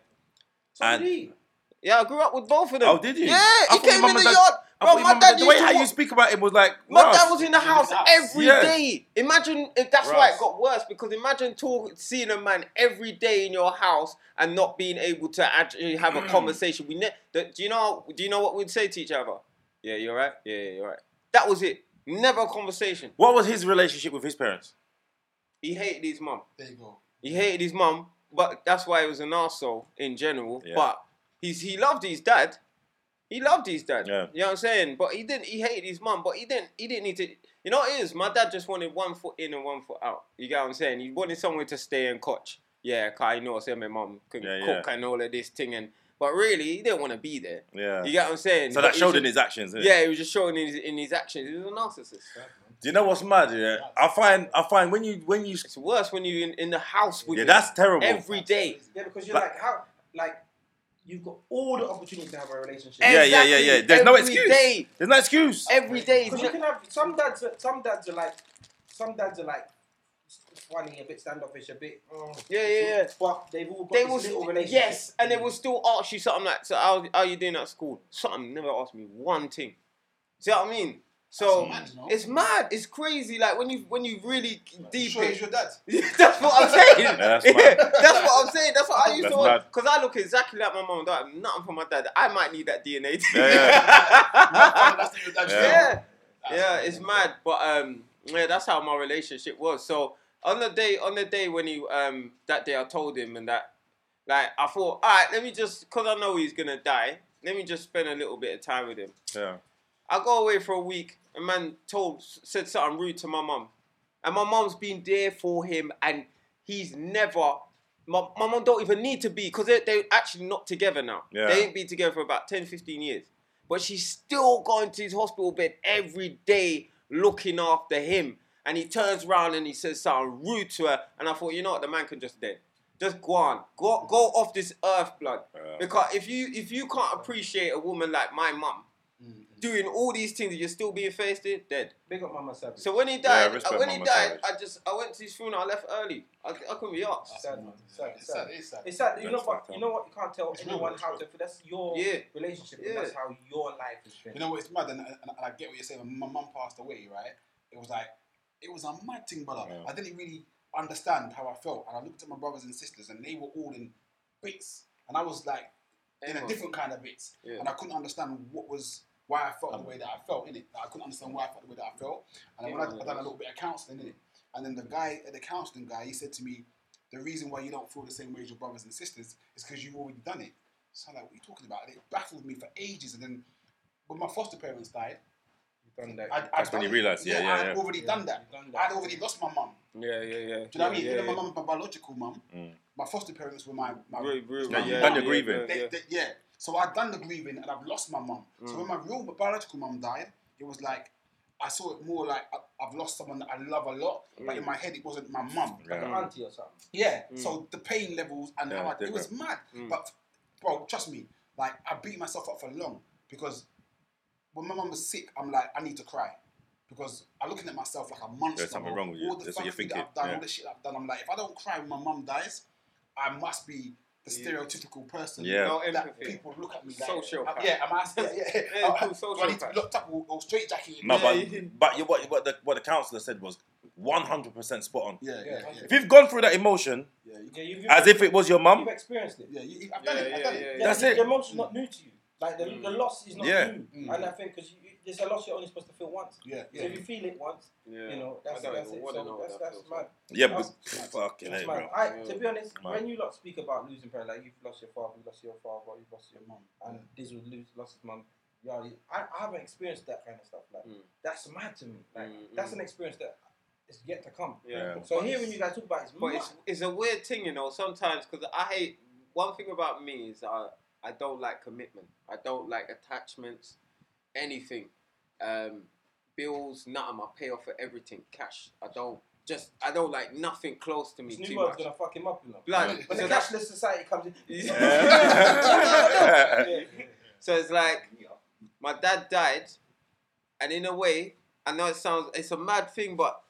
C: So
D: And-
C: did he.
B: Yeah, I grew up with both of them.
D: Oh, did you?
B: Yeah,
D: I
B: he
D: thought your
B: came
D: mum
B: in
D: and
B: the
D: dad-
B: yard.
D: I
B: Bro,
D: thought your
B: my
D: mum and
B: dad
D: The
B: used
D: way
B: to
D: how
B: walk-
D: you speak about it was like,
B: My
D: Russ.
B: dad was in the house
E: Russ.
B: every
D: Yeah.
B: day. Imagine if that's why
E: Russ.
B: it got worse because imagine talk, seeing a man every day in your house and not being able to actually have a conversation. We ne- the, do you know do you know what we'd say to each other? Yeah, you're right. Yeah, yeah, you're right. That was it. Never a conversation.
D: What was his relationship with his parents?
B: He hated his mum.
E: There you go.
B: He hated his mum, but that's why he was an arsehole in general.
D: Yeah.
B: But he's he loved his dad. He loved his dad.
D: Yeah.
B: You know what I'm saying? But he didn't he hated his mum, but he didn't he didn't need to you know what it is? My dad just wanted one foot in and one foot out. You get what I'm saying? He wanted somewhere to stay and coach. Yeah, cause you know say my mum can
D: Yeah,
B: cook and all of this thing and but really he didn't want to be there.
D: Yeah.
B: You get what I'm saying?
D: So
B: But
D: that
B: he
D: showed
B: was
D: in his actions. innit?
B: Yeah, he was just showing in his, in his actions. He was a narcissist.
D: Do you know what's mad? Yeah. I find I find when you when you
B: It's worse when you're in, in the house with
D: yeah,
B: him
D: that's terrible.
B: every day.
C: Yeah, because you're
D: Like-
C: like how like you've got all the opportunity to have a relationship.
D: Yeah, yeah, yeah, yeah. There's no
B: Every
D: excuse.
B: day.
D: There's no excuse.
B: Every day.
C: Because you can have some dads. Are, some dads are like, some dads are like, funny, a bit standoffish, a bit. mm,
B: Yeah, yeah, yeah.
C: But they've all got
B: They
C: this
B: will,
C: little relationship.
B: yes, and they will still ask you something like, "So how how you doing at school?" Something never asked me one thing. Do you know what I mean? So
E: That's mad, you know?
B: it's mad, it's crazy. Like when you when you really deep
E: Sure,
B: it,
E: he's your dad.
B: that's what I'm saying.
D: Yeah, that's
B: Yeah,
D: mad.
B: that's what I'm saying. That's what I used
D: That's
B: to want.
D: mad.
B: Because I look exactly like my mum. and dad. nothing from my dad. I might need that DNA. too.
D: Yeah,
E: That's not your
B: yeah,
D: Yeah.
E: dad. That's
B: yeah,
E: not
B: it's
E: your
B: mad. But um, yeah, that's how my relationship was. So on the day, on the day when he um, that day I told him and that, like I thought, all right, let me just, cause I know he's gonna die. Let me just spend a little bit of time with him.
D: yeah.
B: I go away for a week. A man told said something rude to my mum, and my mum's been there for him, and he's never. My, my mum don't even need to be because they they actually not together now.
D: Yeah.
B: They ain't been together for about 10, 15 years, but she's still going to his hospital bed every day looking after him. And he turns round and he says something rude to her, and I thought, you know what, the man can just dead. Just go on, go go off this earth, blood.
D: Yeah.
B: Because if you if you can't appreciate a woman like my mum,
E: Mm-hmm.
B: doing all these things and you're still being faced with dead.
C: Big up Mama Savage.
B: So when he
D: Yeah, I
B: died, uh,
D: respect
B: when he
D: Mama
B: died,
D: Savage.
B: I just I went to his funeral. I left early. I, I couldn't be asked.
C: sad, man. Sad,
E: It's sad.
C: sad.
E: It's sad.
C: It's sad. You know
D: That's
C: what?
D: fucked
C: You
D: up.
C: know what? You can't tell
E: It's real,
C: anyone
E: it's
C: how
E: real.
C: to. That's your
B: Yeah.
C: relationship.
B: Yeah.
C: And that's how your life has been.
E: You know what? It's mad, and, and, and I get what you're saying. When my mum passed away, right? It was like it was a mad thing, brother.
D: Yeah.
E: I didn't really understand how I felt, and I looked at my brothers and sisters, and they were all in bits, and I was like in a
B: Anyone.
E: different kind of bits,
B: Yeah.
E: and I couldn't understand what was why I felt the way that I felt in it. I couldn't understand why I felt the way that I felt, and then when I, I done a little bit of counselling in it, and then the guy, the counselling guy, he said to me, "The reason why you don't feel the same way as your brothers and sisters is because you've already done it." So I'm like, "What are you talking about?" And it baffled me for ages, and then when my foster parents died.
C: You've done that.
E: I'd,
D: That's when
E: done
D: you
E: it.
D: realise, yeah, yeah,
E: I'd
D: yeah.
E: already done that.
C: You've done
E: I'd already lost my mum.
B: Yeah, yeah, yeah.
E: Do you know what I mean?
B: Yeah,
E: Even
B: yeah,
E: though my mum was my biological mum,
D: Mm.
E: my foster parents were my. my
B: Really, really,
E: my
D: Yeah, Mm. you've
E: mum.
D: done your grieving.
E: They- they- yeah. So I'd done the grieving and I've lost my mum. So when my real biological mum died, it was like, I saw it more like I, I've lost someone that I love a lot, but
D: Mm.
E: in my head it wasn't my mum.
C: Like an
D: Yeah.
C: auntie or something.
E: Yeah. So the pain levels and
D: Mm. Yeah,
E: how I, it
D: different. Mm.
E: was mad. But bro, trust me, like I beat myself up for long because when my mum was sick, I'm like, I need to cry. Because I'm looking at myself like a monster.
D: There's something
E: bro.
D: wrong with you.
E: All the
D: That's what you're
E: fucking
D: thinking,
E: That I've done,
D: yeah.
E: all the shit I've done. I'm like, if I don't cry when my mum dies, I must be the stereotypical person
D: Yeah.
B: No
E: that
B: empathy.
E: people look at me like.
B: Sociopath.
E: Uh, yeah, am I? Yeah, yeah.
B: Yeah,
E: Uh,
B: cool,
E: do I need to
B: sociopath.
E: be locked up or, or straight jacket?
D: No,
B: Yeah.
D: but but you, what what the what the counselor said was 100% spot on.
E: Yeah, yeah, yeah.
D: If you've gone through that emotion
E: yeah. you-
C: Yeah, you've,
D: as if it was your mum,
C: you've experienced it.
E: yeah, you- I've done
B: Yeah,
E: it. I've
B: yeah,
E: done
B: yeah,
E: it.
B: yeah.
C: Yeah,
D: That's
C: the,
D: it.
C: The emotion's not new to you. Like the, the loss is not
D: Yeah.
C: new.
E: Mm.
C: And I think because there's a loss you're only supposed to feel once.
E: Yeah,
C: So
E: yeah.
C: if you feel it once, you know that's
B: I don't
C: that's
B: even
C: it.
B: wanna know
C: So that's
B: what that
C: that's
B: feels
C: mad.
D: yeah, but
C: That's-
D: fucking
C: That's
D: hell,
C: mad.
D: bro.
C: I, to be honest,
D: Mad.
C: when you lot speak about losing parents, like you've lost your father, you lost your father, you've lost your mum, and
E: Yeah.
C: this was lose, lost his mum. Yeah, I, I haven't experienced that kind of stuff. Like
B: Mm.
C: that's mad to me. Like
B: Mm,
C: that's
B: mm.
C: an experience that is yet to come.
B: Yeah.
C: So hearing you guys talk about it is
B: But
C: mad.
B: it's, it's a weird thing, you know, sometimes because I hate one thing about me is I, I don't like commitment, I don't like attachments, anything. Um, bills, nothing. I pay off for everything, cash. I don't just, I don't like nothing close to me
C: This
B: too
C: new world's
B: much.
C: gonna fuck him up, you know.
B: Blood.
C: When
B: So
C: the
B: that's-
C: cashless society comes in,
D: Yeah.
C: Yeah.
B: so it's like, my dad died, and in a way, I know it sounds it's a mad thing, but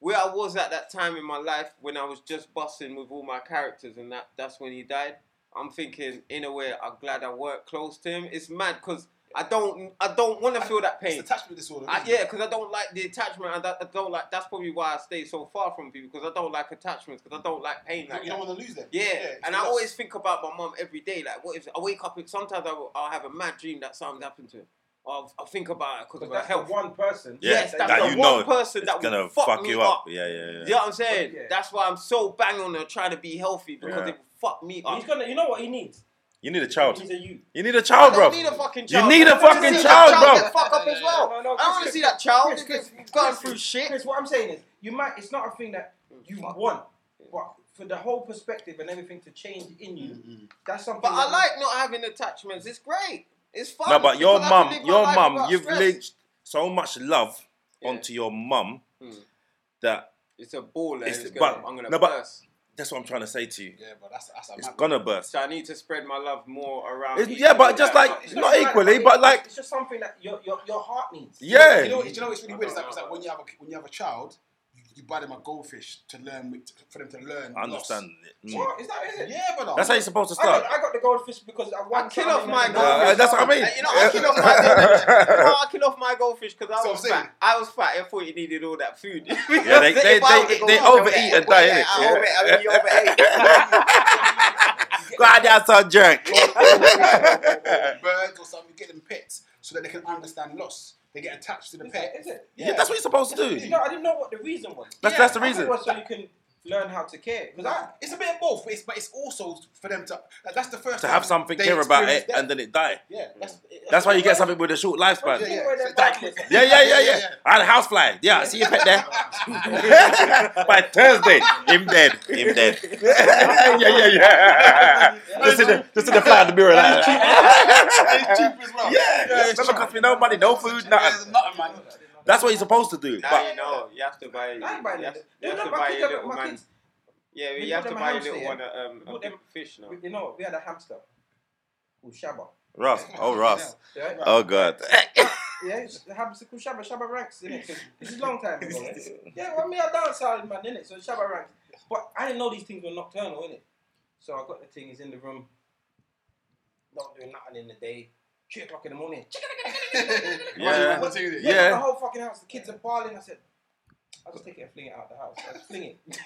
B: where I was at that time in my life when I was just busting with all my characters, and that that's when he died. I'm thinking, in a way, I'm glad I worked close to him. It's mad because I don't I don't want to feel that
E: It's
B: pain.
E: attachment disorder.
B: I,
E: isn't it?
B: yeah, because I don't like the attachment. and I, I don't like. That's probably why I stay so far from people because I don't like attachments. Because I don't like pain.
E: You
B: Like
E: don't- you
B: that.
E: don't want to lose them.
B: Yeah,
E: it's
B: and
E: the
B: I
E: loss.
B: always think about my mum every day. Like, what if I wake up? and Sometimes I will, I'll have a mad dream that something's happened to him. I'll, I'll think about it because
C: Because that's
B: of her
C: the
B: health.
C: one person.
D: Yeah,
B: yes, that's
D: that
B: the
D: you
B: one
D: know
B: person that
D: It's gonna
B: will fuck,
D: fuck
B: me
D: you up. Yeah, yeah, yeah.
B: You know what I'm saying?
C: Yeah.
B: That's why I'm so bang on her trying to be healthy because
D: Yeah.
B: it will fuck me up.
C: He's gonna. You know what he needs?
D: You need a child.
C: He needs a you.
D: You need a
B: I
D: child,
B: don't
D: bro.
B: need a fucking
D: You
B: child.
D: need a
B: I want to
D: fucking
B: see
D: child,
B: that
D: bro.
B: Get fuck up as well.
C: No, no,
B: I want to
C: Chris,
B: see that child
C: Chris,
B: get-
C: Chris,
B: going
C: Chris,
B: through shit.
C: Chris, what I'm saying is, you might. It's not a thing that you want, but for the whole perspective and everything to change in you, that's something.
B: Mm-hmm. But I
C: that-
B: like not having attachments. It's great. It's fun.
D: No, but your
B: because I can
D: mum,
B: live my
D: your
B: life
D: mum,
B: without
D: you've
B: stress.
D: linked so much love
B: Yeah.
D: onto your mum
B: Mm.
D: that
B: It's a baller.
D: It's-
B: It's, gonna,
D: but-
B: I'm gonna
D: no, but-
B: burst.
D: that's what I'm trying to say to you.
E: Yeah, but that's that's a
D: It's
E: mad-
D: gonna burst.
B: So I need to spread my love more around.
D: It's-
B: people
D: yeah, but just
B: that-
D: like-
C: it's
D: not
C: a bad
D: equally,
C: thing,
D: but like-
C: it's just something that your your, your heart needs.
E: You
D: Yeah,
E: know, you know, it's really
B: I
E: weird. It's
B: don't
E: like, it's
B: know.
E: like when you have a when you have a child, you, you buy them a goldfish to learn for them to learn.
D: I understand. it. Mm.
B: Mm-hmm.
C: What? Is that is
E: loss.
C: it?
E: Yeah, brother.
D: That's how you're supposed to
C: I got,
D: start.
C: I got the goldfish because I
B: I
C: want
B: kill off my
D: uh,
B: goldfish.
D: that's what I mean.
B: Uh, You know, I kill off my goldfish. you know, I kill off my goldfish because I
E: So
B: was
E: I'm saying-
B: fat. I was fat. I thought you needed all that food. yeah,
D: they- they- they- they overeat and die,
B: I
D: innit?
B: overate. I mean, you overate.
D: God, that's a jerk.
E: birds or something. Get them pets so that they can understand loss. They get attached to the
C: Is
E: pet.
C: it? Is it?
D: Yeah, that's what you're supposed to
C: You
D: do.
C: know, I didn't know what the reason was.
D: That's- that's the
C: I thought
D: reason.
C: it was so you can learn how to care. Because I,
E: It's a bit of both, but it's, but it's also for them to. Like, that's the first
D: To have
E: time
D: something
E: they
D: care about it
E: experience
D: and then it die.
E: death. yeah, that's,
D: That's why you get something with a short lifespan.
E: yeah,
C: Where they're
E: so that-
C: backwards.
D: Yeah, yeah, yeah, yeah. I had a house fly. Yeah, I see your pet there. By Thursday, him dead. Him dead. yeah, yeah, yeah. Just see the, just see the fly in the mirror like that.
E: it's cheap as well.
D: yeah, yeah. Never cost me no money, no food,
E: Yeah,
D: nothing.
E: nothing, man.
D: That's what you're supposed to do.
B: Now
D: But
B: you know. You have to buy. You
C: I ain't buying
B: have,
C: it.
B: you
C: No,
B: have
C: no,
B: to
C: my
B: buy
C: kids
B: your
C: have-
B: little
C: my
B: man.
C: kids-
B: Yeah,
C: we
B: you have
C: put
B: to
C: them
B: buy your
C: house
B: little
C: there.
B: one a, um,
C: We
B: a
C: put
B: big
C: them-
B: fish now.
C: we- You know, we had a hamster called Shabba.
D: Ross, oh Ross,
C: Yeah,
D: oh God.
C: yeah, it's the hamster called Shabba. Shabba ranks in it. This is a long time ago. innit? yeah, well, me, I dance out man in it, so Shabba ranks. But I didn't know these things were nocturnal in it. So I got the thing. He's in the room, not doing nothing in the day. Three o'clock in the morning.
D: Yeah.
E: What's it?
D: Yeah.
C: The whole fucking house. The kids are bawling. I said, I'll just take it and fling it out the house. I just fling it.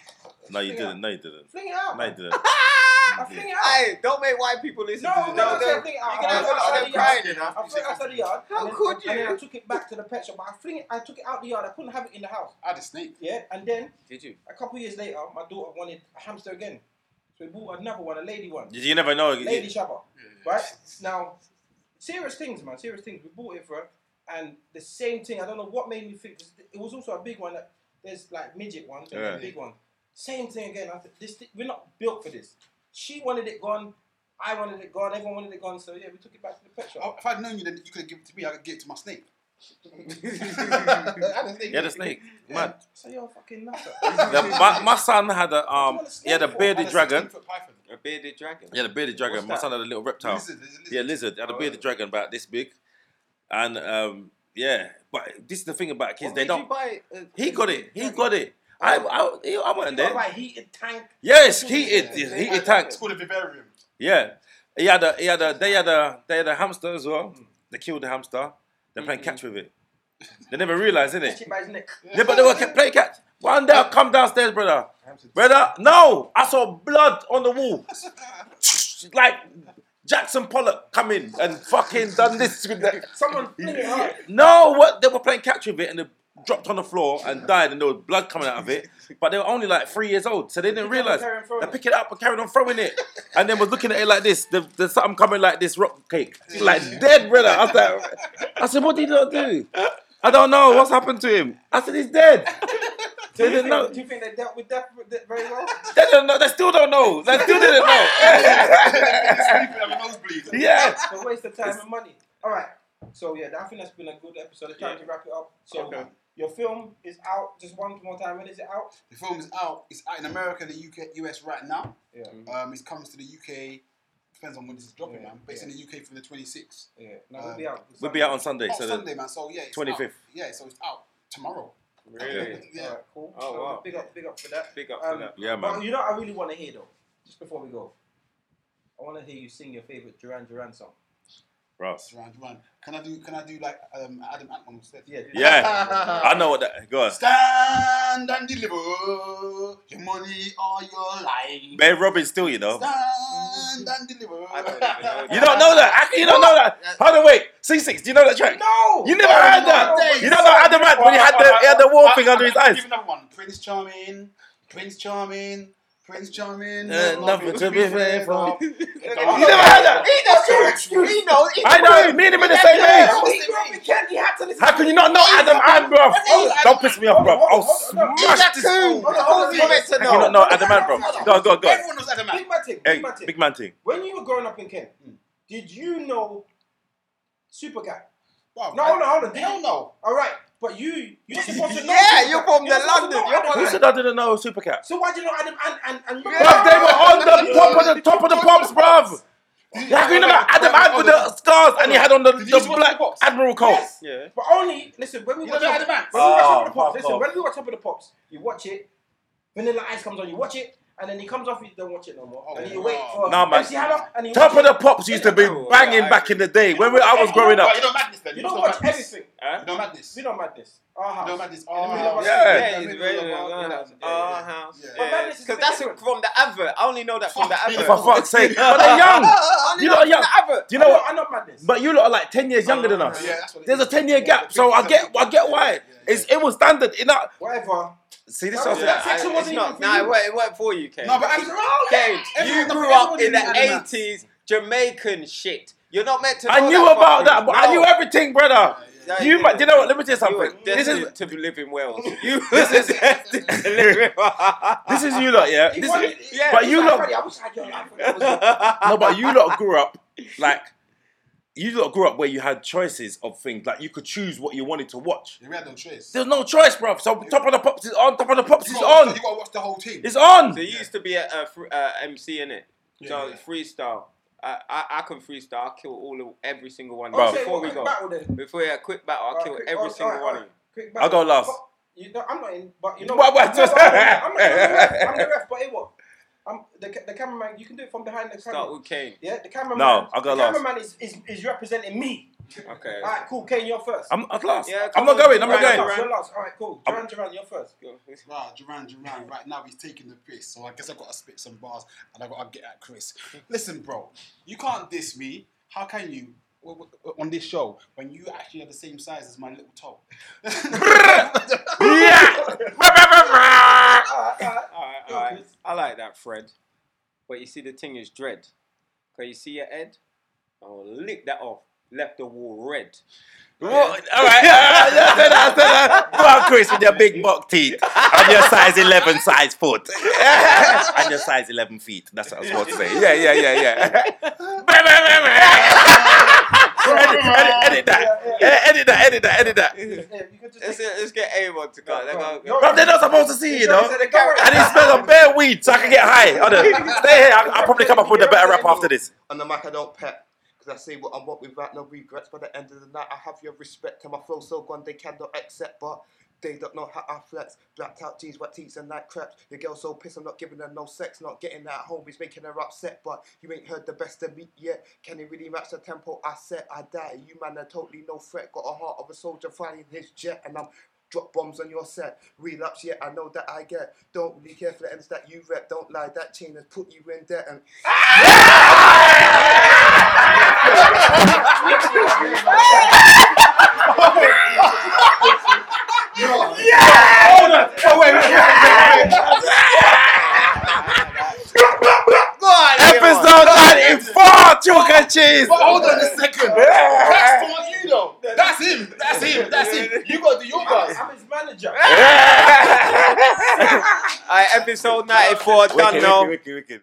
D: No, you didn't. No, you didn't.
C: Fling it out.
D: No, you
C: man.
D: didn't.
C: I fling it out.
B: Hey, don't make white people listen
C: No,
B: to
C: no,
B: this.
C: no,
B: They'll-
C: no, fling it out.
B: You're gonna
C: I
B: have a lot of
C: outside
B: them
C: the yard.
B: crying, you know.
C: I threw it outside the yard.
B: How
C: and then-
B: could
C: And then I
B: you?
C: took it back to the pet shop. I fling it. I took it out the yard. I couldn't have it in the house.
E: I had a snake.
C: Yeah. And then
B: Did you?
C: a couple years later, my daughter wanted a hamster again, so we bought another one, a lady one,
D: You never know.
C: lady shabba. Right now, serious things, man. Serious things. We bought it for her, and the same thing. I don't know what made me think. 'cause It was also a big one. That there's like midget ones and
D: Yeah.
C: a big one. Same thing again. I said, this thi- we're not built for this. She wanted it gone. I wanted it gone. Everyone wanted it gone. So yeah, we took it back to the pet shop.
E: Oh, If I'd known you, then you could have given it to me. I could give it to my snake.
D: Yeah, the snake. Mad.
C: So you're a fucking nutter.
D: The- my, my son had a
C: What do
D: um.
C: you want a snake
D: He had a
C: for?
D: bearded dragon.
E: Python.
B: A bearded dragon.
D: Yeah, the bearded dragon.
B: What's
D: My
B: that?
D: son had a little reptile.
E: Lizard, there's a lizard.
D: Yeah, lizard. He
B: Oh.
D: had a bearded dragon about this big, and um, yeah. But this is the thing about kids.
B: What
D: they
B: made
D: don't.
B: You buy, uh,
D: He got it. He got it.
B: Oh.
D: I I, he- I went
C: There.
D: there.
C: Right, heated tank.
D: Yes, heated. Heated
E: It's
D: tanks.
E: called a vivarium.
D: Yeah. He had a. He had a. They had a. They had a hamster as well. They killed the hamster. They're
B: Mm-hmm.
D: playing catch with it. They never realised, innit?
C: Shit by his neck.
D: Yeah, but they were play catch. One day I come downstairs, brother. Brother, no! I saw blood on the wall. like Jackson Pollock come in and fucking done this with that.
C: Someone fling it out.
D: No, what they were playing catch with it and it dropped on the floor and died and there was blood coming out of it. But they were only like three years old, so they didn't
C: Pick it up
D: realise.
C: and carry on throwing
D: They
C: it.
D: pick it up and carried on throwing it. And then was looking at it like this. There- There's something coming like this rock cake. Like dead brother. I was like, I said, what did he not do? I don't know. What's happened to him? I said, he's dead. They
C: Do you
D: didn't know.
C: think- do you think they dealt with death with- very well?
D: They don't know. They still don't know. They still didn't know.
E: Sleeping like a nosebleed.
D: yeah.
C: It's a waste of time and money. All right. So yeah, I think that's been a good episode. It's time to wrap it up. So
B: Okay.
C: your film is out. Just one more time. When is it out?
E: The film is out. It's out in America, the UK, US right now.
C: Yeah.
E: Um, it comes to the UK. Depends on when this is dropping,
C: Yeah,
E: man. But it's in the UK from the 26th.
C: Yeah. No, we'll be out.
D: We'll be out on Sunday.
E: Not
D: So the-
E: Sunday, man. So yeah, it's
D: 25th.
E: out. Yeah, so it's out tomorrow.
B: Really?
E: Yeah.
C: All right, cool.
B: Oh,
C: so
B: wow.
C: Big up, big up for that.
B: Big up
C: Um,
B: for that.
D: yeah,
C: But
D: man.
C: you know, what I really want to hear though. Just before we go, I want to hear you sing your favorite Duran Duran song.
D: Ross.
E: Round one. Can I do? Can I do like um, Adam Antman instead?
C: Yeah. do that.
D: Yeah. I know what that. Go on.
E: Stand and deliver your money or your life.
D: Babe Robin's still, you know.
E: Stand and deliver.
B: I don't even know
D: You don't know that. How can you don't know that? Hold on, wait. C6, do you know that track?
C: No.
D: You never heard that. You don't know Adam Ant when he had the, he had the wall thing under his eyes.
E: Give another one. Prince Charming. Prince Charming. Prince Charming.
D: Uh, nothing to be afraid of.
E: You
D: You never heard that?
B: He knows. He knows.
D: I know, me and him in the same age.
C: He grew up with Candy Hats and his-
D: How can you not know Adam Ant, bro? Don't piss me off, bro. I'll smash this.
C: Hold on, hold on, hold on.
B: to
D: How can you not know Adam Ant, bro? Go, go, go.
E: Everyone knows Adam
C: Big man thing,
D: Hey,
C: big man thing.
D: big man thing.
C: When you were growing up in Kent, did you know Superguy?
E: Wow,
C: No, hold on, hold on.
E: Oh, Hell no.
C: All right, but you you're supposed to know.
B: Yeah,
C: Superguy.
B: you're from the
C: supposed to
B: London.
C: know
B: You're
C: Adam
B: from
D: Who
C: Ant.
D: said I didn't know Supercat?
C: So why do you know Adam and and and?
D: Bruv, they were on the top of the top of the pops, bruv. Yeah, you remember Adam had with the scars and he had on the,
E: you
D: the
E: watch
D: black
E: the box?
D: admiral coat.
C: Yes.
B: Yeah.
C: But only listen when we
E: You
C: watch
E: know
C: Top
E: the
C: of the Pops. When we watch Top of the
D: Oh,
E: Advance?
C: Pops, listen,
D: fuck
C: when we watch Top of the Pops, you watch it. Vanilla Ice comes on, you watch it, and then he comes off, you don't watch it no more.
E: Oh,
C: and then
E: yeah.
C: you wait for
D: Nah, man.
C: MC Hammer, and you
D: Top
C: watch
D: of the
C: it.
D: pops used to be banging back in the day when we, I was growing up.
E: But you know madness then.
C: You
E: know
C: don't watch
E: madness.
C: everything.
E: You know madness.
C: We don't madness. Our house.
E: You know madness.
C: In the middle of
E: Oh,
C: our
D: Yeah.
C: city.
B: Yeah, Uh-huh. it's very
G: Oh,
B: Our house.
E: Yeah.
C: But madness is a
G: Because
C: bit
G: that's
C: different.
G: from the advert. I only know that from the
E: Fuck me,
G: advert.
D: For fuck's sake. But they're young. Uh, You lot are young. Do you know what?
C: I know madness.
D: But you lot are like 10 years younger than us.
E: Oh, Yeah, that's what it
D: There's a
E: is.
D: 10 year
E: Yeah,
D: gap,
E: the
D: so I
E: pictures
D: get
E: are-
D: I get why.
E: Yeah, yeah.
D: It's, it was standard. In that,
C: Whatever.
D: see, this
C: Yeah.
D: is
E: That
G: I-
E: section
G: it's
E: wasn't
G: not-
E: even for
G: nah,
E: you.
G: it weren't, it weren't for you, Kane.
E: No, but I'm
G: Kane, you
E: Everyone-
G: grew
E: everyone
G: up in the
E: did it, man.
G: 80s Jamaican shit. You're not meant to know
D: I knew
G: that
D: about that,
G: fucking-
D: but I
G: No.
D: knew everything, brother.
G: Yeah,
D: You
G: did.
D: might, do you know what? Let me tell you
G: You were
D: something. This is
G: destined to be live in Wales. You were destined to live in
D: this is you lot, yeah. This is,
G: yeah,
D: but you lot,
C: I wish I had your life. when I was young.
D: no, but you lot grew up like you lot grew up where you had choices of things, like you could choose what you wanted to watch.
E: You read them trays.
D: There's no choice, bruv. So top of the pops is on. Top of the pops
E: You
D: is
E: gotta-
D: on.
E: You gotta watch the whole team.
D: It's on.
G: So you used to be a, a, fr- a MC in it. so
E: Yeah.
G: freestyle. I, I I can freestyle. I'll kill all of, every single one.
D: Bro.
C: I'll tell you
G: Before
C: what,
G: we
C: quick
G: go,
C: battle then.
G: before yeah, quick battle, I'll
C: Alright,
G: kill
C: quick-
G: every
C: alright,
G: single
C: alright,
G: one of
C: alright.
G: you.
C: Quick
D: I'll go last.
C: But, You know, I'm not in, but you know.
D: But- but-
C: No, no, I'm, not, I'm, not, I'm, not, I'm the ref, but it what? I'm the, ca- the cameraman. You can do it from behind the camera.
G: Start with Kane.
C: yeah, the cameraman.
D: No, I'll go
C: the
D: last.
C: cameraman is, is, is representing me.
G: Okay.
C: All right, cool. Kane, you're first.
D: I'm at last.
G: Yeah,
D: I'm
G: come
D: not
G: on,
D: going. I'm not
G: Ryan,
D: going.
C: You're
G: Ryan.
C: last, you're last. All right, cool. Duran, Duran, you're first.
E: Right, Duran Duran, right now he's taking the piss, so I guess I've got to spit some bars and I've got to get at Chris. Listen, bro, you can't diss me. How can you w- w- on this show when you actually are the same size as my little toe?
D: Yeah.
C: All right, all right.
G: All right, all right. I like that, Fred. But you see, the thing is dread. Cause you see your head, I'll lick that off. Left the wall red.
D: What? Oh, All right. Yeah, say that, say that. Go on, Chris, with your big buck teeth and your size 11, size foot. and your size 11 feet. That's what I was about to say. Yeah, yeah, yeah, yeah. edit, edit, edit that.
C: Yeah, yeah.
D: Eh, Edit that, edit that, edit that.
C: Yeah, you could just
G: Let's,
C: take-
G: let's get A1 to go. They're gonna-
C: No,
D: Bro, they're not supposed to see you, you know.
C: Don't worry.
D: I didn't smell of bare weed, so I can get high. Hold on. Stay here. I'll, I'll probably come up with a better rap after this.
H: and the mic I don't pet. Because I say what I want without no regrets. By the end of the night, I have your respect. And my flow so gone, they cannot accept. But they don't know how I flex. Blacked out jeans, wet teeth, and night crept. The girl so pissed, I'm not giving her no sex. Not getting her at home is making her upset. But you ain't heard the best of me yet. Can you really match the tempo I set? I die. You man are totally no threat. Got a heart of a soldier flying his jet. And I'm Drop bombs on your set. Relapse, yeah, I know that I get. Don't really care for the ends that you rep. Don't lie, that chain has put you in debt. And
G: Go on,
D: Episode
G: A1.
D: 94, chalk and cheese.
E: But hold on a second. That's towards you though. That's him. That's him. That's him. You gotta do your guys.
C: I'm his manager.
D: Yeah.
G: All right, episode 94 done now.
D: wicked, wicked.